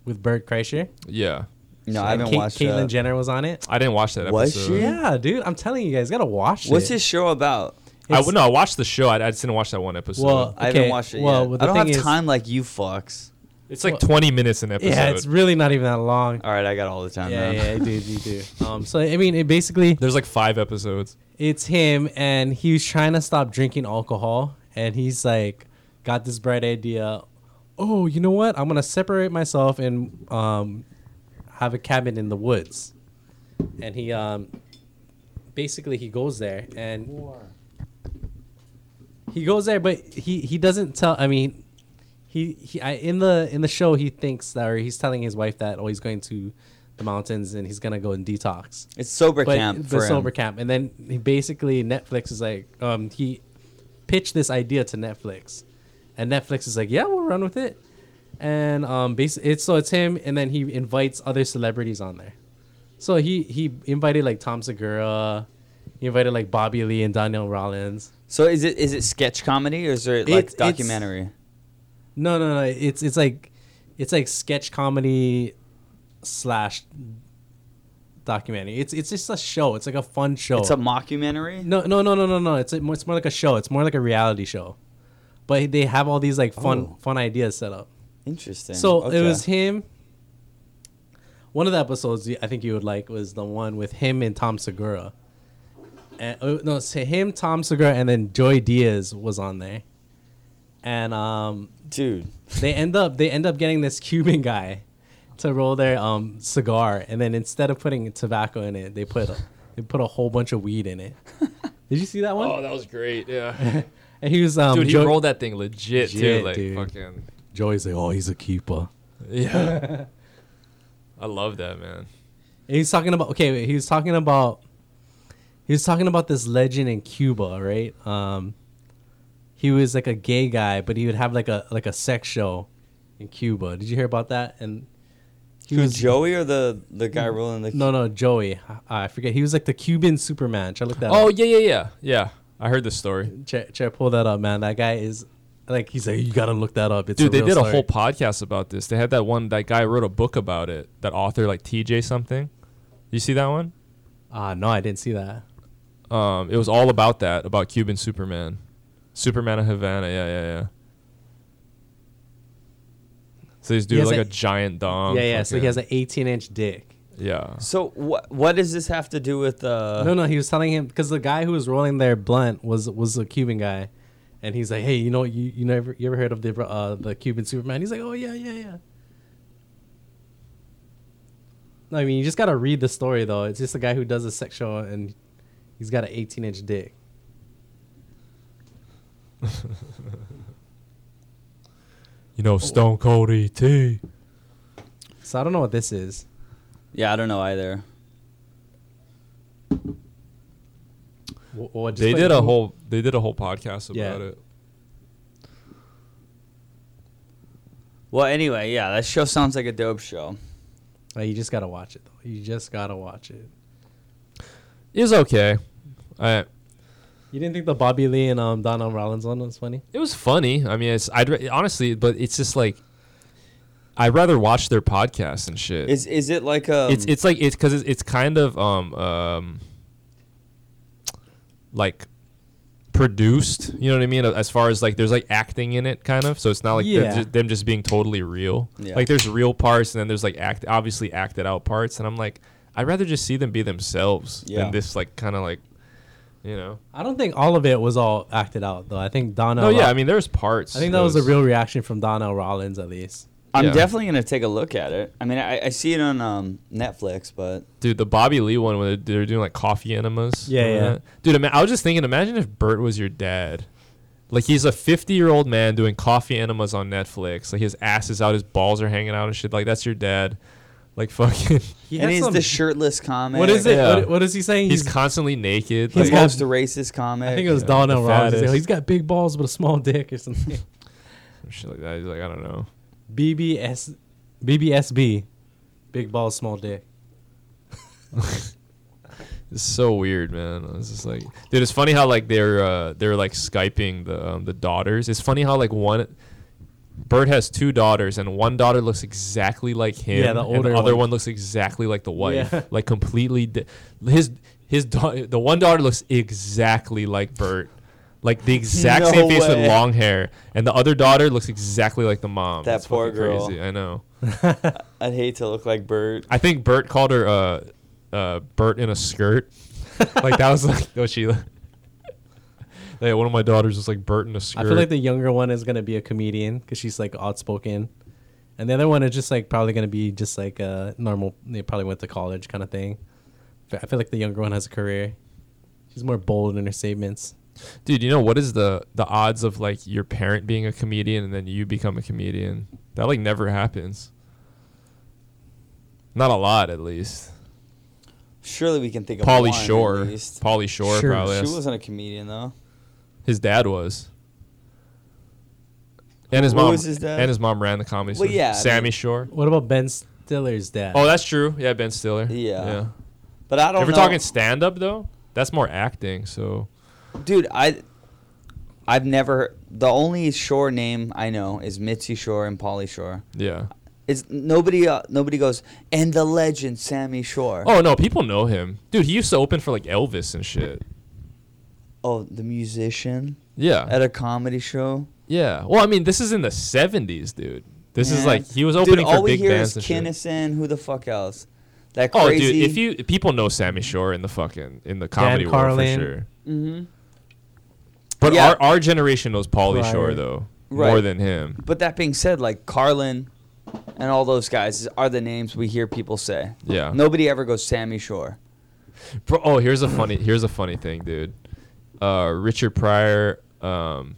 A: with Bert Kreischer?
B: Yeah,
F: no, I haven't
A: Kate-
F: watched
A: Caitlyn
F: that.
A: Jenner was on it.
B: I didn't watch that
F: Was
B: episode.
F: she?
A: Yeah, dude, I'm telling you guys, gotta watch
F: What's
A: it.
F: his show about?
B: I
A: It's-
B: no, I watched the show. I, I just didn't watch that one episode.
A: Well,
F: I haven't
A: Okay,
F: watched it
A: well,
F: yet.
A: well, the
F: I don't have
A: thing is-
F: time like you fucks.
B: it's like 20 minutes an episode.
A: Yeah, it's really not even that long.
F: All right, I got all the time.
A: Yeah,
F: man.
A: yeah, dude, you do. Um, so I mean, it basically
B: There's like five episodes.
A: it's him, and he was trying to stop drinking alcohol, and he's like, got this bright idea. Oh, you know what? I'm gonna separate myself and um, have a cabin in the woods. And he um, basically he goes there and he goes there, but he he doesn't tell. I mean, he he I, in the in the show he thinks that or he's telling his wife that oh he's going to the mountains and he's gonna go and detox.
F: It's sober
A: But
F: camp
A: the
F: for
A: sober
F: him.
A: camp, and then he basically Netflix is like um he pitched this idea to Netflix, and Netflix is like yeah we'll run with it, and um bas- it's so it's him and then he invites other celebrities on there, so he he invited like Tom Segura. He invited like Bobby Lee and Daniel Rollins.
F: So is it is it sketch comedy or is it like
A: It's- it's-
F: documentary?
A: No, no, no. It's it's like it's like sketch comedy slash documentary. It's it's just a show. It's like a fun show.
F: It's a mockumentary.
A: no, no, no, no, no, no. It's a, it's more like a show. It's more like a reality show. But they have all these like fun
F: Oh.
A: fun ideas set up.
F: Interesting.
A: So it
F: Okay.
A: was him. One of the episodes you- I think you would like was the one with him and Tom Segura. And, oh, no, it's him, Tom Segura, and then Joy Diaz was on there. And um,
F: dude.
A: they end up they end up getting this Cuban guy to roll their um cigar, and then instead of putting tobacco in it, they put a, they put a whole bunch of weed in it. Did you see that one?
B: Oh, that was great. Yeah,
A: and he was um
B: dude, he
A: Joy-
B: rolled that thing legit,
A: Legit,
B: too. Like
A: dude.
B: fucking.
A: Joy's like, oh, he's a keeper.
B: Yeah. I love that man.
A: And he's talking about okay, wait, he was talking about he was talking about this legend in Cuba, right? Um, he was like a gay guy, but he would have like a like a sex show in Cuba. Did you hear about that? And he Mm.
F: Who, Joey or the the guy rolling the?
A: No, no, Joey. Ah, I, I forget. He was like the Cuban Superman. Should I look that
B: Oh
A: up?
B: yeah, yeah, yeah, yeah. I heard this story,
A: Ch- Ch- pull that up, man. That guy is like he's like you gotta look that up. It's
B: dude. They
A: real
B: did a
A: story."
B: whole podcast about this. They had that one. That guy wrote a book about it. That author, like TJ something. You see that one?
A: Ah, no, I didn't see that.
B: Um, it was all about that, about Cuban Superman, Superman of Havana. Yeah, yeah, yeah. So he's doing
A: has
B: like
A: a-
B: a giant dong.
A: yeah, yeah. So he has
B: fucking-
A: an 18 inch dick.
B: yeah.
F: So what what does this have to do with uh?
A: no, no, he was telling him because the guy who was rolling their blunt was was a Cuban guy, and he's like, hey, you know, you you never you ever heard of the uh, the Cuban Superman? He's like, oh yeah, yeah, yeah. No, I mean you just gotta read the story though. It's just a guy who does a sex show and he's got an 18 inch dick.
B: You know, Stone Cold E ET.
A: So I don't know what this is.
F: Yeah, I don't know either.
A: Wh- what, just
B: They
A: like-
B: did a whole. They did a whole podcast
A: Yeah.
B: about it.
F: Well, anyway, yeah, that show sounds like a dope show.
A: Like, Oh, you just gotta watch it though. You just gotta watch it.
B: It was okay. I
A: You didn't think the Bobby Lee and um, Donald Rollins one was funny?
B: It was funny. I mean, it's I'd ra- honestly, but it's just like I'd rather watch their podcasts and shit. It's
F: Is is it like
E: um,
F: a?
A: Um,
B: it's, like it's because it's, it's kind of um um like produced. You know what I mean? As far as like there's like acting in it, kind of. So it's not like them,
A: Yeah.
B: just, them just being totally real.
F: Yeah.
B: Like there's real parts and then there's like act obviously acted out parts, and I'm like. I'd rather just see them be themselves
E: Yeah.
B: than this like kind of like, you know.
A: I don't think all of it was all acted out though. I think Donna.
B: No, yeah. I mean, there's parts.
A: I think that was a real reaction from Donnell Rollins at least.
E: I'm
B: Yeah.
E: definitely gonna take a look at it. I mean, I, I see it on um, Netflix, but
B: Dude, the Bobby Lee one when they were doing like coffee enemas.
A: Yeah,
B: remember
A: yeah.
B: that? Dude, ima- I was just thinking, imagine if Bert was your dad. Like he's a 50 year old man doing coffee enemas on Netflix. Like his ass is out, his balls are hanging out and shit. Like that's your dad. Like fucking.
A: He
E: and
A: has
E: he's
A: some-
E: the shirtless comic.
A: What is it?
B: Yeah.
A: What, what is he saying?
B: He's constantly naked.
E: He's
A: He's
B: Like,
A: got-
E: the most racist comic.
A: I think it was
B: Yeah,
A: Donnell
B: the
A: Rollins. He's like,
B: fattest.
A: He's got big balls but a small dick or something.
B: shit like that. He's like, I don't know.
A: BBS, BBSB, big balls, small dick.
B: It's so weird, man. It's just like, dude, it's funny how like they're uh, they're like skyping the um, the daughters. It's funny how like one, Bert has two daughters, and one daughter looks exactly like him.
A: Yeah, the
B: and
A: older
B: the other
A: one.
B: one. looks exactly like the wife.
A: Yeah.
B: Like completely, di- his his da- the one daughter looks exactly like Bert. Like the exact
E: No
B: same face
E: way.
B: with long hair, and the other daughter looks exactly like the mom.
E: That
B: It's
E: poor
B: fucking
E: girl.
B: Crazy. I know.
E: I'd hate to look like Bert.
B: I think Bert called her uh, uh, Bert in a skirt. like that was like what she. Yeah, one of my daughters was like Bert in a skirt.
A: I feel like the younger one is gonna be a comedian because she's like outspoken, and the other one is just like probably gonna be just like a normal. They probably went to college kind of thing. But I feel like the younger one has a career. She's more bold in her statements.
B: dude, you know what is the the odds of like your parent being a comedian and then you become a comedian? That like never happens. Not a lot, at least.
E: Surely we can think of
B: Pauly
E: one, at
B: Shore,
E: least.
B: Pauly Shore,
A: Sure.
B: probably.
E: She
B: That's-
E: wasn't a comedian though.
B: his dad was. And his
E: Who
B: mom
E: was his dad?
B: and his mom ran the comedy.
E: Well,
B: store.
E: yeah, I
B: Sammy
E: mean-
B: Shore.
A: What about Ben Stiller's dad?
B: Oh, that's true. Yeah, Ben Stiller.
E: Yeah.
B: Yeah.
E: But I don't.
B: If we're
E: know.
B: talking stand up though, that's more acting. So
E: dude, I, I've never. The only Shore name I know is Mitzi Shore and Pauly Shore.
B: yeah.
E: It's nobody. Uh, nobody goes and the legend Sammy Shore.
B: Oh no, people know him, dude. He used to open for like Elvis and shit.
E: Oh, the musician
B: Yeah,
E: at a comedy show.
B: yeah. Well, I mean, this is in the '70s, dude. This is
E: Yeah.
B: like he was
E: Dude,
B: opening
E: all
B: for
E: we
B: big
E: hear
B: bands
E: is
B: and shit.
E: Kinnison. Who the fuck else? That
B: Oh,
E: crazy.
B: dude, if you people know Sammy Shore in the fucking in the comedy world for
A: Carlin.
B: sure. But
E: Mm-hmm. Yeah.
B: our our generation knows Pauly
A: Right.
B: Shore though more
E: Right.
B: than him.
E: But that being said, like Carlin and all those guys are the names we hear people say.
B: Yeah.
E: Nobody ever goes Sammy Shore.
B: Bro, oh, here's a funny here's a funny thing, dude. Uh, Richard Pryor. Um,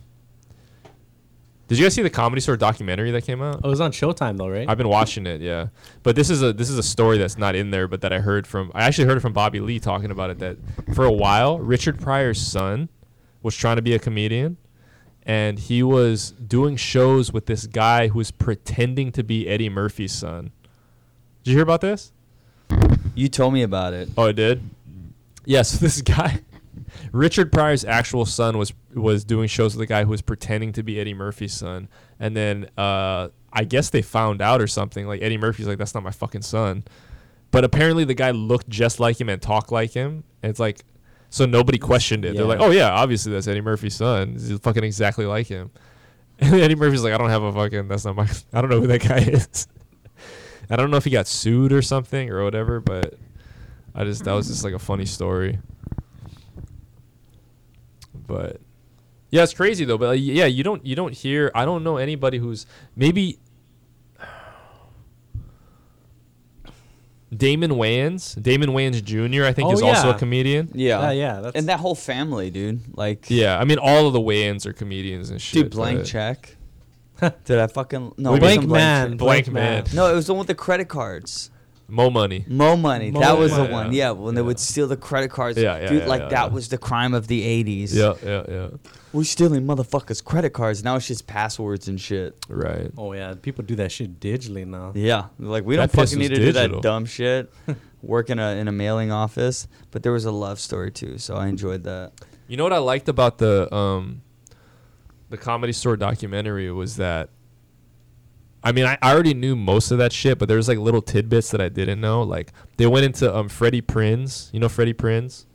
B: did you guys see the Comedy Store documentary that came out?
A: Oh, it was on Showtime though, right?
B: I've been watching it, yeah. But this is a this is a story that's not in there, but that I heard from I actually heard it from Bobby Lee talking about it that for a while Richard Pryor's son was trying to be a comedian and he was doing shows with this guy who was pretending to be Eddie Murphy's son. Did you hear about this?
E: You told me about it.
B: Oh, it did. Yes, this guy, Richard Pryor's actual son, was was doing shows with a guy who was pretending to be Eddie Murphy's son, and then uh, I guess they found out or something. Like Eddie Murphy's like, that's not my fucking son, but apparently the guy looked just like him and talked like him. And it's like, so nobody questioned it. They're
A: Yeah.
B: like, oh yeah, obviously that's Eddie Murphy's son. He's fucking exactly like him. And Eddie Murphy's like, I don't have a fucking. That's not my. I don't know who that guy is. I don't know if he got sued or something or whatever, but I just that was just like a funny story. But yeah, it's crazy though. But like, yeah, you don't you don't hear. I don't know anybody who's maybe Damon Wayans. Damon Wayans Jr. I think
A: Oh,
B: is also
A: yeah.
B: a comedian.
E: Yeah.
A: Yeah, yeah, that's-
E: and that whole family, dude. Like,
B: Yeah, I mean all of the Wayans are comedians and shit.
E: dude, blank
B: but-
E: check. Did I fucking no?
B: What
E: it
B: do you
A: Blank
B: mean?
E: wasn't
A: Man,
E: Check.
B: Blank
A: Blank
B: Man.
A: Man.
E: No, it was the one with the credit cards.
B: Mo Money.
E: Mo money.
A: Mo
E: that was
B: money.
E: the one.
B: Yeah.
E: Yeah, when they would steal the credit cards.
B: Yeah, yeah,
E: dude,
B: yeah,
E: like
B: yeah,
E: that
B: yeah.
E: was the crime of the '80s.
B: Yeah, yeah, yeah.
E: we're stealing motherfuckers' credit cards. Now it's just passwords and shit.
B: Right.
A: Oh yeah, people do that shit digitally now.
E: Yeah, like we
B: That
E: don't
B: piss
E: fucking
B: was
E: need to do
B: digital.
E: that dumb shit. Work in a in a mailing office, but there was a love story too, so I enjoyed that.
B: You know what I liked about the um, the comedy store documentary was that. I mean, I, I already knew most of that shit, but there was like little tidbits that I didn't know. Like they went into um Freddie Prinz. You know Freddie Prinz?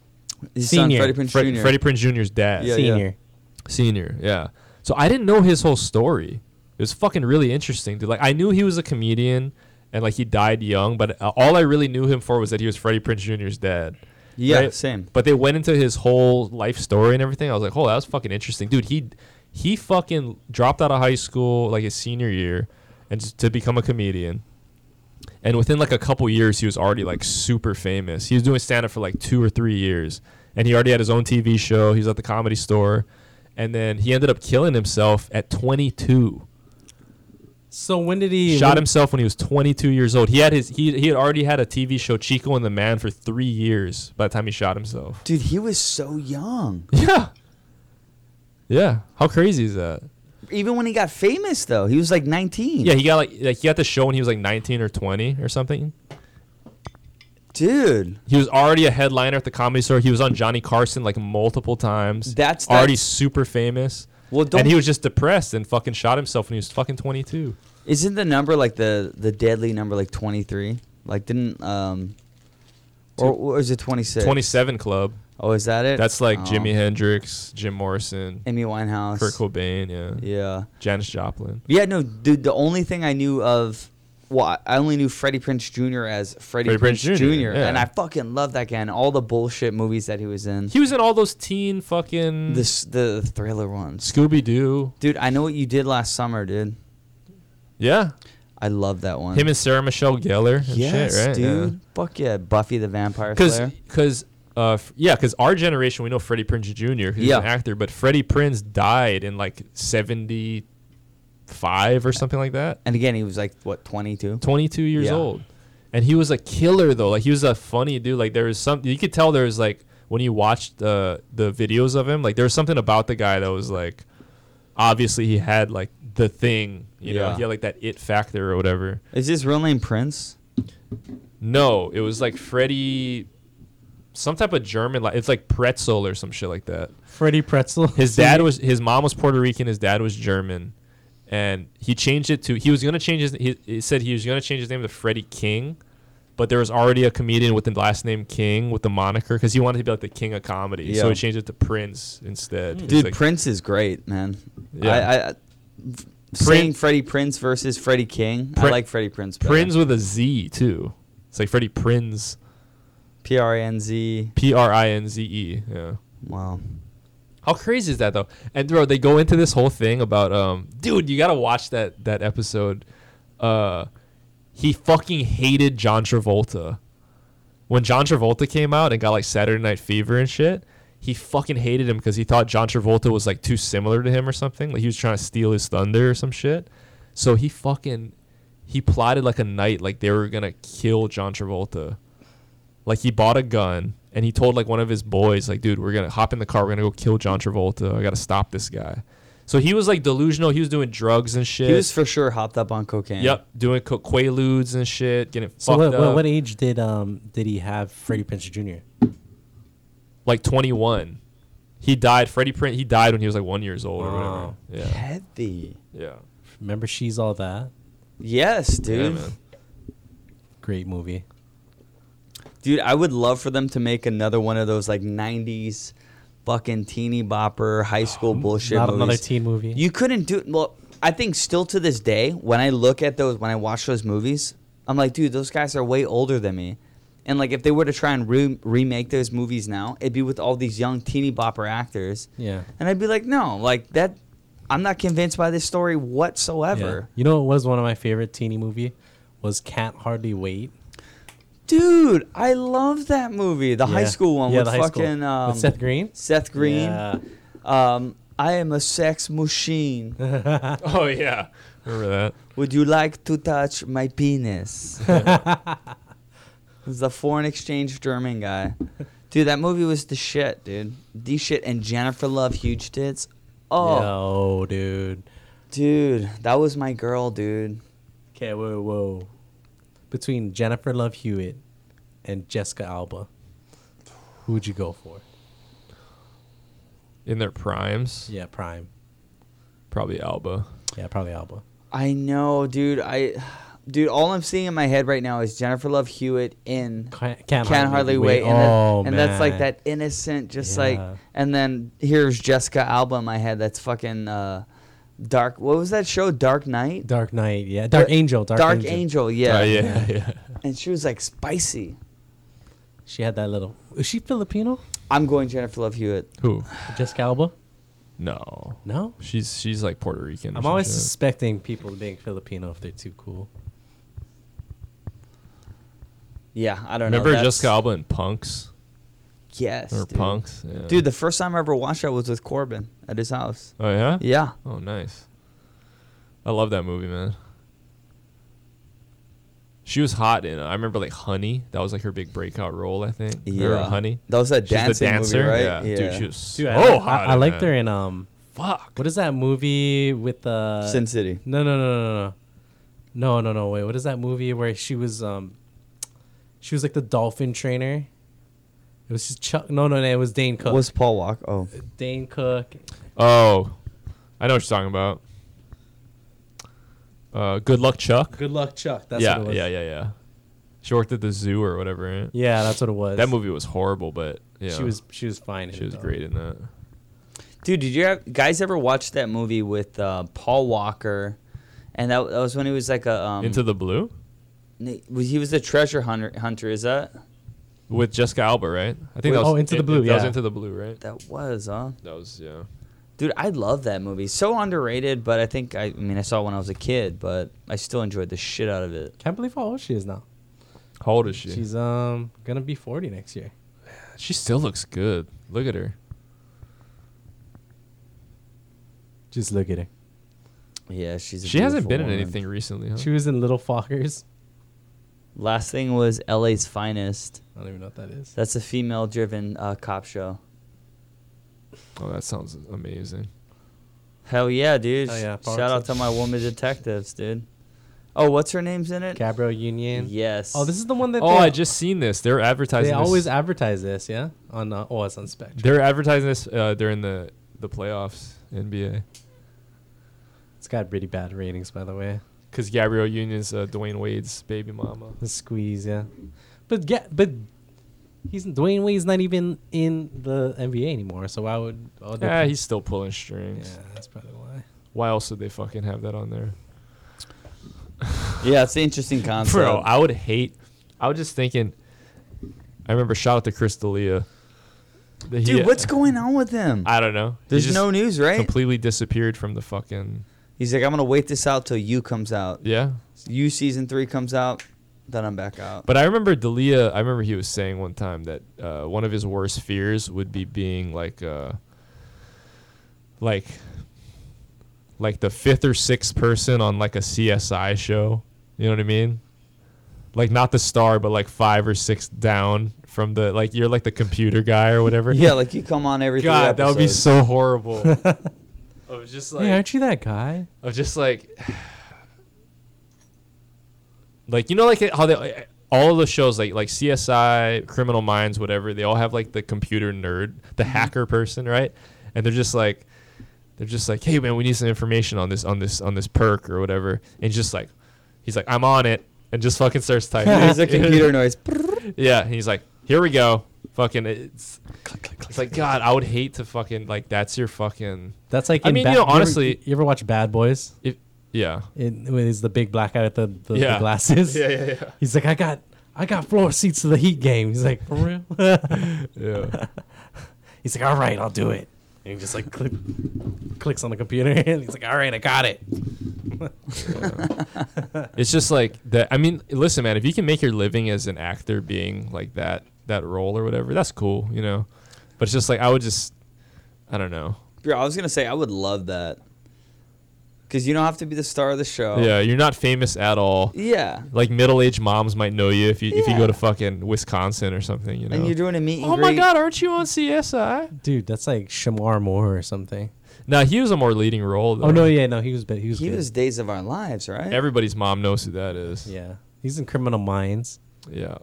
E: His
A: Senior.
E: son Freddie Prinze
B: Fred,
E: Jr.
B: Freddie Prinz Jr.'s dad.
E: Yeah,
A: Senior.
B: Senior. Yeah. So I didn't know his whole story. It was fucking really interesting, dude. Like I knew he was a comedian and like he died young. But uh, all I really knew him for was that he was Freddie Prince Jr.'s dad.
F: Yeah, same.
B: But they went into his whole life story and everything. I was like, oh, that was fucking interesting, dude. He he fucking dropped out of high school like his senior year, and just to become a comedian. And within like a couple years, he was already like super famous. He was doing stand up for like two or three years, and he already had his own TV show. He was at the comedy store, and then he ended up killing himself at 22.
A: So when did he
B: Shot
A: when-
B: himself when he was 22 years old. He had his he he had already had a TV show Chico and the Man for three years by the time he shot himself.
E: Dude, he was so young.
B: Yeah. Yeah. How crazy is that?
E: Even when he got famous, though, he was like 19.
B: Yeah, he got like like he got the show when he was like 19 or 20 or something.
E: Dude,
B: He was already a headliner at the comedy store. He was on Johnny Carson like multiple times.
E: That's-
B: already
E: that's-
B: super famous.
E: Well,
B: Well,
E: don't-
B: and he was just depressed and fucking shot himself when he was fucking 22.
E: isn't the number like the the deadly number like 23? Like didn't um, or, or is it 26?
B: 27 Club.
E: Oh, is that it?
B: That's like
E: Oh.
B: Jimi Hendrix, Jim Morrison,
E: Amy Winehouse.
B: Kurt Cobain. Yeah.
E: Yeah.
B: Janis Joplin.
E: Yeah, no, dude. The only thing I knew of, well, I- I only knew Freddie Prince Jr. as Freddie,
B: Freddie
E: Prince,
B: Prinze
E: Jr.
B: Jr., yeah.
E: and I fucking love that guy and all the bullshit movies that he was in.
B: He was in all those teen fucking
E: This the thriller ones,
B: Scooby Doo.
E: dude. I know what you did last summer, dude.
B: Yeah.
E: I love that one.
B: Him and Sarah Michelle Gellar. And
E: yes,
B: shit, right?
E: dude. Fuck yeah, Buffy the Vampire
B: Because,
E: Slayer.
B: because, uh, f- yeah, because our generation we know Freddie Prinze Jr. Who's
E: Yeah.
B: an actor, but Freddie Prinze died in like seventy-five or something like that.
E: And again, he was like what twenty two.
B: 22 years
E: Yeah.
B: old. And he was a killer though. Like he was a funny dude. Like there was some you could tell there was like when you watched the the videos of him, like there was something about the guy that was like obviously he had like the thing, you know,
E: Yeah.
B: he had like that it factor or whatever.
E: Is his real name Prince?
B: No, it was like Freddie some type of German like it's like pretzel or some shit like that.
A: Freddie Pretzel?
B: His dad was his mom was Puerto Rican, his dad was German, and he changed it to he was gonna change his he, he said he was gonna change his name to Freddie King, but there was already a comedian with the last name King with the moniker because he wanted to be like the king of comedy, so he
E: Yeah.
B: changed it to Prince instead. He was
E: Dude,
B: like,
E: Prince is great, man.
B: Yeah.
E: I, I, I saying Freddie Prince versus Freddie King. I
B: Prin-
E: like Freddie Prince. Better.
B: Prince with a Z too. It's like Freddie Prinz,
E: P R A N Z.
B: P R I N Z E. Yeah.
E: Wow.
B: How crazy is that though? And bro, they go into this whole thing about um, dude, you gotta watch that that episode. Uh, he fucking hated John Travolta. When John Travolta came out and got like Saturday Night Fever and shit, he fucking hated him because he thought John Travolta was like too similar to him or something. Like he was trying to steal his thunder or some shit. So he fucking he plotted like a night like they were gonna kill John Travolta like he bought a gun and he told like one of his boys like dude we're gonna hop in the car we're gonna go kill john travolta i gotta stop this guy so he was like delusional he was doing drugs and shit
E: He was for sure hopped up on cocaine.
B: yep doing co- quaaludes and shit getting
A: So
B: fucked
A: what,
B: up
A: what, what age did um did he have Freddie Prinze Jr.?
B: like 21 he died freddie print he died when he was like one years old
A: Wow.
B: or whatever yeah
E: Heavy.
B: yeah
A: Remember she's all that
E: Yes, dude.
B: man.
A: great movie.
E: dude, I would love for them to make another one of those like '90s, fucking teeny bopper high school bullshit.
A: Not another
E: movies.
A: teen movie.
E: You couldn't do. Well, I think still to this day, when I look at those, when I watch those movies, I'm like, dude, those guys are way older than me. And like, if they were to try and re- remake those movies now, it'd be with all these young teeny bopper actors.
A: yeah.
E: And I'd be like, no, like that. I'm not convinced by this story
A: Yeah.
E: whatsoever,
A: You know what was one of my favorite teeny movie was Can't Hardly Wait.
E: dude. I love that movie, the high
A: Yeah.
E: school one
A: Yeah,
E: with
A: the high school.
E: fucking Um,
A: with Seth Green.
E: Seth Green.
A: Yeah.
E: Um, I am a sex machine.
B: oh yeah remember that
E: Would you like to touch my penis? He's the foreign exchange German guy. Dude, that movie was the shit, dude. The shit and Jennifer Love huge tits. Oh,
A: Yo, dude.
E: dude, that was my girl, dude.
A: Okay, whoa, whoa. Between Jennifer Love Hewitt and Jessica Alba, who would you go for?
B: in their primes
A: Yeah, Prime.
B: probably alba
A: Yeah, probably Alba.
E: I know, dude. I, dude, all I'm seeing in my head right now is Jennifer Love Hewitt in
A: Can't,
E: Can't hardly wait. And, that-
A: Oh
E: and that's like
A: man.
E: that innocent, just
A: Yeah.
E: like. And then here's Jessica Alba in my head. That's fucking uh, Dark. What was that show? Dark Knight.
A: Dark Knight, yeah. Dark Angel, Dark, Angel.
E: Angel. yeah.
B: Oh, yeah, yeah.
E: And she was like spicy.
A: She had that little. Is she Filipino?
E: I'm going Jennifer Love Hewitt.
B: Who?
A: Jessica Alba?
B: No.
A: No.
B: She's she's like Puerto Rican. or
A: I'm
B: some
A: always
B: shit.
A: suspecting people being Filipino if they're too cool.
E: Yeah, I don't know.
B: Remember
E: that's-
B: Jessica Alba and Punks
E: Yes.
B: or
E: dude.
B: Punks? Yeah.
E: Dude, the first time I ever watched that was with Corbin at his house.
B: oh yeah.
E: Yeah.
B: Oh nice. I love that movie, man. She was hot in. it. I remember like Honey. That was like her big breakout role, I think. Remember
E: Yeah.
B: Honey.
E: That was that
B: She's the
E: dancing movie,
B: dancer.
E: right?
B: Yeah.
E: Yeah.
B: Dude, she was
A: Dude,
B: so
A: I, like-
B: hot.
A: I, I
B: in
A: liked
B: that.
A: her in um.
B: Fuck.
A: What is that movie with uh?
E: Sin City.
A: No, no, no, no, no, no, no, no. Wait, what is that movie where she was um, she was like the dolphin trainer? It was just Chuck. No, no, no. It was Dane Cook.
E: Was Paul Walker? Oh,
A: Dane Cook?
B: Oh, I know what you're talking about. Uh, Good Luck Chuck.
A: Good luck, Chuck. That's
B: yeah,
A: what it was.
B: yeah, yeah, yeah. She worked at the zoo or whatever. Right?
A: Yeah, that's what it was.
B: That movie was horrible, but yeah,
A: She was Mm-hmm. she was fine. in
B: she
A: it,
B: was
A: though.
B: great in that.
E: dude, did you have, guys ever watch that movie with uh, Paul Walker? And that, that was when he was like a um,
B: Into the Blue
E: n- was- he was the treasure hunter. Hunter is that
B: with Jessica Alba, right? I
A: Wait,
B: think that was
A: oh, Into the Blue,
B: That was
A: yeah.
B: Into the Blue, right?
E: that was huh?
B: That was yeah.
E: Dude, I love that movie. So underrated, but I think I, I mean I saw it when I was a kid, but I still enjoyed the shit out of it.
A: Can't believe how old she is now.
B: How old is she?
A: She's um gonna be forty next year.
B: she still looks good. Look at her.
A: Just look at her.
E: Yeah, she's. A
B: She hasn't
E: beautiful
B: been in
E: woman.
B: anything recently, huh?
A: She was in Little Fockers.
E: Last thing was L.A.'s Finest.
A: I don't even know what that is.
E: That's a female-driven uh, cop show.
B: oh, that sounds amazing.
E: Hell yeah, dude!
A: Hell yeah,
E: Shout out to my woman detectives, dude. Oh, what's her name's in it?
A: Gabriel Union.
E: Yes.
A: Oh, this is the one that.
B: Oh,
A: they,
B: I just seen this. They're advertising.
A: They
B: this-
A: always advertise this, yeah. On uh, oh, it's on Spectrum.
B: They're advertising this uh, during the the playoffs NBA
A: It's got pretty bad ratings, by the way.
B: because Gabrielle Union's uh, Dwayne Wade's baby mama.
A: The squeeze, yeah. But yeah, but he's Dwayne Wade's not even in the NBA anymore, so I would. Oh, they-
B: Yeah, he's still pulling
A: Yeah,
B: strings.
A: that's probably why.
B: Why else would they fucking have that on there?
E: yeah, it's an interesting concept.
B: Bro, I would hate. I was just thinking. I remember shout out to Chris D'Elia. that he-
E: dude, what's going on with him?
B: I don't know. He
E: There's
B: just
E: no news, right?
B: Completely disappeared from the fucking
E: He's like, I'm gonna wait this out till you comes out.
B: yeah.
E: You season three comes out, then I'm back out.
B: But I remember D'Elia. I remember he was saying one time that uh, one of his worst fears would be being like, uh, like, like the fifth or sixth person on like a CSI show. You know what I mean? Like not the star, but like five or six down from the like you're like the computer guy or whatever.
E: yeah, like you come on every. three
B: God, that would be
E: episodes.
B: so horrible. I was just like,
A: hey, aren't you that guy?
B: I was just like, like you know, like how they all the shows like like CSI, Criminal Minds, whatever. They all have like the computer nerd, the
E: Mm-hmm.
B: hacker person, right? And they're just like, they're just like, hey man, we need some information on this on this on this perk or whatever. And just like, he's like, I'm on it, and just fucking starts typing.
E: There's a computer noise.
B: Yeah, he's like, here we go. Fucking, it's, it's like God. I would hate to fucking like that's your fucking
A: That's like.
B: I
A: in
B: mean, you know,
A: ever- you
B: honestly-
A: ever, watch Bad Boys?
B: if yeah.
A: It is the big black guy with the, the, the
B: Yeah.
A: glasses.
B: Yeah, yeah, yeah.
A: He's like, I got, I got floor seats to the Heat game. He's like, for real?
B: Yeah.
A: He's like, all right, I'll do it. And he just like click, clicks on the computer, and he's like, all right, I got it.
B: It's just like that. I mean, listen, man. If you can make your living as an actor, being like that that role or whatever, that's cool, you know. But it's just like I would just, I don't know.
E: Bro, I was gonna say I would love that. Cause you don't have to be the star of the show.
B: Yeah, you're not famous at all.
E: Oh. Yeah.
B: Like middle aged moms might know you if you if you
E: Yeah.
B: go to fucking Wisconsin or something, you know.
E: And you're doing a meet and
B: oh my
E: greet.
B: God, aren't you on CSI?
A: Dude, that's like Shamar Moore or something.
B: No, he was a more leading role. Though.
A: Oh no, yeah, no, he was, but he was,
E: He
A: good.
E: was Days of Our Lives, right?
B: Everybody's mom knows who that is.
A: yeah, he's in Criminal Minds.
B: Yeah.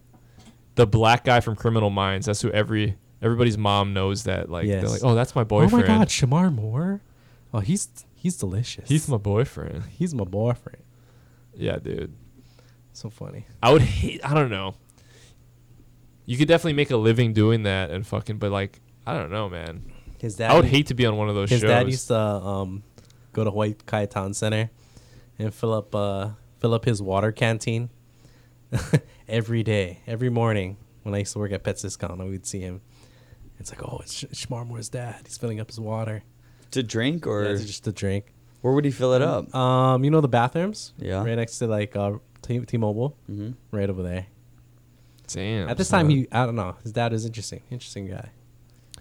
B: The black guy from Criminal Minds. That's who every everybody's mom knows that. Like, they're
A: Yes.
B: like, oh, that's my boyfriend.
A: Oh my God, Shamar Moore. Oh, he's he's delicious.
B: He's my boyfriend.
A: he's my boyfriend.
B: Yeah, dude.
A: So funny.
B: I would hate. I don't know. You could definitely make a living doing that and fucking, but like, I don't know, man.
A: His dad.
B: I would hate to be on one of those
A: His
B: shows.
A: dad used to um, go to Hawaii Kai Town Center and fill up uh fill up his water canteen every day, every morning. When I used to work at Petsiscon, we'd see him. It's like, oh, it's Sh- Shmarmore's dad. He's filling up his water.
E: To drink or
A: Yeah, it's just a drink.
E: where would he fill it up?
A: Um, you know the bathrooms?
E: Yeah.
A: Right next to like uh, T- T-Mobile,
E: Mhm.
A: right over there.
B: Damn.
A: At this time, he I don't know. His dad is interesting. Interesting guy.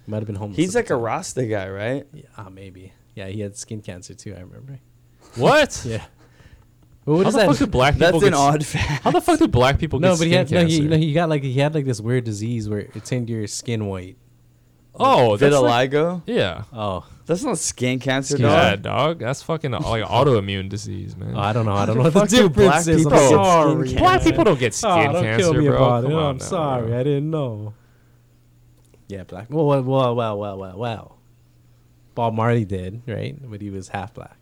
A: Might have been homeless.
E: He's
A: at
E: like
A: the
E: a
A: time.
E: Rasta guy, right?
A: Yeah, ah, maybe. Yeah, he had skin cancer too. I remember.
B: what?
A: Yeah. Well, what
B: How
A: is
B: the
A: that?
B: fuck do black people?
E: That's
B: get
E: an
B: s-
E: odd fact.
B: How the fuck do black people get
A: no, but he
B: skin
A: had no, he,
B: cancer?
A: no, he got like he had like this weird disease where it turned your skin white.
B: oh, that's like,
E: Vitiligo?
B: yeah.
A: Oh,
E: That's not skin cancer,
B: Yeah,
E: dog.
B: dog. That's fucking uh, like autoimmune disease, man.
A: Oh, I don't know. I don't know
E: the
A: what to
E: fuck
A: do.
E: do black
A: Prince is.
E: people
A: I'm
E: get skin
A: sorry.
E: cancer?
B: Black people don't get skin
A: Oh, don't
B: cancer,
A: kill me
B: bro.
A: about
B: Come
A: it.
B: on
A: I'm
B: now,
A: sorry.
B: bro.
A: I didn't know. Yeah, black. Well, well, well, well, well, well, well. Bob Marley did right, but he was half black.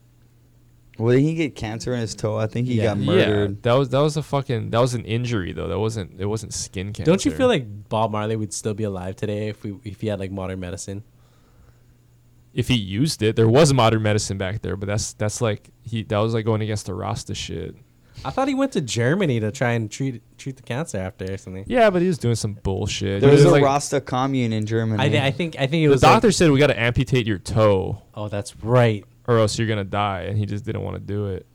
E: Well, did he get cancer in his toe? I think he
A: Yeah.
E: got murdered.
B: Yeah, that was that was a fucking that was an injury though. That wasn't it wasn't skin cancer.
A: Don't you feel like Bob Marley would still be alive today if we if he had like modern medicine?
B: if he used it, there was modern medicine back there, but that's that's like he that was like going against the Rasta shit.
A: I thought he went to Germany to try and treat treat the cancer after or something.
B: Yeah, but he was doing some bullshit.
E: There was
B: He
E: a
B: like,
E: Rasta commune in Germany.
A: I, thi- I think I think it
B: The
A: was like-
B: doctor said we got to amputate your toe,
A: oh, that's right.
B: or else you're gonna die, and he just didn't want to do it.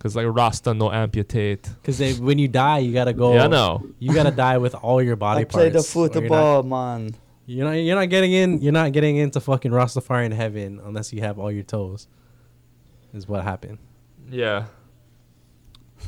B: Cause like Rasta no amputate.
A: Because when you die, you gotta go.
B: Yeah, I know.
A: You gotta die with all your body
E: I
A: parts.
E: played the
A: or you're not-
E: football, man.
A: You're not you're not getting in you're not getting into fucking Rastafarian heaven unless you have all your toes. Is what happened.
B: Yeah.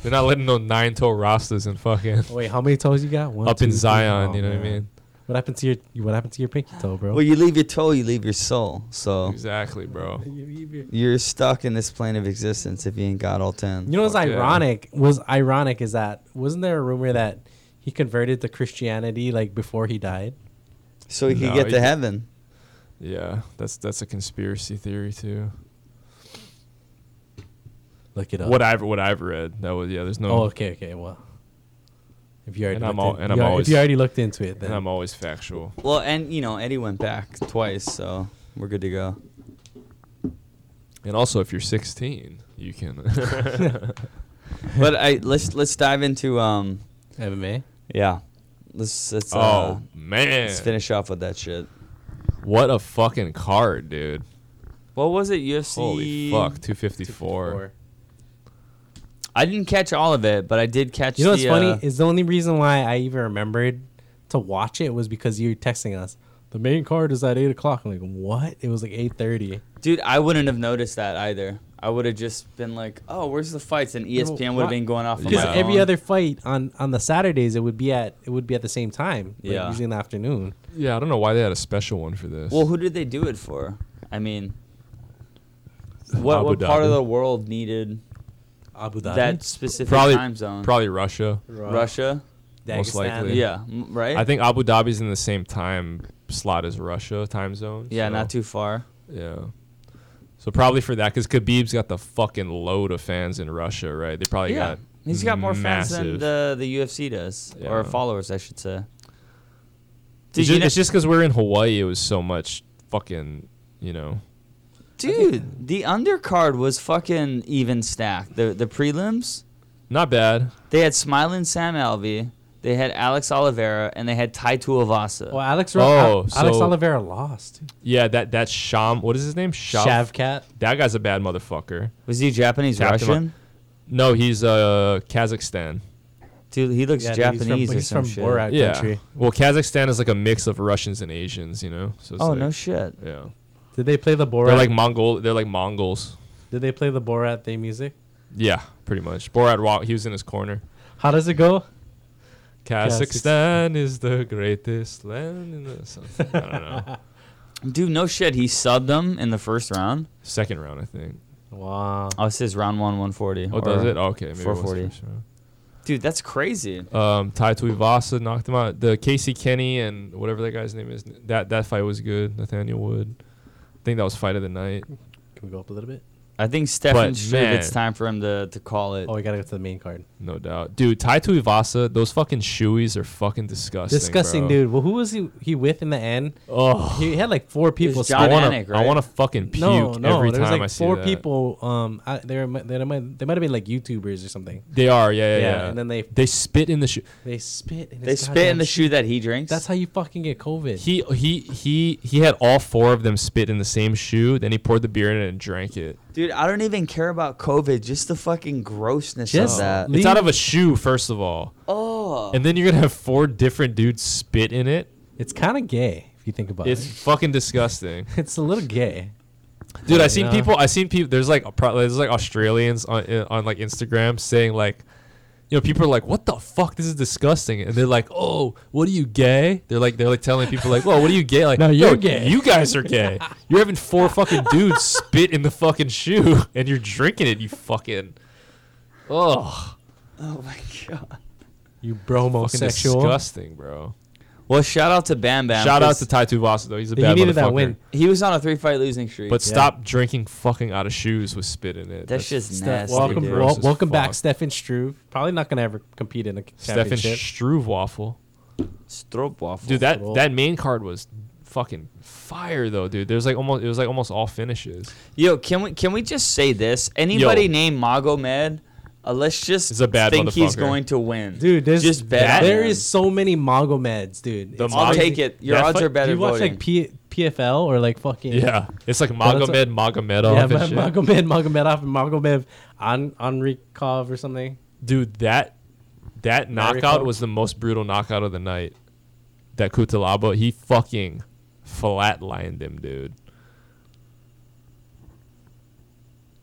B: They're not letting no nine toe Rastas in fucking
A: Oh, wait, how many toes you got? One,
B: up
A: two,
B: in
A: three.
B: Zion.
A: Oh,
B: you know what I
A: man.
B: mean?
A: What happened to your What happened to your pinky toe, bro?
E: Well, you leave your toe, you leave your soul. So
B: Exactly, bro.
A: you,
E: you're stuck in this plane of existence if you ain't got all ten.
A: You know what's
B: Fuck yeah.
A: ironic was ironic is that wasn't there a rumor that he converted to Christianity like before he died?
E: so he could
B: No,
E: get
B: you-
E: to heaven.
B: Yeah, that's that's a conspiracy theory too.
A: Look it up.
B: What I've what I've read that was yeah. There's no
A: oh, okay, okay. Well, if you already
B: And I'm
A: looked
B: al-
A: in-
B: and
A: you
B: I'm
A: al-
B: always-
A: if you already looked into it, then
B: and I'm always factual.
E: Well, and you know Eddie went back twice, so we're good to go.
B: And also, if you're 16, you can.
E: But I let's let's dive into um
A: MMA.
E: yeah let's let's uh,
B: oh man,
E: let's finish off with that shit.
B: what a fucking card, dude!
E: What was it UFC?
B: Holy fuck, 254.
E: I didn't catch all of it, but I did catch.
A: You know what's
E: the,
A: funny
E: uh,
A: is the only reason why I even remembered to watch it was because you were texting us. The main card is at eight o'clock. I'm like, what? It was like eight thirty.
E: Dude, I wouldn't have noticed that either. I would have just been like, "Oh, where's the fights?" And E ESPN would have
A: why-
E: been going off. on
A: Because
E: my
A: every
E: phone.
A: other fight on on the Saturdays, it would be at it would be at the same time. like,
E: Yeah.
A: usually in the afternoon.
B: Yeah, I don't know why they had a special one for this.
E: Well, who did they do it for? I mean, what
B: Abu
E: what part of
B: Dhabi.
E: the world needed
A: Abu Dhabi.
E: that specific
B: probably
E: time zone?
B: probably Russia.
E: Russia.
B: most
A: Dagestan.
B: likely.
E: Yeah, m- right.
B: I think Abu Dhabi's in the same time slot as Russia time zone.
E: Yeah,
B: so-
E: not too far.
B: Yeah. So probably for that, because Khabib's got the fucking load of fans in Russia, right? They probably
E: yeah,
B: got
E: he's got more fans than
B: massive-
E: the, the UFC does,
B: Yeah.
E: or followers, I should say. Dude,
B: It's
E: you
B: just,
E: know-
B: it's just because we're in Hawaii, it was so much fucking, you know.
E: dude, the undercard was fucking even stacked. The the prelims,
B: Not bad.
E: they had Smiling Sam Alvey, they had Alex Oliveira, and they had Tai Tuivasa.
A: Well, Alex.
B: Oh,
A: Ro- Al- Alex
B: so-
A: Oliveira lost.
B: Yeah, that that Sham. What is his name? Shav.
A: Shavkat.
B: That guy's a bad motherfucker.
E: Was he Japanese
B: Tapped him up.
E: Russian?
B: No, he's uh Kazakhstan.
E: Dude, he looks
A: Yeah, dude, he's from-
E: Japanese
A: he's
E: or some
A: from
E: shit.
A: Borat. That
B: yeah.
A: country.
B: Well, Kazakhstan is like a mix of Russians and Asians, you know. So it's
E: Oh
B: like,
E: no shit.
B: Yeah.
A: Did they play the
B: They're
A: Borat?
B: like Mongol. They're like Mongols.
A: Did they play the Borat theme music?
B: Yeah, pretty much. Borat Rock. He was in his corner.
A: How does it go?
B: Kazakhstan is the greatest land in the. Something. I don't know.
E: Dude, no shit. He subbed them in the first round.
B: Second round, I think.
A: Wow.
E: Oh, it says round one, 140.
B: Oh,
E: or-
B: does it? okay, maybe it was the
E: 440.
B: first round.
E: Dude, that's crazy.
B: Um, Tai Tuivasa knocked him out. The Casey Kenny and whatever that guy's name is. That that fight was good. Nathaniel Wood. I think that was fight of the night.
A: Can we go up a little bit?
E: I think Stefan
B: But,
E: Struve, it's
B: man.
E: time for him to, to call it.
A: Oh, we gotta go to the main card.
B: No doubt, dude. Tai Tuivasa, those fucking shoeies are fucking disgusting.
A: Disgusting,
B: bro.
A: dude. Well, who was he? He with in the end?
B: Oh,
A: He had like four people.
E: John
B: I
A: smoking-
B: wanna,
E: Anik,
B: I
E: right?
B: wanna fucking puke
A: no, no.
B: every
A: there was
B: time
A: like
B: I see
A: four
B: that.
A: people. Um, I, they were they might they might have been like YouTubers or something.
B: They are, yeah, yeah,
A: Yeah,
B: yeah.
A: and then they-
B: they spit in the shoe.
A: They spit. In his
E: They spit
A: goddamn
E: in the shoe that he drinks.
A: That's how you fucking get COVID.
B: He he he he had all four of them spit in the same shoe. Then he poured the beer in it and drank it.
E: Dude, I don't even care about COVID. Just the fucking grossness
A: Just
E: of that.
A: leave-
B: It's out of a shoe, first of all,
E: Oh.
B: and then you're gonna have four different dudes spit in it.
A: it's kind of gay if you think about
B: It's
A: it.
B: fucking disgusting,
A: It's a little gay.
B: dude. I seen
A: Yeah.
B: people. I seen people. There's like pro- there's like Australians on on like Instagram saying like. You know, people are like, "What the fuck? This is disgusting," and they're like, "Oh, what are you gay?" They're like, they're like telling people like, "Well, what are you gay?" Like,
A: No,
B: "Yo,
A: you're gay."
B: You guys are gay. You're having four fucking dudes spit in the fucking shoe, and you're drinking it. You fucking, oh,
E: Oh my god.
A: You
B: fucking
A: bromosexual.
B: disgusting, bro.
E: Well, shout out to Bam Bam.
B: Shout out
E: 'cause
B: to Tai Tuivasa though. He's a
A: He
B: bad
A: needed
B: motherfucker.
A: that win.
E: He was on a three fight losing streak.
B: But
A: Yeah.
B: stop drinking fucking out of shoes with spit in it.
E: that's just
A: Ste-
E: nasty.
A: welcome,
E: dude.
B: bro.
A: wel-
B: Gross as
A: welcome back,
B: fuck.
A: Stefan Struve. Probably not gonna ever compete in a
B: Stefan
A: championship.
B: Struve waffle.
E: Stroop waffle.
B: Dude, that
A: Waffle.
B: that main card was fucking fire though, dude. There's like almost it was like almost all finishes.
E: Yo, can we can we just say this? Anybody
B: Yo.
E: named Magomed, uh, let's just
B: He's a bad
E: think he's
B: motherfucker.
E: going to win.
A: dude, there's
E: just bet on
A: there
E: him.
A: is so many Magomeds, dude.
B: The
A: It's
E: I'll
B: Mago-
A: crazy.
E: take it. Your
B: That
E: odds
B: fight-
E: are better
A: Do you watch
E: voting.
A: like P- PFL or like fucking
B: Yeah, it's like
A: that's
B: Magomed Magomedov
A: yeah,
B: and
A: but
B: shit.
A: Magomed Magomedov and Magomed An- Anrikov or something.
B: dude, that that knockout
A: Marikov?
B: was the most brutal knockout of the night. That Kutalaba, he fucking flatlined him, dude.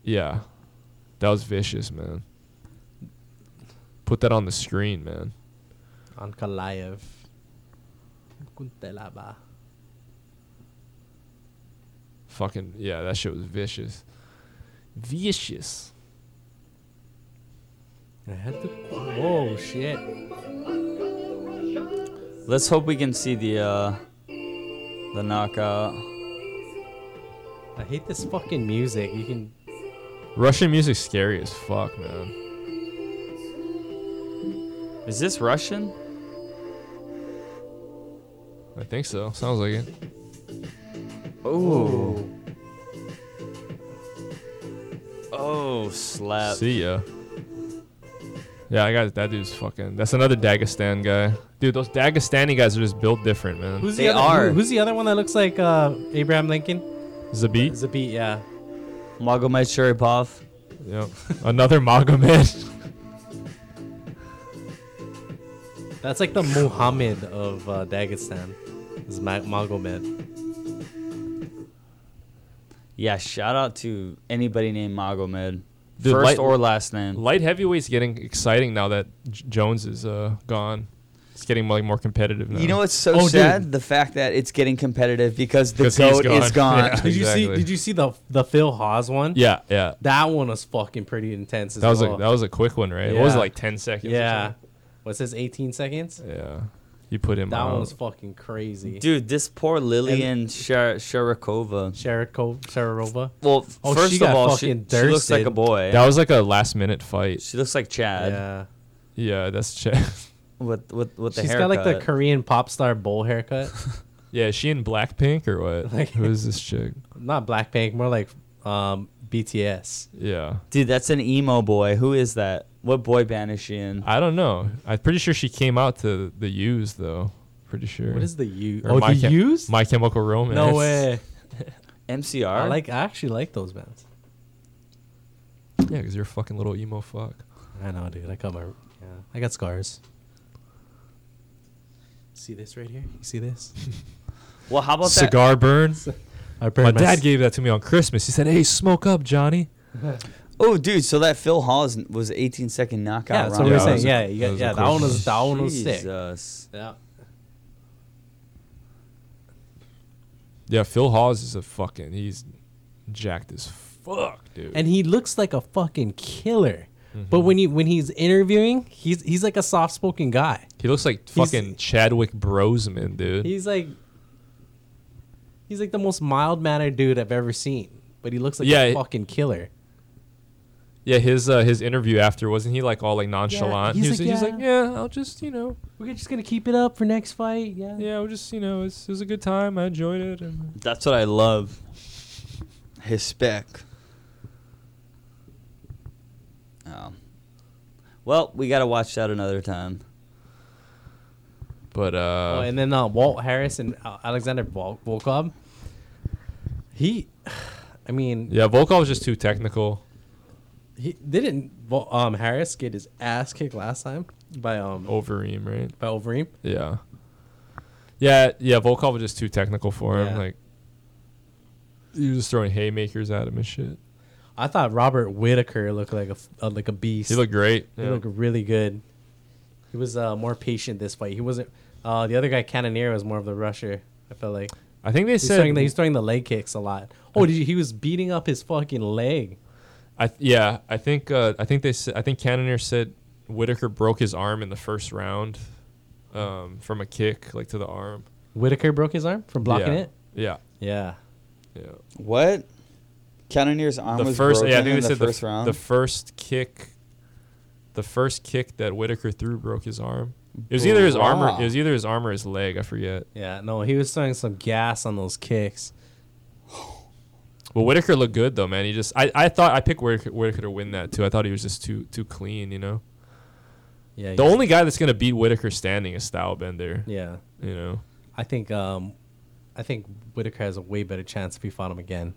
B: Yeah, that was vicious, man. Put that on the screen, man.
A: Ankalaev. Kuntelaba.
B: Fucking yeah, that shit was vicious. Vicious.
A: I had to. Whoa, shit.
E: Let's hope we can see the uh the knockout.
A: I hate this fucking music. You can.
B: Russian music's scary as fuck, man.
E: Is this Russian?
B: I think so. Sounds like it.
E: Oh. Oh, slap.
B: Uh, See ya. Yeah, I got that dude's fucking. That's another Dagestan guy. Dude, those Dagestani guys are just built different, man.
A: Who's
E: They
A: the other,
E: are.
A: who- who's the other one that looks like uh, Abraham Lincoln?
B: Zabit.
A: Zabit, yeah.
E: Magomed Sharipov.
B: Yep. Another Magomed.
A: That's like the Muhammad of uh, Dagestan. Is Ma- Magomed.
E: Yeah, shout out to anybody named Magomed.
B: Dude,
E: First
B: light-
E: or last name.
B: Light heavyweight's getting exciting now that J- Jones is uh gone. It's getting like more competitive now.
E: You know what's so
A: Oh, dude.
E: sad? The fact that it's getting competitive because the
B: 'Cause he's
E: goat
B: gone.
E: is gone.
B: Yeah.
A: Did you see?
B: Exactly.
A: Did you see the the Phil Haas one?
B: Yeah, yeah.
A: That one was fucking pretty intense as
B: That was a
A: well.
B: that was a quick one, right? What was it
A: Yeah.
B: like ten seconds? or
A: yeah.
B: something?
A: What's this? 18 seconds.
B: Yeah. You put him
A: That
B: out.
A: one was fucking crazy.
E: Dude, this poor Lillian Shar- Sharikova.
A: Shariko, Shararova.
E: Well, f-
A: Oh,
E: first
A: she
E: of
A: got
E: all, she,
A: fucking
E: she looks like a
A: thirsted.
E: boy.
B: that was like a last minute fight.
E: she looks like Chad
A: Yeah.
B: Yeah, that's ch-
E: with with with the
A: She's
E: haircut.
A: got like the Korean pop star bowl haircut.
B: Yeah, is she in Blackpink or what?
A: Like-
B: Who is this chick?
A: Not Blackpink, more like um, BTS.
B: Yeah.
E: Dude, that's an emo boy. Who is that? What boy band is she in?
B: I don't know. I'm pretty sure she came out to the U's though. Pretty sure.
A: What is the U?
B: Or
A: Oh,
B: My
A: the
B: Chem-
A: U's?
B: My Chemical Romance?
A: No way.
E: MCR.
A: I like. I actually like those bands.
B: Yeah, because you're a fucking little emo fuck.
A: I know, dude. I got my. Yeah, I got scars. See this right here? You see this?
E: Well, how about that?
B: Cigar burn.
A: I
B: My
A: burned
B: dad gave that to me on Christmas. He said, "Hey, smoke up, Johnny."
E: Oh, dude, so that Phil Hawes was 18 second knockout.
A: Yeah, that's what
E: round.
A: we were
B: Yeah, that
A: saying.
B: was a-
A: Yeah, you
B: that
A: got,
B: was
A: yeah.
B: a
A: That
B: cool
A: one was that one was sick.
E: Jesus.
A: Yeah.
B: Yeah, Phil Hawes is a fucking. He's jacked as fuck, dude.
A: and he looks like a fucking killer.
B: Mm-hmm.
A: But when you when he's interviewing, he's he's like a soft spoken guy.
B: he looks like fucking Chadwick Brosman, dude.
A: He's like he's like the most mild mannered dude I've ever seen. But he looks like
B: Yeah,
A: a
B: it-
A: fucking killer.
B: Yeah, his uh, his interview after wasn't he like all like nonchalant?
A: he's
B: he was
A: like,
B: he was
A: "Yeah."
B: like, yeah, I'll just you know,
A: We're just gonna keep it up for next fight. Yeah.
B: yeah, we'll just you know, it was, it was a good time. I enjoyed it. And
F: That's what I love.
E: His spec. Um,
F: Well, we gotta watch that another time.
B: but uh,
A: Oh, and then uh, Walt Harris and uh, Alexander Vol- Volkov. He, I mean,
B: yeah, Volkov was just too technical.
A: he didn't Vol- um Harris get his ass kicked last time by um
B: Oh. Overeem, right?
A: by Overeem.
B: Yeah. Yeah, yeah. Volkov was just too technical for him.
A: Yeah.
B: Like he was just throwing haymakers at him and shit.
A: I thought Robert Whitaker looked like a f- uh, like a beast.
B: He looked great.
A: He
B: yeah.
A: looked really good. He was uh, more patient this fight. He wasn't. Uh, the other guy, Cannoneer, was more of the rusher. I felt like
B: I think they
A: he's throwing,
B: said.
A: the, he's throwing the leg kicks a lot. Oh, did you, he was beating up his fucking leg.
B: I th- yeah, I think uh, I think they said, I think Cannoneer said Whitaker broke his arm in the first round um, from a kick like to the arm.
A: Whitaker broke his arm from blocking
B: Yeah.
A: it.
B: Yeah,
A: Yeah,
B: yeah.
E: what? Cannoneer's arm
B: the
E: was
B: first
E: broken
B: yeah, I think
E: in
B: they
E: the
B: said
E: first
B: the, f-
E: round.
B: the first kick the first kick that Whitaker threw broke his arm. It was either his arm or
E: Bruh.
B: it was either his arm or his leg, I forget.
A: yeah. No, he was throwing some gas on those kicks.
B: Well, Whitaker looked good though, man. He just I, I thought I picked Whitaker, Whitaker to win that too. I thought he was just too too clean, you know.
A: Yeah,
B: The
A: he-
B: only guy that's gonna beat Whitaker standing is Stylebender.
A: yeah.
B: You know,
A: I think um, I think Whitaker has a way better chance if he fought him again.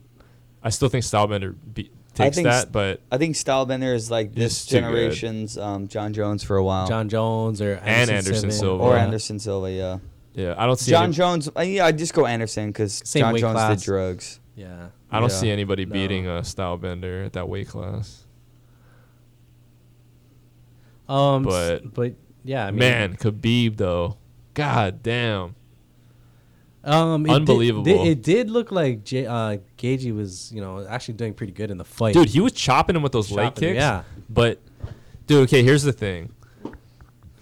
B: I still think Stylebender be, takes
E: think
B: that,
E: s-
B: but
E: I think Stylebender is like this
B: He's too good.
E: generation's um, John Jones for a while.
A: John Jones or
B: Oh. And
A: Anderson
B: Anderson Silva.
E: or
A: Yeah.
E: Anderson Silva, yeah.
B: yeah, I don't see
E: John
B: any-
E: Jones, uh, yeah, I just go Anderson because
A: Same
E: John
A: weight
E: Jones
A: class.
E: did drugs.
A: Yeah,
B: I don't
E: yeah,
B: see anybody
A: no.
B: beating a Stylebender at that weight class.
A: um, but
B: But-
A: but yeah, I mean,
B: man, Khabib though, god damn.
A: um, it did-
B: Unbelievable.
A: did- it did look like J, uh, Gagey was you know actually doing pretty good in the fight,
B: dude he was chopping him with those leg
A: Chopping him,
B: kicks
A: yeah.
B: but dude okay here's the thing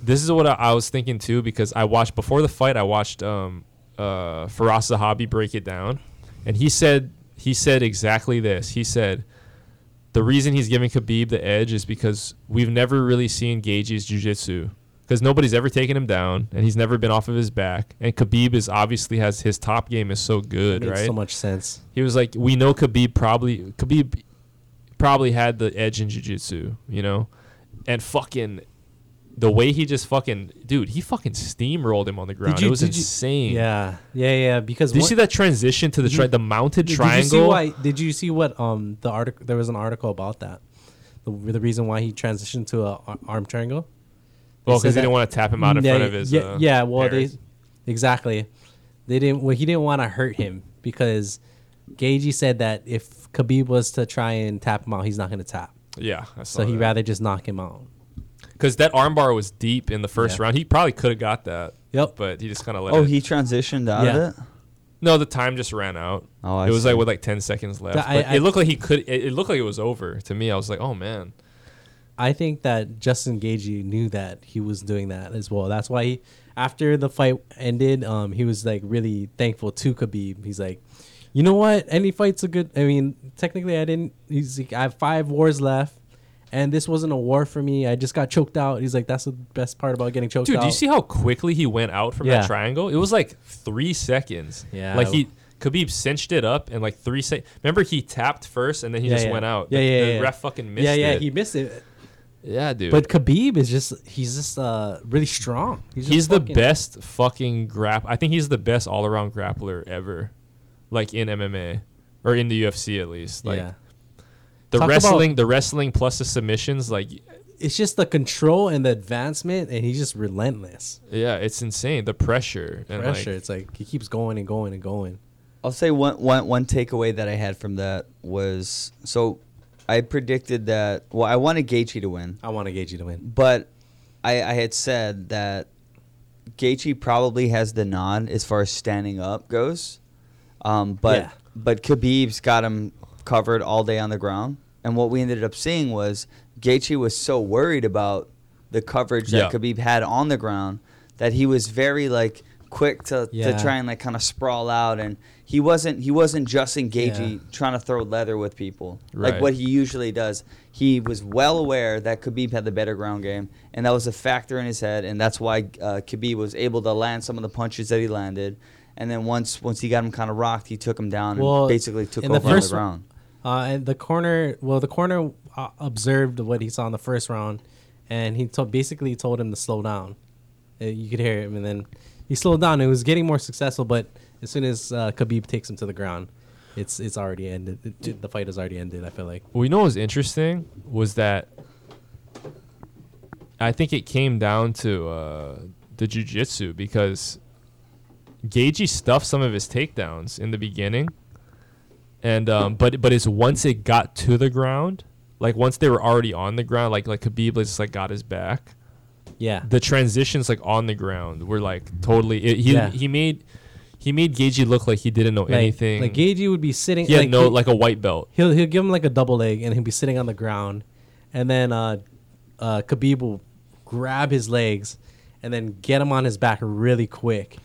B: this is what I, I was thinking too because i watched before the fight i watched um uh faraz zahabi break it down and he said he said exactly this he said the reason he's giving khabib the edge is because we've never really seen Gage's jiu-jitsu because nobody's ever taken him down and he's never been off of his back and khabib is obviously has his top game is so
A: It
B: good
A: made
B: right
A: so much sense.
B: he was like, we know Khabib probably Khabib probably had the edge in jiu-jitsu, you know, and fucking the way he just fucking dude, he fucking steamrolled him on the ground.
A: you-
B: it was
A: did you-
B: insane.
A: Yeah, yeah, yeah. Because
B: Did you
A: one-
B: see that transition to the tri-
A: Did-
B: the mounted
A: did
B: triangle?
A: you see why? Did you see what um the article? There was an article about that. The, the reason why he transitioned to a ar- arm triangle.
B: well,
A: They said
B: because he
A: that-
B: didn't want to tap him out in
A: yeah,
B: front of his
A: yeah,
B: uh,
A: yeah well
B: parents.
A: they exactly they didn't well he didn't want to hurt him because Gagey said that if Khabib was to try and tap him out he's not going to tap
B: Oh, yeah.
A: so he rather just knock him out
B: because that armbar was deep in the first
A: Yeah.
B: round. He probably could have got that.
A: Yep.
B: but he just kind of let.
E: Oh,
B: it.
E: he transitioned out
A: Yeah.
E: of it.
B: No, the time just ran out.
E: Oh, I
B: it was
E: see.
B: like with like ten seconds left.
A: I-
B: but
A: I-
B: it looked like he could. It, it looked like it was over to me. I was like, oh man.
A: I think that Justin Gagey knew that he was doing that as well that's why he after the fight ended um he was like really thankful to Khabib he's like you know what any fight's a good I mean technically I didn't he's like I have 5 wars left and this wasn't a war for me. I just got choked out. He's like, that's the best part about getting choked
B: Dude,
A: out.
B: do you see how quickly he went out from
A: Yeah.
B: that triangle? It was like three seconds.
A: Yeah.
B: Like he Khabib cinched it up and like three seconds. Remember he tapped first and then he
A: Yeah,
B: just
A: yeah.
B: went out.
A: Yeah,
B: the,
A: yeah,
B: the
A: yeah.
B: ref fucking missed
A: yeah, yeah,
B: it.
A: he missed it.
B: yeah, dude.
A: But Khabib is just—he's just uh, really strong. just
B: he's the
A: fucking-
B: best fucking grap. I think he's the best all around grappler ever, like in MMA or in the UFC at least. Like
A: yeah,
B: the
A: Talk about-
B: wrestling, the wrestling plus the submissions, like
A: it's just the control and the advancement, and he's just relentless.
B: yeah, it's insane. The pressure, and like,
A: Pressure. it's like he keeps going and going and going.
E: I'll say one, one, one takeaway that I had from that was so I predicted that. Well, I wanted Gaethje to win,
A: I want to gauge you to win.
E: but I, I had said that Gaethje probably has the nod as far as standing up goes. Um, but
A: Yeah.
E: but Khabib's got him covered all day on the ground, and what we ended up seeing was Gaethje was so worried about the coverage that
B: Yeah.
E: Khabib had on the ground that he was very like quick to,
A: Yeah.
E: to try and like kind of sprawl out and he wasn't he wasn't just engaging
A: Yeah.
E: trying to throw leather with people
B: Right.
E: like what he usually does he was well aware that Khabib had the better ground game and that was a factor in his head and that's why uh, Khabib was able to land some of the punches that he landed and then once once he got him kind of rocked he took him down
A: Well,
E: and basically took
A: in
E: over
A: the
E: on
A: first
E: the ground
A: Uh, and the corner, well, the corner uh, observed what he saw in the first round, and he to- basically told him to slow down. Uh, you could hear him, and then he slowed down. It was getting more successful, but as soon as uh, Khabib takes him to the ground, it's it's already ended. It- it- the fight has already ended. I feel like.
B: Well, you know what was interesting was that I think it came down to uh, the jujitsu because Gagey stuffed some of his takedowns in the beginning, and um, but but it's once it got to the ground, like once they were already on the ground, like like Khabib just like got his back.
A: Yeah.
B: The transitions like on the ground were like totally. It, he
A: Yeah.
B: he made he made Gagey look like he didn't know
A: Like-
B: anything.
A: Like Gagey would be sitting.
B: he had
A: like,
B: no
A: he-
B: like a white belt.
A: He'll he'll give him like a double leg, and he'll be sitting on the ground, and then uh, uh, Khabib will grab his legs, and then get him on his back really quick.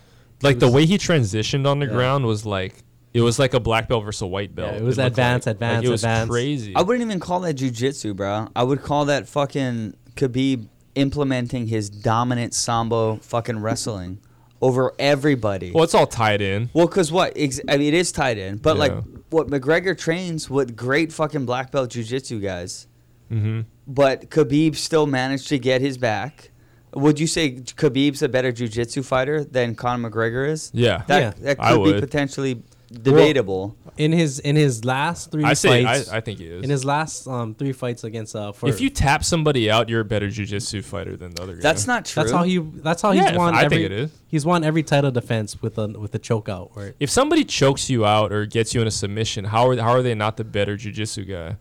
B: like the
A: was-
B: way he transitioned on the
A: Yeah.
B: ground was like it was like a black belt versus a white belt.
A: Yeah, it was
B: looked
A: advance, advance,
B: it was
A: advance.
B: crazy.
E: I wouldn't even call that jujitsu, bro. I would call that fucking Khabib implementing his dominant sambo fucking wrestling over everybody.
B: well, it's all tied in.
E: Well, because what? Ex- I mean, it is tied in, but like
B: Yeah.
E: what McGregor trains with great fucking black belt jujitsu guys,
B: Mm-hmm.
E: but Khabib still managed to get his back. Would you say Khabib's a better jujitsu fighter than Conor McGregor is?
B: Yeah,
E: That,
A: Yeah.
E: that could
B: I
E: be
B: would.
E: potentially debatable.
A: in his in his last three
B: I say I,
A: fights
B: I think he is.
A: in his last um three fights against uh for,
B: if you tap somebody out, you're a better jujitsu fighter than the other guy.
E: that's not true.
A: that's how he that's how
B: Yeah,
A: he's won
B: I
A: every
B: think it is.
A: he's won every title defense with a with a choke out or
B: If somebody chokes you out or gets you in a submission, how are how are they not the better jujitsu guy?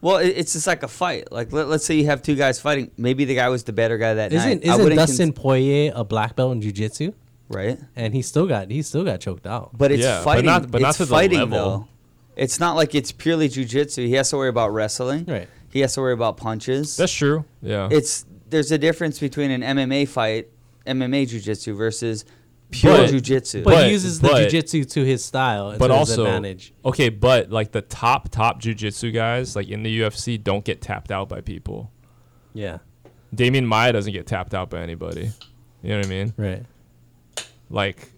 E: Well, it, it's just like a fight. Like let, let's say you have two guys fighting. Maybe the guy was the better guy that
A: isn't
E: night. I
A: isn't
E: wouldn't
A: Dustin
E: cons-
A: Poirier a black belt in jiu-jitsu
E: right?
A: and he still got he still got choked out
E: But it's
B: Yeah, but
E: fighting.
B: not- but not
E: it's
B: to the
E: fighting
B: level.
E: though. It's not like it's purely jujitsu. He has to worry about wrestling.
A: Right.
E: He has to worry about punches.
B: That's true. Yeah,
E: it's there's a difference between an MMA fight, MMA jujitsu versus pure
B: But-
E: jujitsu.
A: but,
B: but-
A: he uses the
B: but-
A: jiu-jitsu to his style and
B: but
A: to his
B: also
A: advantage
B: okay, but like the top top jujitsu guys like in the UFC don't get tapped out by people.
A: yeah
B: Damien Maya doesn't get tapped out by anybody. You know what I mean?
A: right
B: like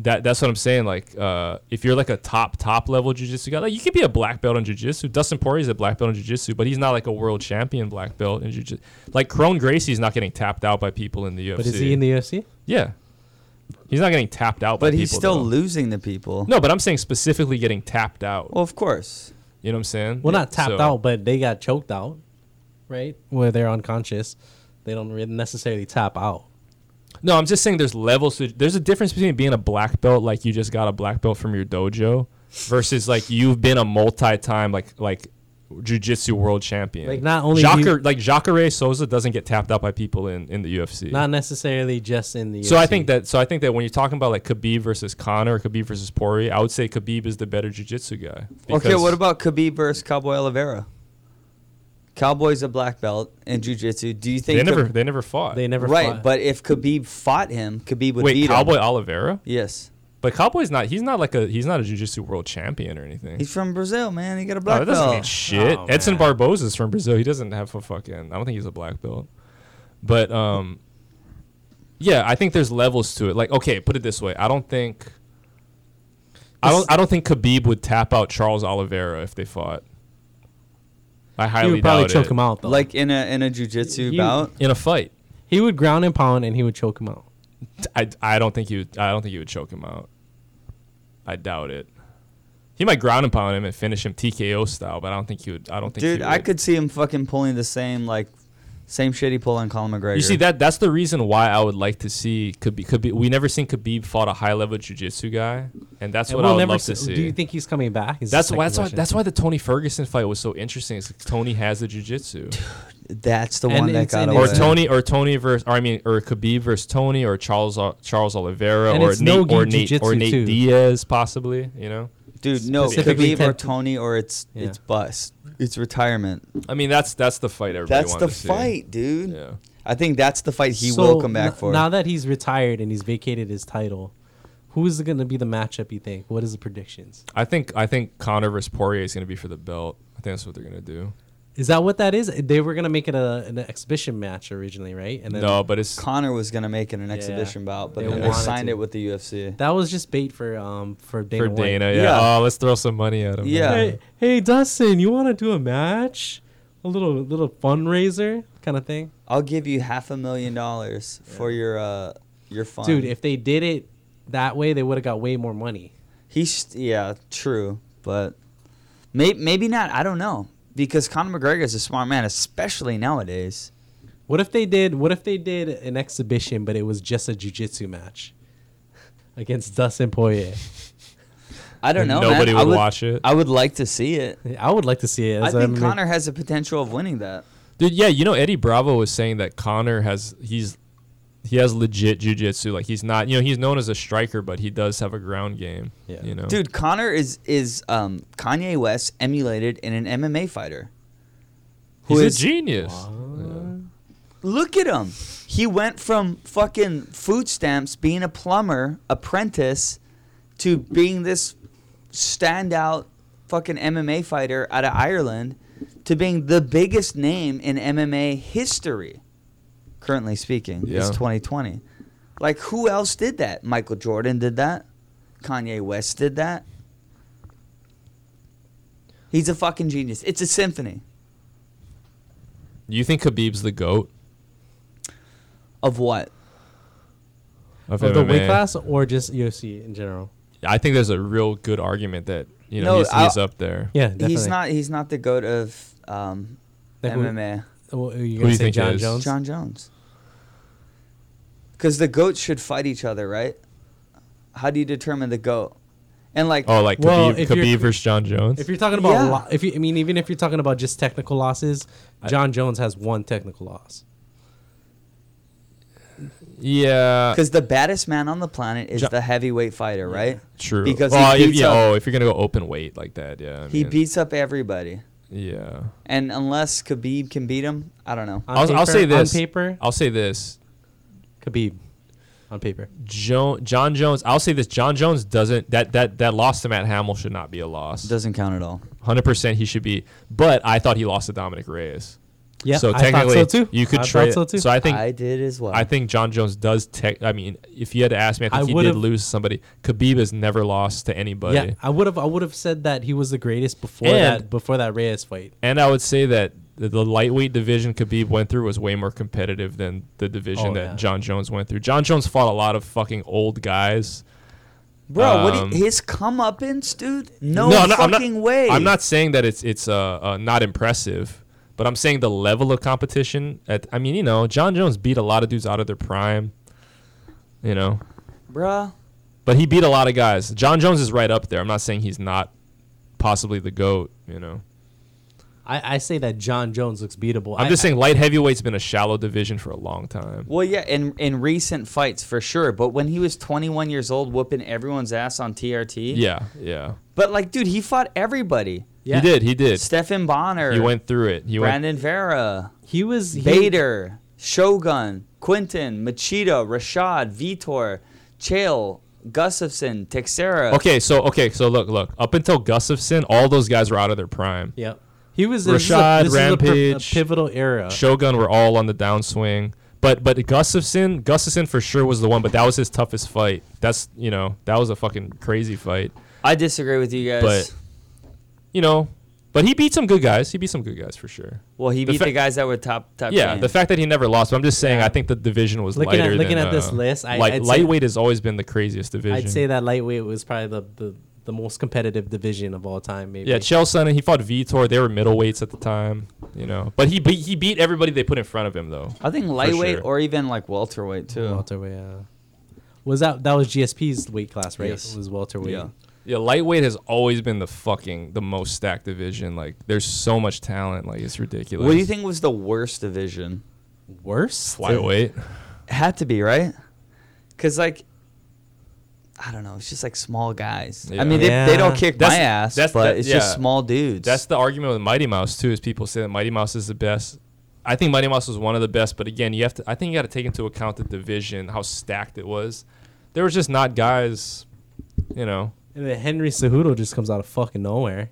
B: that that's what I'm saying. Like uh, if you're like a top top level jujitsu guy, like you could be a black belt in jujitsu. Dustin Poirier's a black belt in jujitsu, but he's not like a world champion black belt in jujitsu. Like Crone Gracie's not getting tapped out by people in the UFC.
A: but is he in the UFC
B: yeah, he's not getting tapped out.
E: but
B: by
E: he's
B: people,
E: still
B: though.
E: losing the people.
B: No, but I'm saying specifically getting tapped out.
E: Well, of course.
B: you know what I'm saying?
A: well not tapped
B: So-
A: out but they got choked out right where they're unconscious they don't really necessarily tap out
B: No, I'm just saying there's levels. To, there's a difference between being a black belt, like you just got a black belt from your dojo, versus like you've been a multi-time like like jujitsu world champion.
A: Like, not only
B: Jacare,
A: you-
B: like Jacare Souza doesn't get tapped out by people in in the UFC.
A: not necessarily just in the
B: so I
A: UFC.
B: think that so I think that when you're talking about like Khabib versus Connor, or Khabib versus Poirier, I would say Khabib is the better jujitsu guy.
E: okay,
B: because-
E: what about Khabib versus Cowboy Oliveira? Cowboy's a black belt in jujitsu. Do you think
B: they never
E: Khab-
B: they never fought?
A: they never
E: right?
A: fought.
E: But if Khabib fought him, Khabib would
B: Wait,
E: beat
B: Cowboy
E: him.
B: Oliveira?
E: Yes,
B: But Cowboy's not. He's not like a. He's not a jujitsu world champion or anything.
E: he's from Brazil, man. He got a
B: Oh,
E: black
B: that doesn't mean
E: belt.
B: shit.
A: Oh,
B: Edson
A: man.
B: Barboza's from Brazil. He doesn't have a fucking. I don't think he's a black belt. But um, yeah, I think there's levels to it. Like, okay, put it this way. I don't think. I don't. I don't think Khabib would tap out Charles Oliveira if they fought. I highly
A: he would probably
B: doubt
A: choke
B: it.
A: him out though.
E: like in a in a jujitsu
A: You-
E: bout.
B: in a fight.
A: he would ground and pound and he would choke him out.
B: I, I don't think he would, I don't think he would choke him out. I doubt it. He might ground and pound him and finish him TKO style, but I don't think he would. I don't think. he
E: Dude, I
B: would.
E: could see him fucking pulling the same like same shit he pulled on Colin McGregor.
B: You see that that's the reason why I would like to see Khabib. Khabib we never seen Khabib fought a high level jiu-jitsu guy, and that's
A: And
B: what
A: we'll
B: I would
A: never
B: love to
A: s-
B: see.
A: Do you think he's coming back? Is the
B: that's
A: second
B: why that's why
A: question.
B: that's why the Tony Ferguson fight was so interesting. Is 'cause Tony has the jiu-jitsu,
E: That's the
A: And
E: one that
A: it's-
E: got
A: and
E: away.
B: or
A: it's-
B: Tony or Tony versus or I mean or Khabib versus Tony or Charles Ol- Charles Oliveira
A: And
B: or
A: it's
B: Nate,
A: no-gi
B: or Nate or
A: jiu-jitsu,
B: Nate
A: too.
B: Diaz possibly. You know,
E: Dude, no,
A: specifically
E: Khabib or
A: Ted-
E: Tony, or it's
A: Yeah.
E: it's bust. It's retirement.
B: I mean that's that's the fight everybody.
E: That's
B: wanted
E: the
B: to see.
E: fight, dude.
B: Yeah.
E: I think that's the fight he
A: So,
E: will come back
A: n-
E: for.
A: Now that he's retired and he's vacated his title, who's going to be the matchup? You think? What is the predictions?
B: I think I think Conor versus Poirier is going to be for the belt. I think that's what they're going to do.
A: Is that what that is? They were going to make it a, an exhibition match originally, right? And
B: no, but it's
E: Connor was gonna make it an exhibition bout, but
A: They
E: then they
A: wanted
E: signed
A: to.
E: it with the UFC.
A: that was just bait for um for Dana.
B: for
A: White.
B: Dana. Yeah.
E: Yeah.
B: Oh, let's throw some money at him.
E: Yeah.
A: Hey, hey, Dustin, you want to do a match? A little little fundraiser kind of thing.
E: I'll give you half a million dollars for your uh your fund.
A: Dude, if they did it that way, they would have got way more money.
E: he's yeah, true, but may, maybe not. I don't know because Conor McGregor is a smart man, especially nowadays.
A: What if they did? What if they did an exhibition, but it was just a jujitsu match against Dustin Poirier?
E: I don't
B: And
E: know.
B: nobody
E: man. I
B: would watch it.
E: I would like to see it.
A: I would like to see it.
E: I
A: as a
E: think
A: ma-
E: Connor has the potential of winning that.
B: Dude, yeah, you know Eddie Bravo was saying that Connor has he's he has legit jujitsu. Like he's not, you know, he's known as a striker, but he does have a ground game.
A: Yeah.
B: you know,
E: Dude, Connor is is um, Kanye West emulated in an MMA fighter. who
B: he's
E: is-
B: a genius.
E: Look at him. He went from fucking food stamps, being a plumber apprentice, to being this standout fucking MMA fighter out of Ireland, to being the biggest name in MMA history. Currently speaking,
B: Yeah.
E: it's 2020. Like who else did that? Michael Jordan did that. Kanye West did that. He's a fucking genius. It's a symphony
B: You think Khabib's the goat
E: of what?
B: of,
A: of the weight
B: MMA?
A: class or just UFC in general?
B: I think there's a real good argument that you
E: No,
B: know he's,
E: I-
B: he's up there.
A: Yeah, definitely.
E: He's not. He's not the goat of um,
A: Like who-
E: MMA.
A: Well, are you
B: Who do
A: gonna
B: you
A: say
B: think it
A: John
B: is?
A: Jones?
E: John Jones. Because the goats should fight each other, right? How do you determine the goat? And like,
B: Oh, like
A: Well,
B: Khabib,
A: if you're-
B: Khabib versus John Jones.
A: If you're talking about,
E: Yeah.
A: lo- if you, I mean, even if you're talking about just technical losses, John Jones has one technical loss.
B: yeah,
E: because the baddest man on the planet is
B: Jo-
E: the heavyweight fighter, right?
B: true.
E: because
B: well,
E: he
B: if,
E: beats
B: yeah,
E: up-
B: oh, if you're gonna go open weight like that, yeah, I
E: He
B: mean,
E: beats up everybody,
B: yeah.
E: and unless Khabib can beat him, I don't know.
A: On
B: I'll, I'll
A: paper-
B: say this.
A: on paper,
B: I'll say this.
A: Khabib, on paper.
B: Jo- John Jones. I'll say this. John Jones doesn't. That that that loss to Matt Hamill should not be a loss.
E: Doesn't count at all.
B: Hundred percent, he should be. But I thought he lost to Dominic Reyes.
A: Yeah,
B: So
A: I thought
B: technically,
A: so too.
B: you could
A: I thought
B: trade.
A: so
B: So,
A: too.
B: I think
E: I
B: I,
E: did as well.
B: think John Jones does. Tech. I mean, if you had to ask me, I
A: I
B: think he did
A: would've-
B: lose somebody. Khabib has never lost to anybody.
A: yeah, I would have, I would have said that he was the greatest before
B: And-
A: that, before that Reyes fight.
B: And I would say that the, the lightweight division Khabib went through was way more competitive than the division
A: Oh,
B: that
A: yeah.
B: John Jones went through. John Jones fought a lot of fucking old guys.
E: Bro, what
B: um,
E: do you, his comeuppance, dude? No,
B: I'm not-
E: fucking
B: I'm not,
E: way.
B: I'm not saying that it's it's uh, uh not impressive, but I'm saying the level of competition. At I mean, you know, John Jones beat a lot of dudes out of their prime. You know,
E: Bruh,
B: but he beat a lot of guys. John Jones is right up there. I'm not saying he's not possibly the goat. You know,
A: I, I say that John Jones looks beatable.
B: I'm
A: I-
B: just
A: I-
B: saying light heavyweight's been a shallow division for a long time.
E: Well, yeah, in in recent fights for sure. But when he was 21 years old, whooping everyone's ass on TRT.
B: Yeah, yeah,
E: But like, dude, he fought everybody.
A: yeah,
B: He did. He did.
E: Stefan Bonner.
B: He went through it. He went.
E: Brandon Vera,
A: He was he,
E: Bader, Shogun, Quinton, Machida, Rashad, Vitor, Chael, Gustafson, Texera.
B: Okay, so okay, so look, look. Up until Gustafson, all those guys were out of their prime.
A: Yeah, he was. this is a-
B: Rashad,
A: this is a pri- a
B: Rampage,
A: pivotal era.
B: Shogun were all on the downswing. But but Gustafson, Gustafson for sure was the one, but that was his toughest fight. That's you know, that was a fucking crazy fight.
E: I disagree with you guys.
B: But you know, but he beat some good guys. He beat some good guys for sure.
E: well, he
B: the
E: beat
B: fa-
E: the guys that were top top.
B: Yeah,
E: ten.
B: the fact that he never lost, but I'm just saying I think the division was
A: Looking at-
B: lighter
A: looking
B: than,
A: at this
B: uh,
A: list, I-
B: light-
A: I'd say-
B: lightweight has always been the craziest division.
A: I'd say that lightweight was probably the, the the most competitive division of all time. Maybe.
B: Yeah, Chael Sonnen, he fought Vitor. They were middleweights at the time, you know. But he beat he beat everybody they put in front of him though.
E: I think lightweight
B: sure.
E: or even like welterweight too.
A: Welterweight. yeah. uh, Was that that was GSP's weight class, right?
E: Yes.
A: It was welterweight.
E: Yeah.
B: Yeah, lightweight has always been the fucking the most stacked division. Like there's so much talent, like it's ridiculous.
E: What do you think was the worst division?
A: Worse.
B: Flyweight.
E: had to be right because like i don't know it's just like small guys
B: Yeah.
E: i mean they,
A: Yeah.
E: they don't kick
B: That's-
E: my ass
B: that's-
E: but
B: that-
E: it's just
B: yeah.
E: small dudes
B: That's the argument with Mighty Mouse too, is people say that Mighty Mouse is the best. I think Mighty Mouse was one of the best, but again, you have to. I think you got to take into account the division, how stacked it was. There was just not guys, you know.
A: And then Henry Cejudo just comes out of fucking nowhere.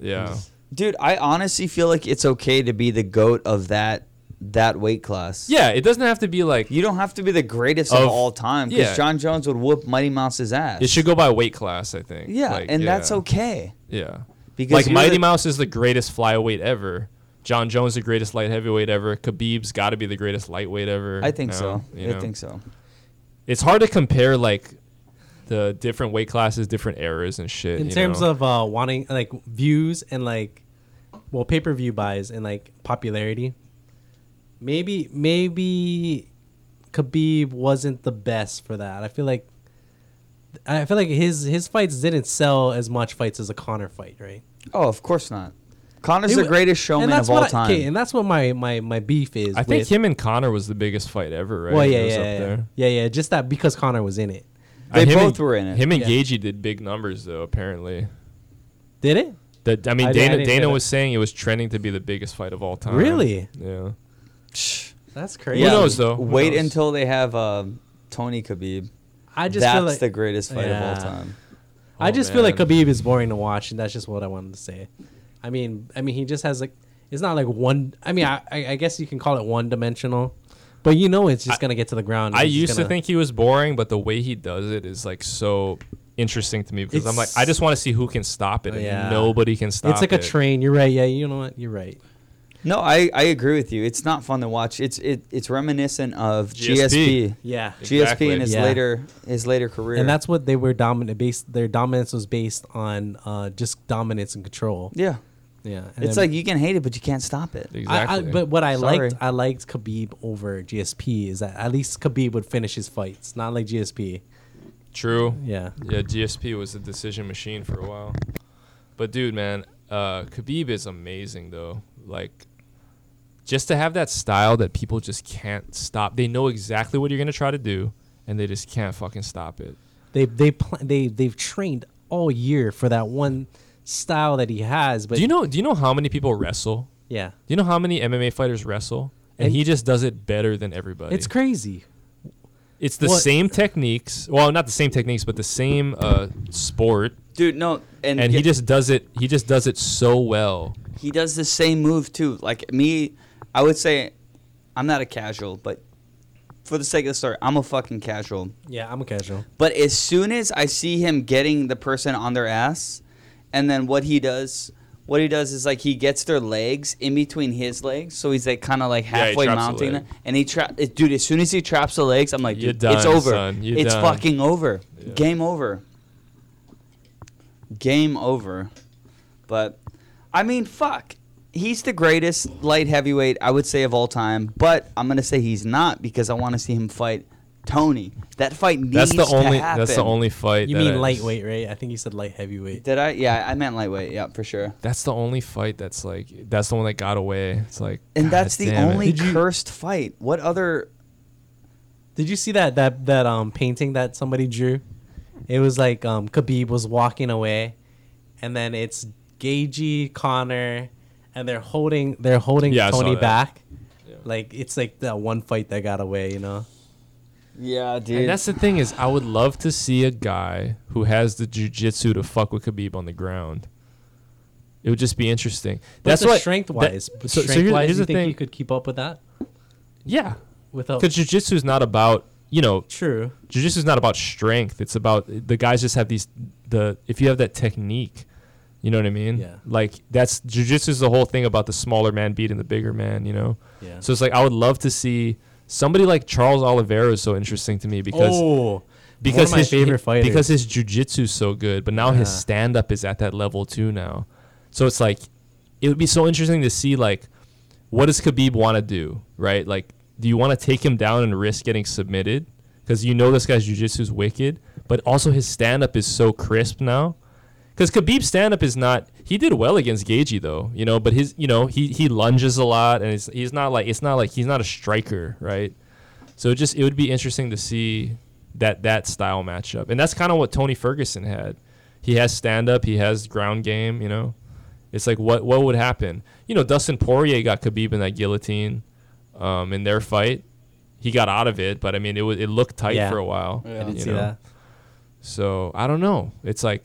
B: Yeah,
E: Dude, I honestly feel like it's okay to be the goat of that that weight class.
B: yeah. It doesn't have to be like
E: You don't have to be the greatest of,
B: Of-
E: all time because
B: yeah.
E: John Jones would whoop Mighty Mouse's ass.
B: it should go by weight class. I think.
E: Yeah,
B: Like,
E: and that's
B: yeah,
E: okay.
B: Yeah,
E: Because
B: like
E: you're
B: Mighty
E: the-
B: Mouse is the greatest flyweight ever. John Jones the greatest light heavyweight ever. Khabib's got to be the greatest lightweight ever.
E: I think
B: now,
E: so.
B: you
E: I
B: know?
E: think so.
B: It's hard to compare like the different weight classes, different eras and shit.
A: in
B: you
A: terms
B: know?
A: of uh, wanting like views and like well pay per view buys and like popularity. Maybe maybe Khabib wasn't the best for that. I feel like I feel like his his fights didn't sell as much fights as a Connor fight, right?
E: Oh, of course not. Connor's
A: It
E: the
A: wa-
E: greatest showman
A: and that's
E: of all
A: what I-
E: time.
A: 'kay, and that's what my my my beef is.
B: I think
A: with-
B: him and Connor was the biggest fight ever, right?
A: Well, yeah,
B: It was
A: yeah,
B: up
A: yeah,
B: there.
A: yeah, yeah. Just that because Connor was in it.
B: Uh,
E: They
B: him
E: both
B: and-
E: were in it.
B: Him and
A: Yeah.
B: Gagey did big numbers though, apparently.
A: Did it?
B: That I mean,
A: I di- I
B: Dana
A: didn't
B: Dana
A: know
B: was saying it was trending to be the biggest fight of all time.
A: Really?
B: Yeah.
A: That's crazy.
B: Who knows, though? Who
E: Wait
B: knows?
E: until they have um, Tony Khabib.
A: I just
E: that's
A: feel like
E: the greatest fight of all
A: Yeah.
E: time.
A: I
B: Oh,
A: just feel like
B: man.
A: Khabib is boring to watch, and that's just what I wanted to say. I mean, I mean, he just has like it's not like one. I mean, I, I I guess you can call it one dimensional, but you know, it's just
B: I-
A: gonna get to the ground. and
B: I
A: it's just
B: used to
A: gonna-
B: think he was boring, but the way he does it is like so interesting to me because I'm like,
A: It's-
B: I just want to see who can stop it, and
A: Yeah.
B: nobody can stop it.
A: it's like a train. You're right. Yeah, you know what? You're right.
E: No, I, I agree with you. It's not fun to watch. It's it, it's reminiscent of
B: GSP.
E: GSP.
A: Yeah,
E: GSP in his
A: Yeah.
E: later his later career.
A: and that's what they were dominant. Based their dominance was based on uh, just dominance and control.
E: yeah.
A: Yeah, and
E: It's
A: then-
E: like you can hate it, but you can't stop it.
A: I, I,
B: Exactly.
A: but what I
E: Sorry.
A: liked, I liked Khabib over GSP is that at least Khabib would finish his fights, not like GSP.
B: True.
A: Yeah.
B: Yeah, GSP was a decision machine for a while. But dude, man, uh, Khabib is amazing though. Like, just to have that style that people just can't stop. They know exactly what you're gonna try to do, and they just can't fucking stop it.
A: They they pl- they they've trained all year for that one style that he has, but
B: Do you know? Do you know how many people wrestle?
A: yeah,
B: Do you know how many MMA fighters wrestle? And,
A: And-
B: he just does it better than everybody.
A: it's crazy.
B: It's the
A: What-
B: same techniques. Well, not the same techniques, but the same uh, sport.
E: Dude, no, and,
B: And he
E: y-
B: just does it. He just does it so well.
E: he does the same move too. Like me, I would say I'm not a casual, but for the sake of the story, I'm a fucking casual.
A: Yeah, I'm a casual.
E: But as soon as I see him getting the person on their ass, and then what he does, what he does is like he gets their legs in between his legs, so he's like kind of like
B: Yeah, he
E: halfway
B: traps the
E: mounting
B: leg.
E: them, and he trap. Dude, as soon as he traps the legs, I'm like,
B: You're
E: dude, it's
B: done,
E: over.
B: son. You're
E: it's
B: done.
E: fucking over.
B: Yeah.
E: Game over. Game over. But I mean, fuck. He's the greatest light heavyweight I would say of all time, but I'm gonna say he's not because I want to see him fight Tony. That fight needs
B: That's the
E: to
B: only.
E: happen.
B: That's the only fight.
A: You
B: that
A: mean
B: I-
A: lightweight, right? I think you said light heavyweight.
E: Did I? Yeah, I meant lightweight. Yeah, for sure.
B: That's the only fight that's like that's the one that got away. It's like
E: And
B: God
E: that's the
B: damn it.
E: only cursed fight. What other?
A: Did you see that that that um painting that somebody drew? It was like um Khabib was walking away, and then it's Gagey Connor, and they're holding they're holding
B: Yeah, I saw
A: Tony
B: that.
A: back.
B: Yeah.
A: Like it's like that one fight that got away, you know.
E: Yeah, dude.
B: And that's the thing is I would love to see a guy who has the jujitsu to fuck with Khabib on the ground. It would just be interesting. that's
A: the
B: what
A: strength
B: that-
A: wise.
B: so, so
A: strength
B: here's,
A: wise,
B: here's
A: you
B: the
A: think
B: thing.
A: you could keep up with that
B: yeah,
A: without.
B: because jujitsu is not about you know
A: True.
B: jujitsu is not about strength. It's about the guys just have these the if you have that technique, you know what I mean?
A: Yeah.
B: Like that's jujitsu is the whole thing about the smaller man beating the bigger man. You know.
A: Yeah.
B: So it's like I would love to see somebody like Charles Oliveira is so interesting to me because
A: oh,
B: because
A: one of my
B: his
A: favorite fighters. Uh-huh.
B: because his jujitsu's so good, but now his
A: Yeah.
B: stand up is at that level too now. So it's like it would be so interesting to see like what does Khabib want to do, right? Like do you want to take him down and risk getting submitted cuz you know this guy's jujitsu's wicked, but also his stand up is so crisp now. Cuz Khabib's stand up is not he did well against Gaethje though, you know, but his you know, he he lunges a lot and it's, he's not like it's not like he's not a striker, right? So it just it would be interesting to see that that style matchup, and that's kind of what Tony Ferguson had. He has stand up, he has ground game, you know, It's like what what would happen? You know, Dustin Poirier got Khabib in that guillotine, um, in their fight. He got out of it, but I mean, it was it looked tight
A: Yeah.
B: for a while.
A: I did
B: you
A: see
B: know?
A: that.
B: So I don't know. It's like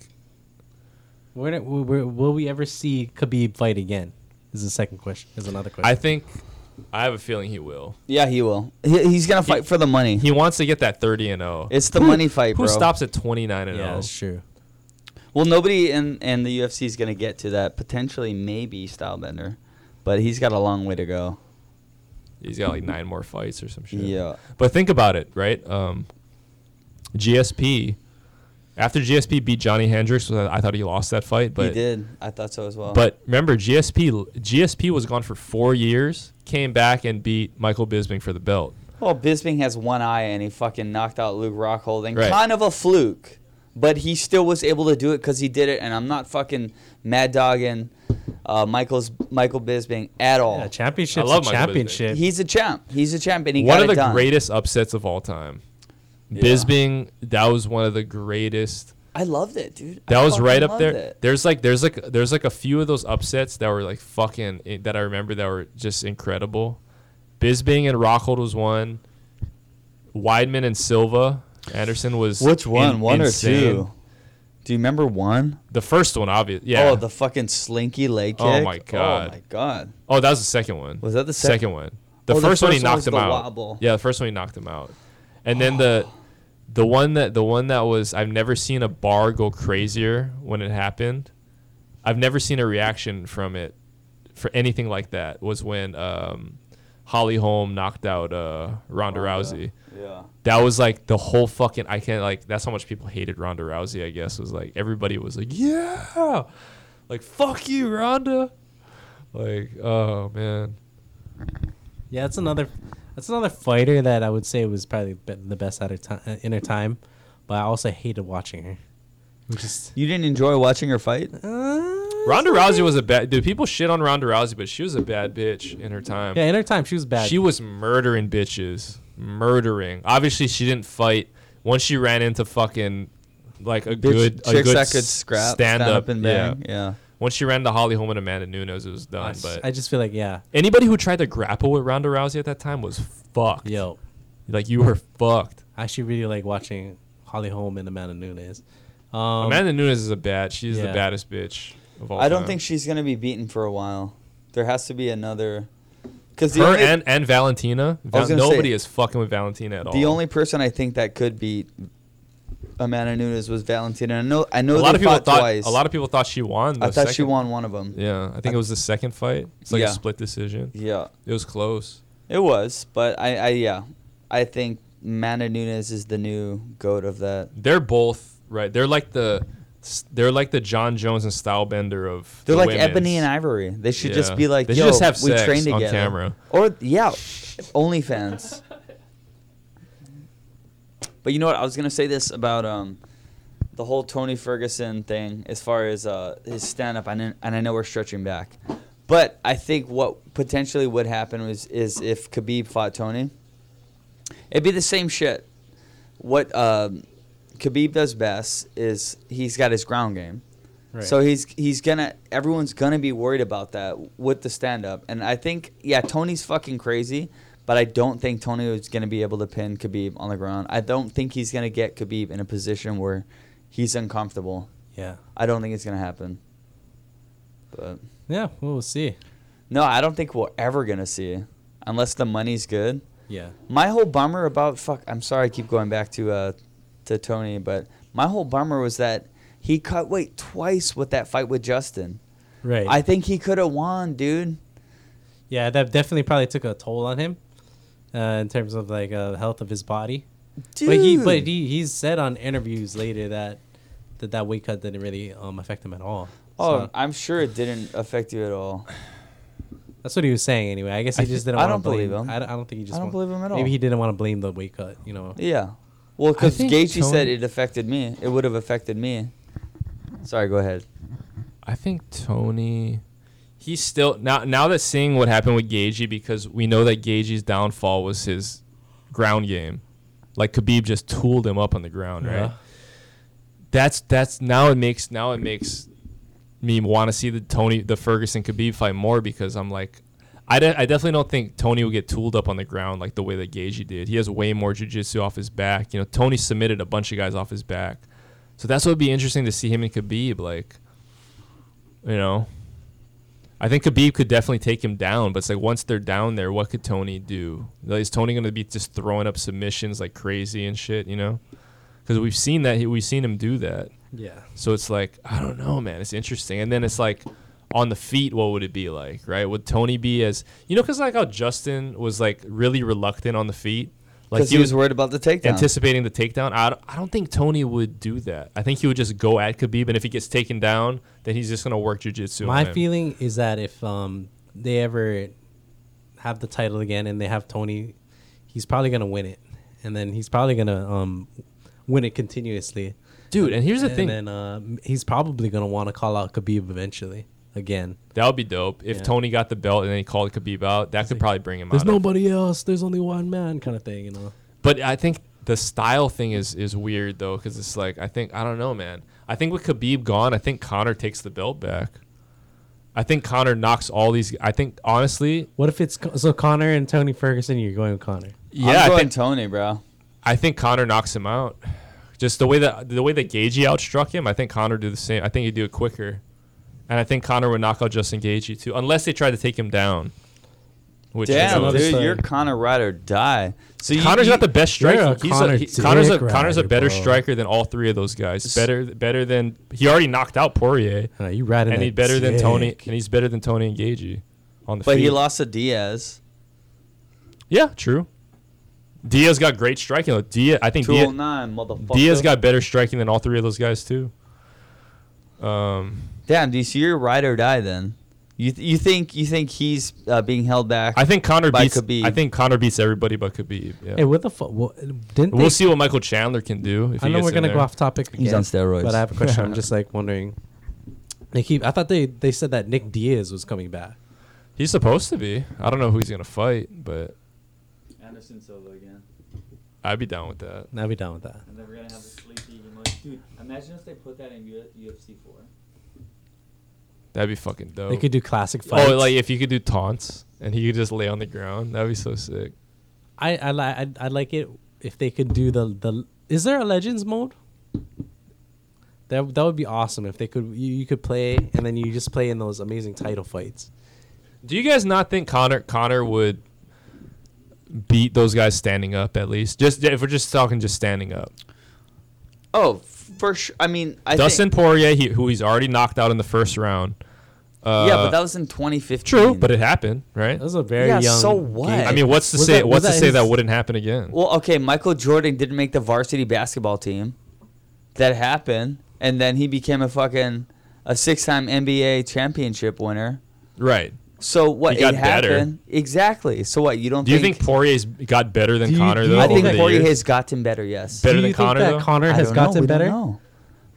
A: Where, did- where- will we ever see Khabib fight again? Is the second question. Is another question.
B: I think I have a feeling he will.
E: Yeah, he will. He, he's gonna fight for the money.
B: He wants to get that thirty and zero.
E: it's the money fight,
B: Who
E: bro.
B: stops at twenty nine and oh?
A: yeah,
B: zero?
A: that's true.
E: Well, nobody in, in the UFC is gonna get to that. Potentially, maybe Stylebender, but he's got a long way to go.
B: He's got like nine more fights or some shit.
E: Yeah.
B: But think about it, right? Um, GSP. After GSP beat Johnny Hendricks, I I thought he lost that fight, but
E: he did. I thought so as well.
B: But remember, GSP l- GSP was gone for four years, came back and beat Michael Bisping for the belt.
E: well, Bisping has one eye, and he fucking knocked out Luke Rockhold, and
B: Right.
E: kind of a fluke, but he still was able to do it because he did it. And I'm not fucking mad dogging uh, Michael's Michael Bisping at all.
A: Yeah, championship's
B: I love
A: a
B: Michael Bispin.
A: championship.
E: He's a champ. He's a champ, and he
B: one
E: got
B: of
E: it
B: the
E: done.
B: greatest upsets of all time. Bisping, that was one of the greatest.
E: I loved it, dude.
B: That
E: I
B: was right
E: fucking
B: up there.
E: loved it.
B: There's like there's like there's like a few of those upsets that were like fucking eh, that I remember that were just incredible. Bisping and Rockhold was one. Weidman and Silva. Anderson was
E: Which one?
B: in-
E: one
B: insane.
E: or two? Do you remember one?
B: The first one, obviously. Yeah.
E: Oh, the fucking slinky leg kick.
B: Oh my God.
E: Oh my god.
B: Oh, that was the second one.
E: Was that the sec-
B: second, one? The,
E: Oh, the
B: first, one he
E: first one
B: knocked
E: was
B: him
E: the
B: out.
E: wobble.
B: Yeah, the first one he knocked him out. And then the the one that the one that was I've never seen a bar go crazier when it happened. I've never seen a reaction from it for anything like that. Was when um, Holly Holm knocked out uh, Ronda Rousey.
E: Oh, Yeah.
B: That was like the whole fucking I can't like that's how much people hated Ronda Rousey. I guess was like everybody was like yeah, like fuck you Ronda. Like oh man.
A: Yeah, that's another that's another fighter that I would say was probably be- the best at her time in her time, but I also hated watching her. Which is
E: You didn't enjoy watching her fight?
B: Ronda Rousey was a bad dude. People shit on Ronda Rousey, but she was a bad bitch in her time.
A: yeah, in her time she was bad.
B: she was murdering bitches, murdering. Obviously, she didn't fight. Once she ran into fucking like a
E: Bitch,
B: good a
E: chicks
B: good
E: that could scrap,
B: stand, up,
E: and
B: yeah.
E: bang. Yeah.
B: Once she ran to Holly Holm and Amanda Nunes, it was done.
A: I, just-
B: but
A: I just feel like yeah,
B: anybody who tried to grapple with Ronda Rousey at that time was fucked.
A: yo,
B: like you were fucked.
A: I actually really like watching Holly Holm and Amanda Nunes. Um,
B: Amanda Nunes is a bad. She's the
A: yeah.
B: baddest bitch of all.
E: I don't
B: time.
E: think she's gonna be beaten for a while. There has to be another. Because the
B: her
E: only,
B: and and Valentina.
E: I was gonna say-
B: nobody is fucking with Valentina at all.
E: the only person I think that could beat Amanda Nunes was Valentina. I know. I
B: a
E: know.
B: lot
E: they
B: of people
E: fought
B: thought
E: twice.
B: a lot of people thought she won. The
E: I thought she
B: second-
E: won one of them.
B: Yeah, I think it was the second fight. It's like
E: Yeah.
B: a split decision.
E: yeah.
B: It was close.
E: It was, but I, I yeah, I think Amanda Nunes is the new goat of that.
B: They're both right. They're like the they're like the John Jones and Stylebender of
E: They're
B: the
E: like
B: women's.
E: Ebony and Ivory. They should just
B: Yeah.
E: be like,
B: They should
E: yo,
B: just have
E: we
B: sex
E: trained
B: on
E: together.
B: camera.
E: Or yeah, OnlyFans. but you know what? I was gonna say this about um, the whole Tony Ferguson thing as far as uh, his stand up, and I- and I know we're stretching back, but I think what potentially would happen was is if Khabib fought Tony, it'd be the same shit. What um, Khabib does best is he's got his ground game.
A: Right.
E: So he's he's gonna everyone's gonna be worried about that with the stand up. And I think yeah, Tony's fucking crazy, but I don't think Tony is gonna be able to pin Khabib on the ground. I don't think he's gonna get Khabib in a position where he's uncomfortable.
A: yeah,
E: I don't think it's gonna happen. But
A: yeah, we'll see.
E: no, I don't think we're ever gonna see it, unless the money's good.
A: Yeah,
E: My whole bummer about fuck. I'm sorry, I keep going back to uh, to Tony, but my whole bummer was that he cut weight twice with that fight with Justin.
A: right.
E: I think he could have won, dude.
A: yeah, that definitely probably took a toll on him uh, in terms of like uh, health of his body.
E: Dude,
A: But he, but he, he's said on interviews later that that, that weight cut didn't really um, affect him at all.
E: oh,
A: So
E: I'm sure it didn't affect you at all.
A: that's what he was saying anyway. I guess he
E: I
A: just
E: thi-
A: didn't.
E: I
A: want
E: don't
A: to blame,
E: believe him.
A: I don't, I don't think he just.
E: don't
A: want-
E: believe him at all.
A: Maybe he didn't want to blame the weight cut. You know.
E: Yeah, well, because
B: think
E: Gaethje
B: Tony-
E: said it affected me. It would have affected me. Sorry, go ahead.
B: I think Tony. He's still now. Now that seeing what happened with Gagey, because we know that Gagey's downfall was his ground game. Like Khabib just tooled him up on the ground, right?
A: Yeah.
B: That's that's now it makes now it makes me want to see the Tony the Ferguson Khabib fight more because I'm like, I, de- I definitely don't think Tony will get tooled up on the ground like the way that Gaige did. He has way more jiu-jitsu off his back. You know, Tony submitted a bunch of guys off his back, so that's what would be interesting to see him and Khabib like. You know, I think Khabib could definitely take him down, but it's like once they're down there, what could Tony do? Like, is Tony going to be just throwing up submissions like crazy and shit? You know, because we've seen that we've seen him do that.
A: Yeah.
B: So it's like I don't know, man. It's interesting. And then it's like on the feet, what would it be like, right? Would Tony be as you know? Because like how Justin was like really reluctant on the feet, like
E: Because he was worried about the takedown.
B: anticipating the takedown. I don't, I don't think Tony would do that. I think he would just go at Khabib, and if he gets taken down, then he's just gonna work jujitsu.
A: My
B: on him.
A: feeling is that if um they ever have the title again and they have Tony, he's probably gonna win it, and then he's probably gonna um win it continuously.
B: dude. And here's the
A: and
B: thing:
A: then uh, he's probably gonna want to call out Khabib eventually again.
B: that would be dope if
A: Yeah.
B: Tony got the belt and then he called Khabib out. That could probably bring him
A: There's
B: out. of-
A: nobody else. There's only one man, kind of thing, you know.
B: But I think the style thing is is weird though, because it's like I think I don't know, man. I think with Khabib gone, I think Connor takes the belt back. I think Connor knocks all these. I think honestly,
A: What if it's Con- so Connor and Tony Ferguson? You're going with Connor.
B: yeah,
E: I'm
B: I
E: going
B: think,
E: Tony, bro.
B: I think Connor knocks him out. Just the way that the way that Gaige outstruck him, I think Connor do the same. I think he'd do it quicker, and I think Connor would knock out Justin Gaige too, unless they try to take him down. Which
A: That's
E: Damn,
A: another
E: dude,
A: side.
E: you're Connor ride or die. So you,
B: Connor's
E: you,
B: got the best
A: You're
B: striker.
A: a
B: He's
A: Connor
B: a, he- Connor's a
A: dick
B: Connor's a
A: rider,
B: better
A: bro.
B: striker than all three of those guys. Better better than he already knocked out Poirier,
A: Uh, you riding?
B: and
A: that
B: he's better than Tony,
A: dick.
B: and he's better than Tony and Gagey on the
E: But
B: feet.
E: he lost to Diaz.
B: Yeah, true. Diaz got great striking though. Diaz, I think Diaz,
E: 209, motherfucker.
B: Diaz got better striking than all three of those guys too.
E: Damn, dude, so you're ride or die then. You, th- you think you think he's uh, being held back?
B: I think Connor
E: By
B: beats.
E: Khabib.
B: I think Connor beats everybody but Khabib. Yeah.
A: Hey, what the fuck? didn't
B: we'll
A: they-
B: see what Michael Chandler can do. If
A: I
B: he
A: know
B: gets
A: we're
B: in
A: gonna
B: there.
A: go off topic. Again,
E: He's on steroids.
A: But I have a question. I'm just like wondering. They keep. I thought they they said that Nick Diaz was coming back.
B: He's supposed to be. I don't know who he's gonna fight, but
F: Anderson Silva again.
B: I'd be down with that.
A: I'll be down with that.
F: And then we're gonna have a sleepy English dude. Imagine if they put that in UFC four.
B: That'd be fucking dope.
A: They could do classic fights.
B: Oh, like if you could do taunts and he could just lay on the ground, that'd be so sick.
A: I I li- I'd, I'd like it if they could do the the. Is there a Legends mode? That that would be awesome if they could. You, you could play and then you just play in those amazing title fights.
B: Do you guys not think Connor Connor would beat those guys standing up at least? Just if we're just talking just standing up.
E: oh, for sure. I mean, I
B: Dustin
E: Think,
B: Poirier, he, who he's already knocked out in the first round. Uh,
E: yeah, but that was in 2015.
B: true, but it happened, right?
A: That was a very
E: Yeah,
A: young.
E: so what?
A: game.
B: I mean, what's to
A: Was
B: say?
A: that- was
B: what's to
A: that
B: say
A: his-
B: that wouldn't happen again?
E: Well, okay, Michael Jordan didn't make the varsity basketball team. That happened, and then he became a fucking a six-time NBA championship winner.
B: right.
E: So what?
B: He got
E: it
B: better.
E: happened exactly. So what? You don't?
B: Do you think Poirier's got better than
A: Do you-
B: Connor
A: do you
B: though?
E: I
A: think
B: over
E: think
B: the
E: Poirier
B: years?
E: has gotten better. Yes.
B: better
A: Do
B: than
A: you think
B: Connor
A: that
B: though?
A: Connor
E: I
A: has
E: don't know,
A: gotten
E: we
A: better?
E: Don't know.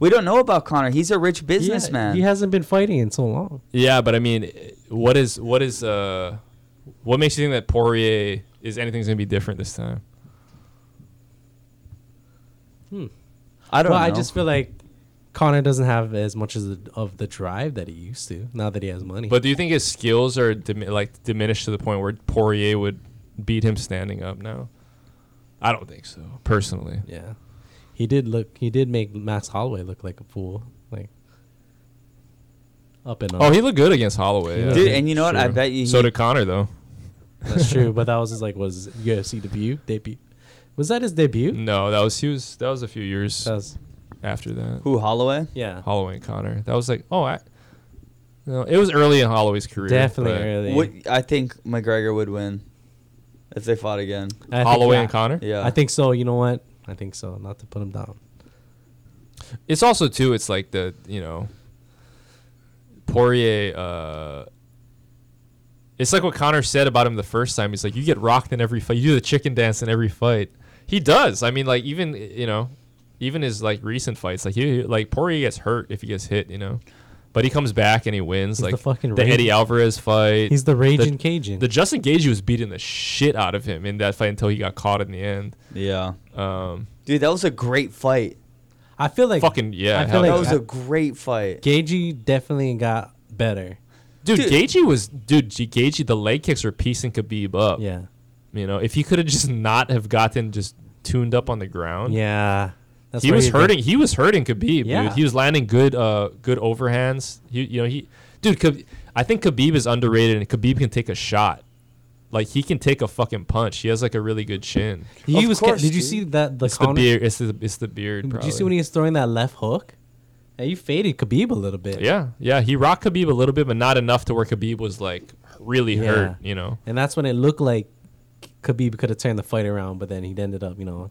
E: We don't know about Connor. He's a rich
A: Yeah,
E: businessman.
A: He hasn't been fighting in so long.
B: Yeah, but I mean, what is what is uh, what makes you think that Poirier is anything's gonna be different this time?
E: I don't
A: well,
E: know.
A: I just feel like Connor doesn't have as much as the, of the drive that he used to now that he has money.
B: But do you think his skills are dimi- like diminished to the point where Poirier would beat him standing up now? I don't think so, personally.
A: yeah, he did look. He did make Max Holloway look like a fool, like up and up.
B: Oh, he looked good against Holloway, yeah.
E: Dude, and you know what? I
B: True.
E: bet you
B: So
E: he-
B: did Connor, though.
A: that's true. But that was his like was UFC debut debut. Was that his debut?
B: No, that was he was that was a few years
E: Oh.
A: That was,
B: after that.
E: who Holloway.
A: yeah,
B: Holloway and Connor. That was like oh, I, no, it was early in Holloway's career.
A: definitely
B: but
A: early.
E: Would, I think McGregor would win if they fought again.
A: I think-
B: Holloway and
A: yeah.
B: Connor.
E: Yeah,
A: I think so. You know what? I think so. Not to put him down.
B: It's also too. It's like the you know, Poirier. Uh, it's like what Connor said about him the first time. He's like, you get rocked in every fight. You do the chicken dance in every fight. He does. I mean, like even you know, even his like recent fights, like he like Poirier gets hurt if he gets hit, you know, but he comes back and he wins.
A: He's the
B: like
A: fucking
B: the
A: rage-
B: Eddie Alvarez fight.
A: He's the raging Cajun.
B: the Justin Gage was beating the shit out of him in that fight until he got caught in the end.
E: yeah,
B: Um,
E: dude, that was a great fight.
A: I feel like
B: Fucking- yeah,
A: I
B: hell
A: feel
E: that
A: like
E: was a great fight.
A: Gagey definitely got better.
B: Dude,
E: Dude.
B: Gaethje was dude. G- Gaethje, the leg kicks were piecing Khabib up.
A: Yeah,
B: You know, if he could have just not have gotten just tuned up on the ground.
A: yeah. That's
B: he
A: where
B: was
A: he'd been-
B: hurting. He was hurting Khabib, dude.
A: Yeah.
B: He was landing good, uh, good overhands. He, you know, he, dude. Khab- I think Khabib is underrated, and Khabib can take a shot. Like he can take a fucking punch. He has like a really good chin.
A: He
E: Of
A: was. ca-
E: course,
A: did you
E: dude.
A: see that the
B: It's the
A: counter?
B: beard. It's the it's the beard.
A: Did
B: Probably.
A: you see when he was throwing that left hook? And you faded Khabib a little bit.
B: Yeah, yeah. He rocked Khabib a little bit, but not enough to where Khabib was like really
A: Yeah.
B: hurt. You know.
A: And that's when it looked like Khabib could have turned the fight around, but then he ended up, you know,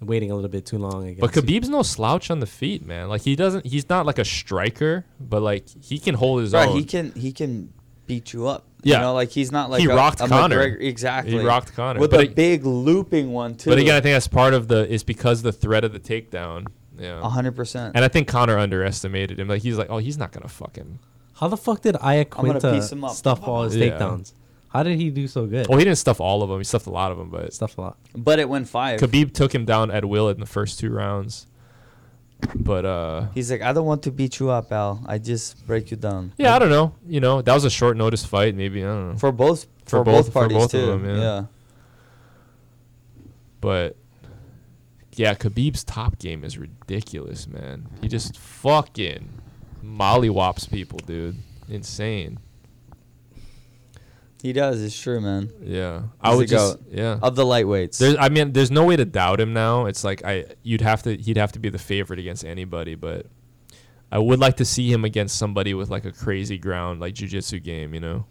A: waiting a little bit too long. I guess.
B: But Khabib's no slouch on the feet, man. Like he doesn't. He's not like a striker, but like he can hold his
E: Right,
B: own.
E: he can he can beat you up.
B: Yeah.
E: you know, like he's not like
B: He
E: a-
B: rocked
E: a
B: Conor.
E: McGregor- exactly.
B: He rocked Conor,
E: with
B: but
E: a
B: it-
E: big looping one too.
B: But again, I think that's part of the is because the threat of the takedown. Yeah.
E: hundred percent.
B: And I think Connor underestimated him. Like he's like, oh, he's not gonna fucking.
A: How the fuck did Aya
E: gonna piece him
A: Quinta
E: up.
A: stuff all his
B: Yeah. Oh,
A: takedowns? How did he do so good?
B: Well, he didn't stuff all of them. He stuffed a lot of them, but
A: Stuff a lot.
E: But it went five.
B: Khabib took him down at will in the first two rounds. But uh,
E: He's like, I don't want to beat you up, Al. I just break you down.
B: yeah, I don't know. You know, that was a short notice fight. Maybe I don't know.
E: For both
B: For
E: for,
B: both-
E: both,
B: for
E: parties
B: both of
E: too.
B: them, yeah.
E: yeah.
B: But yeah, Khabib's top game is ridiculous, man. He just fucking mollywops people, dude. Insane.
E: he does. It's true, man.
B: Yeah, I
E: He's
B: would
E: the
B: just
E: goat.
B: yeah.
E: Of the lightweights,
B: There's, I mean, there's no way to doubt him now. It's like I, you'd have to, he'd have to be the favorite against anybody. But I would like to see him against somebody with like a crazy ground, like jujitsu game, you know?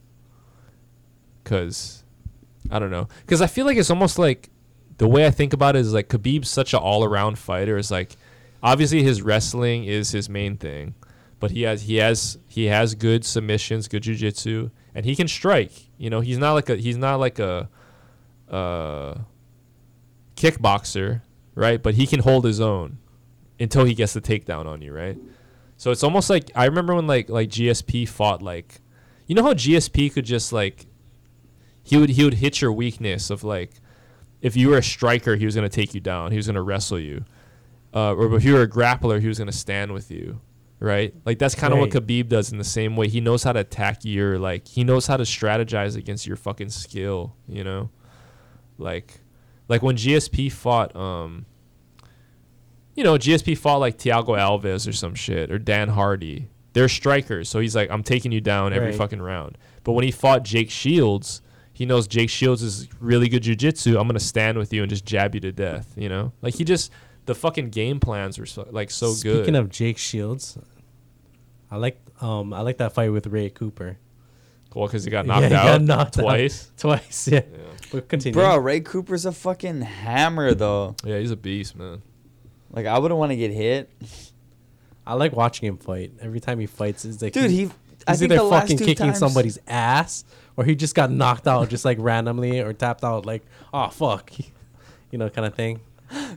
B: Because I don't know. Because I feel like it's almost like the way I think about it is like Khabib's such an all-around fighter. Is like obviously his wrestling is his main thing, but he has he has he has good submissions, good jujitsu, and he can strike. You know, he's not like a he's not like a uh, kickboxer, right? But he can hold his own until he gets the takedown on you, right? So it's almost like I remember when like like GSP fought like, you know how GSP could just like, he would he would hit your weakness of like, if you were a striker, he was gonna take you down, he was gonna wrestle you, uh, or if you were a grappler, he was gonna stand with you, right? Like that's kind of what
A: Right.
B: Khabib does in the same way. He knows how to attack your like he knows how to strategize against your fucking skill, you know, like, like when GSP fought um you know, GSP fought like Thiago Alves or some shit or Dan Hardy. They're strikers, so he's like, I'm taking you down every
A: Right.
B: fucking round. But when he fought Jake Shields, he knows Jake Shields is really good jujitsu. I'm gonna stand with you and just jab you to death. You know, like he just the fucking game plans were so, like so good.
A: Speaking of Jake Shields, I like um I like that fight with Ray Cooper.
B: well, because he got knocked
A: he
B: out
A: got knocked out.
B: twice.
A: Twice, yeah. But continue.
E: bro. Ray Cooper's a fucking hammer, though.
B: Yeah, he's a beast, man.
E: Like I wouldn't want to get hit,
A: I like watching him fight. Every time he fights, it's like
E: dude. He,
A: he's
E: I think
A: either
E: the last
A: fucking
E: two
A: kicking
E: times,
A: somebody's ass or he just got knocked out just like randomly or tapped out like oh fuck, you know kind of thing.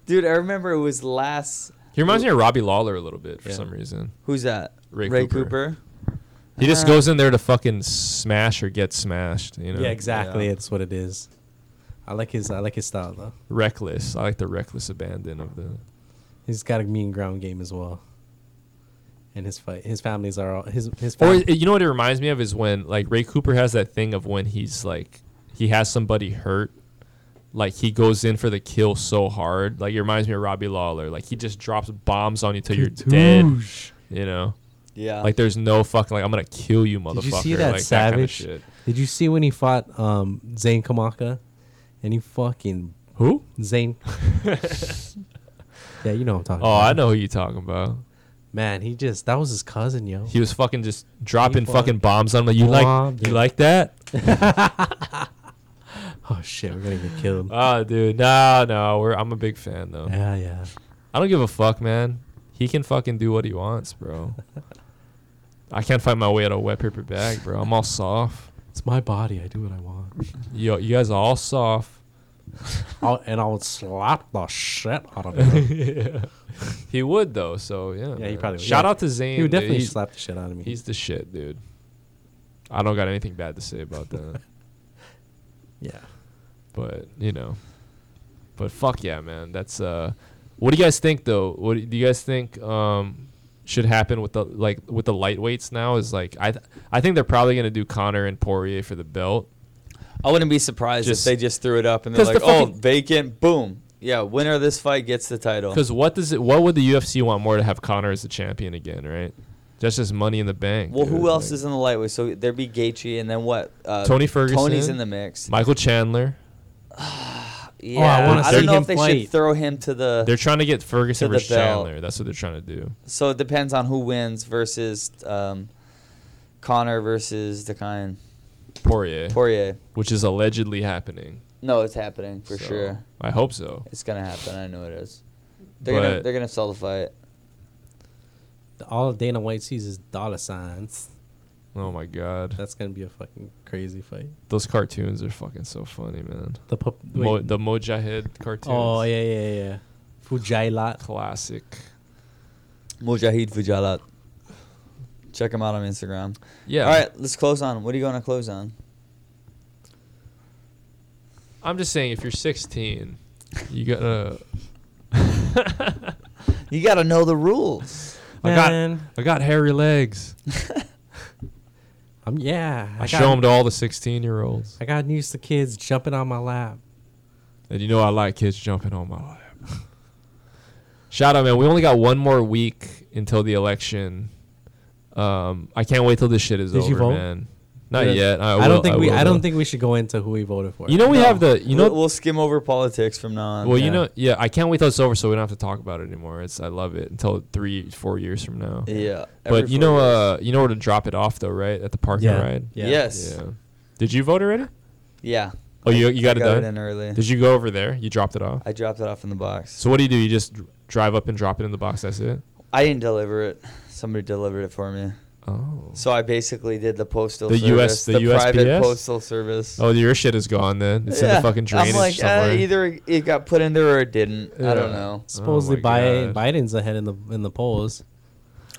E: dude. I remember it was last.
B: He reminds me of Robbie Lawler a little bit for
A: Yeah.
B: some reason.
E: Who's that?
B: Ray Cooper.
E: Cooper.
B: He just
E: Uh,
B: goes in there to fucking smash or get smashed. You know,
A: Yeah, exactly. It's what it is. I like his I like his style though.
B: Reckless. I like the reckless abandon of the
A: He's got a mean ground game as well. And his fight, his families are all his his.
B: Or
A: Fam-
B: it- you know what it reminds me of is when like Ray Cooper has that thing of when he's like he has somebody hurt, like he goes in for the kill so hard. Like it reminds me of Robbie Lawler. Like he just drops bombs on you till you're dead. You know,
E: Yeah.
B: like there's no fucking like I'm gonna kill you, motherfucker.
A: Uh, did you see that
B: like,
A: savage?
B: That kind of shit.
A: Did you see when he fought um Zane Kamaka, and he fucking
B: Who?
A: Zane? yeah, you know what I'm talking.
B: Oh,
A: about.
B: I know who you're talking about.
A: Man, he just that was his cousin, yo.
B: He was fucking just dropping fucking
A: fucking
B: bombs on me. You
A: bombed
B: like you
A: it.
B: like that?
A: Oh shit, we're gonna get killed.
B: Oh, dude, no, no. We're I'm a big fan though.
A: yeah, yeah.
B: I don't give a fuck, man. He can fucking do what he wants, bro. I can't find my way out of a wet paper bag, bro. I'm all soft.
A: It's my body. I do what I want.
B: Yo, you guys are all soft.
A: I'll, and I would slap the shit out of him.
B: He would though, so yeah.
A: he
B: man.
A: probably would.
B: Shout
A: Yeah.
B: out to Zane.
A: he would
B: dude.
A: definitely
B: he's,
A: slap the shit out of me.
B: he's the shit, dude. I don't got anything bad to say about that,
A: yeah.
B: but you know, but fuck yeah, man. That's uh, What do you guys think though? What do you guys think um, should happen with the like with the lightweights now? Is like I th- I think they're probably gonna do Connor and Poirier for the belt.
E: I wouldn't be surprised
B: Just-
E: if they just threw it up and they're
B: 'Cause
E: like,
B: the
E: "Oh,
B: fucking-
E: vacant, boom." Yeah, winner of this fight gets the title.
B: Because what does it? What would the UFC want more to have Connor as the champion again? Right? That's just money in the bank.
E: Well,
B: dude.
E: who else
B: Like,
E: is in the lightweight? So there'd be Gaethje, and then what? Uh,
B: Tony Ferguson?
E: Tony's in the mix.
B: Michael Chandler? Oh,
E: yeah,
A: wanna
E: I, don't
A: see
E: know
A: him
E: if they
A: fight.
E: should throw him to the.
B: They're trying to get Ferguson
E: To the
B: versus
E: belt.
B: Chandler. That's what they're trying to do.
E: so it depends on who wins versus um, Connor versus the kind
B: Poirier,
E: Poirier.
B: which is allegedly happening
E: No, it's happening for
B: So,
E: sure.
B: I hope so.
E: It's gonna happen. I know it is. They're gonna
B: But-
E: they're gonna sell the fight.
A: All Dana White sees is dollar signs.
B: Oh my god,
A: That's gonna be a fucking crazy fight.
B: those cartoons are fucking so funny, man.
A: The pup.
B: Mo-
A: wait.
B: the Mojahid cartoons.
A: oh yeah yeah yeah. Fujailat.
B: classic.
E: Mujahid Fujalat. Check him out on Instagram.
B: Yeah.
E: All right, let's close on. What are you going to close on?
B: I'm just saying, if you're 16, you gotta.
E: You got to know the rules.
B: I got-
A: Man,
B: I got hairy legs.
A: I'm Um, yeah.
B: I,
A: got-
B: show them to all the 16 year olds.
A: I got used to kids jumping on my lap.
B: And you know I like kids jumping on my lap. Shout out, man. We only got one more week until the election. Um, I can't wait till this shit is
A: Did
B: over,
A: you vote?
B: man. Not
A: Yeah.
B: yet. I,
A: I,
B: will,
A: don't think
B: I
A: we.
B: will,
A: I
B: though.
A: don't think we should go into who we voted for.
B: You know we have the. You know.
E: we'll, we'll skim over politics from now on.
B: well,
E: Yeah.
B: you know. Yeah, I can't wait till it's over, so we don't have to talk about it anymore. It's. I love it until three, four years from now.
E: Yeah.
B: But
E: every
B: you
E: four
B: know, uh,
E: years.
B: you know where to drop it off though, right? At the park
A: Yeah.
B: and ride.
A: Yeah.
E: Yes.
B: Yeah. Did you vote already?
E: Yeah.
B: Oh, you you got,
E: I
B: it
E: got
B: done.
E: it in early.
B: Did you go over there? You dropped it off.
E: I dropped it off in the box.
B: So what do you do? You just dr- drive up and drop it in the box. That's it.
E: I didn't deliver it. Somebody delivered it for me.
B: Oh.
E: So I basically did the postal
B: The US
E: service. the private
B: USPS?
E: postal service.
B: Oh, your shit is gone then. It's in the fucking drainage
E: I'm like,
B: somewhere.
E: Uh, either it got put in there or it didn't. I don't
B: Yeah.
E: know.
A: Supposedly,
B: Oh my
A: Bi- Biden's ahead in the in the polls.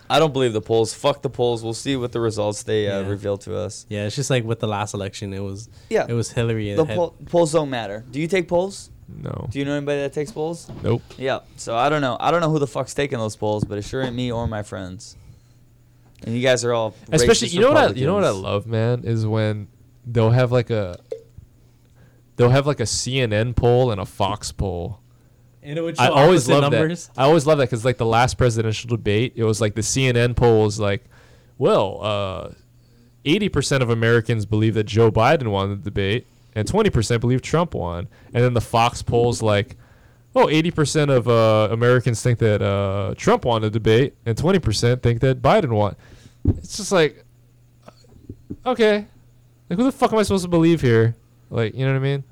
E: I don't believe the polls. Fuck the polls. We'll see what the results they uh,
A: Yeah.
E: reveal to us.
A: Yeah, it's just like with the last election, it was
E: Yeah.
A: it was Hillary.
E: The
A: ahead.
E: poll polls don't matter. Do you take polls?
B: no.
E: Do you know anybody that takes polls?
B: Nope.
E: Yeah. So I don't know. I don't know who the fuck's taking those polls, but it sure ain't me or my friends. And you guys are all
B: Especially,
E: racist
B: you know what I, you know what I
E: Republicans.
B: love, man, is when they'll have like a they'll have like a CNN poll and a Fox poll.
A: And it would
B: I
A: show
B: always
A: opposite
B: love that. I always love that because like the last presidential debate, it was like the CNN poll was like, well, uh, eighty percent of Americans believe that Joe Biden won the debate, and twenty percent believe Trump won, and then the Fox polls like. Oh, 80% of uh, Americans think that uh, Trump won the debate, and 20% think that Biden won. It's just like, uh, okay, like who the fuck am I supposed to believe here? Like, you know what I mean?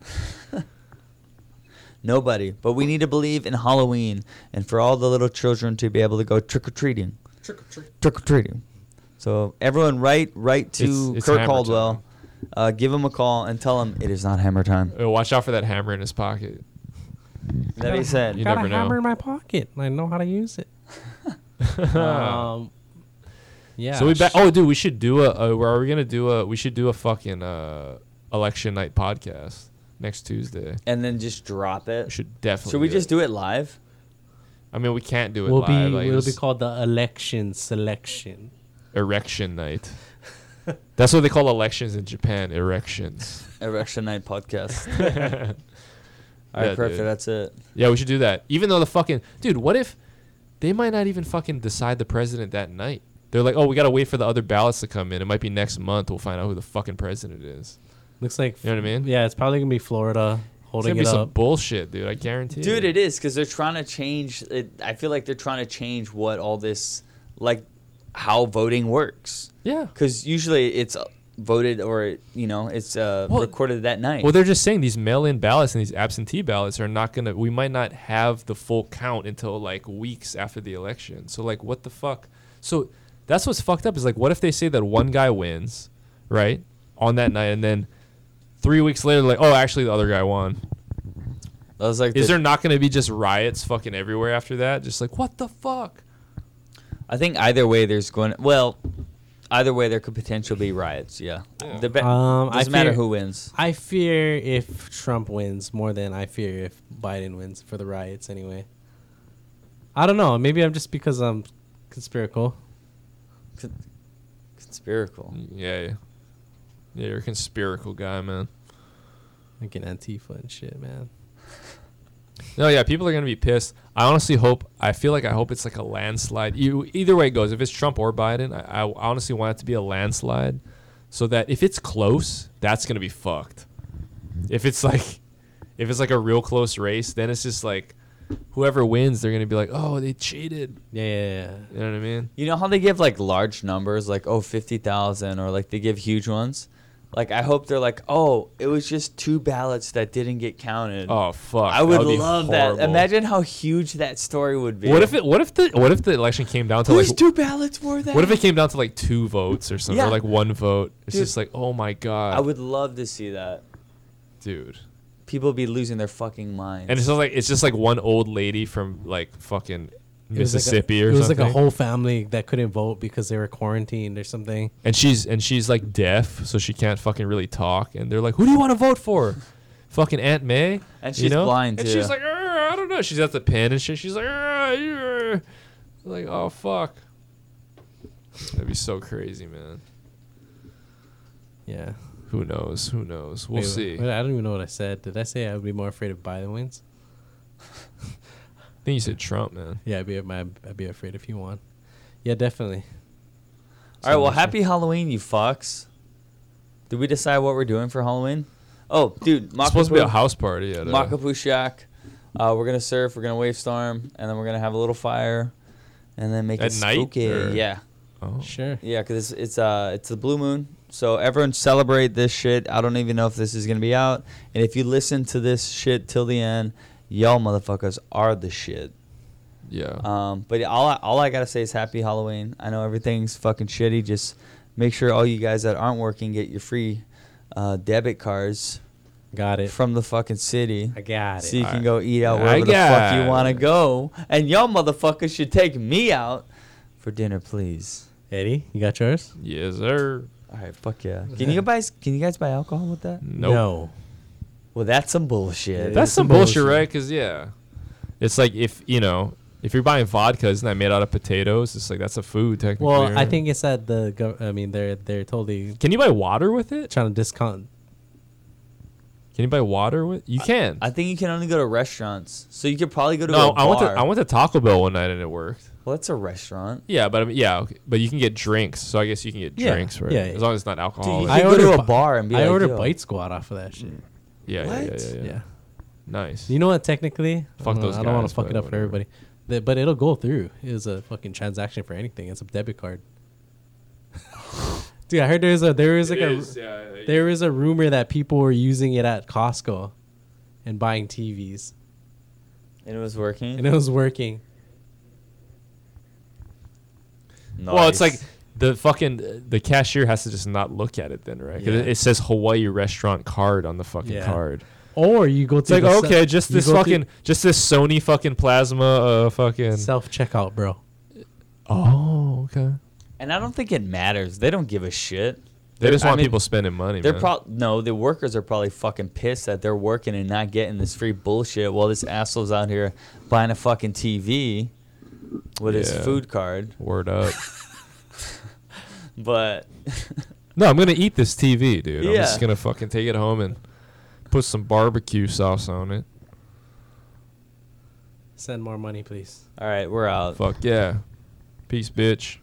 E: Nobody. But we need to believe in Halloween and for all the little children to be able to go trick or treating. Trick or treating. So everyone, write write to
B: It's- it's
E: Kirk
B: hammer
E: Caldwell. Uh, give him a call and tell him it is not hammer time.
B: Oh, watch out for that hammer in his pocket.
E: That he said.
B: You
A: Got
B: never
A: a
B: know.
A: hammer in my pocket, and I know how to use it. um, yeah.
B: So we
A: sh-
B: back. Oh, dude, we should do a. Uh, are we gonna do a? We should do a fucking uh, election night podcast next Tuesday.
E: and then just drop
B: We
E: it.
B: should definitely.
E: Should we just do it live?
B: I mean, we can't do it
A: will
B: live.
A: be
B: like,
A: will be
B: it's
A: called the election selection.
B: erection night. That's what they call elections in Japan. Erections.
E: Erection Night podcast.
B: yeah,
E: All right,
B: Yeah,
E: perfect.
B: dude.
E: That's it.
B: we should do that. Even though the fucking dude, what if they might not even fucking decide the president that night? They're like, oh, we gotta wait for the other ballots to come in. It might be next month. We'll find out who the fucking president is.
A: Looks like
B: You know what I mean?
A: Yeah, it's probably gonna be Florida
B: It's
A: holding
B: gonna be
A: it
B: some
A: up.
B: bullshit, dude. I guarantee.
E: Dude, it is because they're trying to change. It, I feel like they're trying to change what all this, like, how voting works.
B: Yeah.
E: Because usually it's uh, voted or you know it's uh,
B: Well-
E: recorded that night.
B: Well, they're just saying these mail-in ballots and these absentee ballots are not gonna. We might not have the full count until like weeks after the election. So like, what the fuck? So that's what's fucked up. Is like, what if they say that one guy wins, right, on that night, and then three weeks later, like, oh, actually, the other guy won.
E: I was like,
B: Is
E: the-
B: there not gonna be just riots fucking everywhere after that? Just like, what the fuck?
E: I think either way, there's going. Well, either way, there could potentially be riots. Yeah.
B: Yeah.
E: The be-
A: Um, I
E: doesn't matter
A: fear-
E: who wins.
A: I fear if Trump wins more than I fear if Biden wins for the riots. Anyway, I don't know. Maybe I'm just because I'm conspiratorial.
E: Conspiracle.
B: Yeah, yeah. Yeah, you're a conspiratorial guy, man.
A: Like an Antifa and shit, man.
B: No, yeah, people are gonna be pissed. I honestly hope. I feel like I hope it's like a landslide. You, either way it goes, if it's Trump or Biden, I, I honestly want it to be a landslide, so that if it's close, that's gonna be fucked. If it's like, if it's like a real close race, then it's just like, whoever wins, they're gonna be like, oh, they cheated.
A: Yeah, yeah, yeah.
B: You know what I mean?
E: You know how they give like large numbers, like oh 50,000, or like they give huge ones. Like I hope they're like, oh, it was just two ballots that didn't get counted.
B: Oh fuck!
E: I would
B: be
E: love
B: horrible.
E: that. Imagine how huge that story would be.
B: What if it? What if the? What if the election came down to
E: Whose
B: like?
E: two ballots were that?
B: What if it came down to like two votes or something,
E: Yeah.
B: or like one vote? It's
E: Dude.
B: just like, oh my god,
E: I would love to see that.
B: dude.
E: People be losing their fucking minds.
B: And it's just like it's just like one old lady from like fucking
A: It was like a-
B: Mississippi or
A: It was
B: something.
A: like a whole family that couldn't vote because they were quarantined or something.
B: and she's and she's like deaf, so she can't fucking really talk. And they're like, "Who do you want to vote for?" fucking Aunt May.
E: And
B: you
E: she's
B: know?
E: blind,
B: And
E: too.
B: she's like, "Uh, "I don't know." She's at the pen and shit. She's like, "Uh, uh." "Like, oh fuck." That'd be so crazy, man.
A: Yeah.
B: Who knows? Who knows? We'll
A: Wait,
B: see.
A: wait, I don't even know what I said. Did I say I would be more afraid of Biden wins?
B: I think you said Trump, man.
A: Yeah, I'd be, my, I'd be afraid if he won. Yeah, definitely.
E: All right, well, happy Halloween, you fucks. Did we decide what we're doing for Halloween? Oh, dude,
B: It's supposed to be a
E: Makapu-
B: house party at uh,
E: Makapu Shack. Uh, we're gonna surf. We're gonna wave storm, and then we're gonna have a little fire, and then make
B: At
E: it
B: night,
E: spooky.
B: or-
E: Yeah,
B: oh.
A: Sure.
E: yeah, because it's, it's uh it's the blue moon, so everyone celebrate this shit. I don't even know if this is gonna be out, and if you listen to this shit till the end, y'all motherfuckers are the shit.
B: Yeah.
E: Um, but all I, all I gotta say is happy Halloween. I know everything's fucking shitty. Just make sure all you guys that aren't working get your free uh, debit cards
A: Got it.
E: from the fucking city,
A: I got
E: so you
A: it.
E: can go eat out
B: I
E: wherever the fuck
B: got
E: you wanna
B: it.
E: go. And y'all motherfuckers should take me out for dinner, please.
A: Eddie, you got yours?
B: yes, sir.
E: All right, fuck yeah. Can you guys can you guys buy alcohol with that?
B: Nope.
A: No.
E: Well, that's some bullshit.
B: Mm. That's
A: It's
B: some
A: some
B: bullshit,
A: bullshit.
B: right? Because yeah, it's like if you know if you're buying vodka, isn't that made out of potatoes? It's like that's a food technically.
A: Well, I
B: right?
A: think it's that the gov- I mean they're they're totally
B: Can you buy water with it?
A: trying to discount.
B: Can you buy water with? You can.
E: I think you can only go to restaurants, so you could probably go to
B: no,
E: a bar.
B: I went to I went to Taco Bell one night and it worked.
E: well, that's a restaurant.
B: Yeah, but I mean, yeah, okay. but you can get drinks, so I guess you can get
A: Yeah,
B: drinks, right?
A: yeah, yeah.
B: As long as it's not alcohol.
E: Dude,
B: right?
E: you can go to a
A: bu-
E: bar and be
A: I
E: like,
A: ordered
E: "Yo."
A: Bite Squad off of that shit.
B: Mm. yeah, yeah, yeah,
E: What?
B: yeah, yeah.
A: Yeah.
B: Nice.
A: You know what? Technically, I
B: Fuck
A: don't-
B: those
A: I don't want
B: guys,
A: to fuck
B: but
A: it up for
B: whatever.
A: everybody, Th- but it'll go through. It was a fucking transaction for anything. It's a debit card. Dude, I heard there's a there is like a there is a rumor that people were using it at Costco and buying TVs,
E: And it was working.
A: and it was working.
B: Well, it's like the fucking the cashier has to just not look at it then, right? 'Cause it,
A: Yeah.
B: it says Hawaii restaurant card on the fucking
A: Yeah.
B: card.
A: Or you go
B: It's
A: to
B: like
A: the se-
B: okay, just
A: you
B: this
A: go to
B: fucking, just this Sony fucking plasma, uh, fucking.
A: self checkout, bro.
B: oh, okay.
E: and I don't think it matters. They don't give a shit.
B: They just
E: I
B: want
E: mean,
B: people spending money.
E: They're
B: man.
E: probably no. The workers are probably fucking pissed that they're working and not getting this free bullshit while this asshole's out here buying a fucking TV with his
B: Yeah.
E: food card.
B: word up.
E: But
B: no, I'm gonna eat this TV, dude. I'm just
E: Yeah.
B: gonna fucking take it home and put some barbecue sauce on it.
A: Send more money, please.
E: all right, we're out.
B: Fuck yeah, peace, bitch.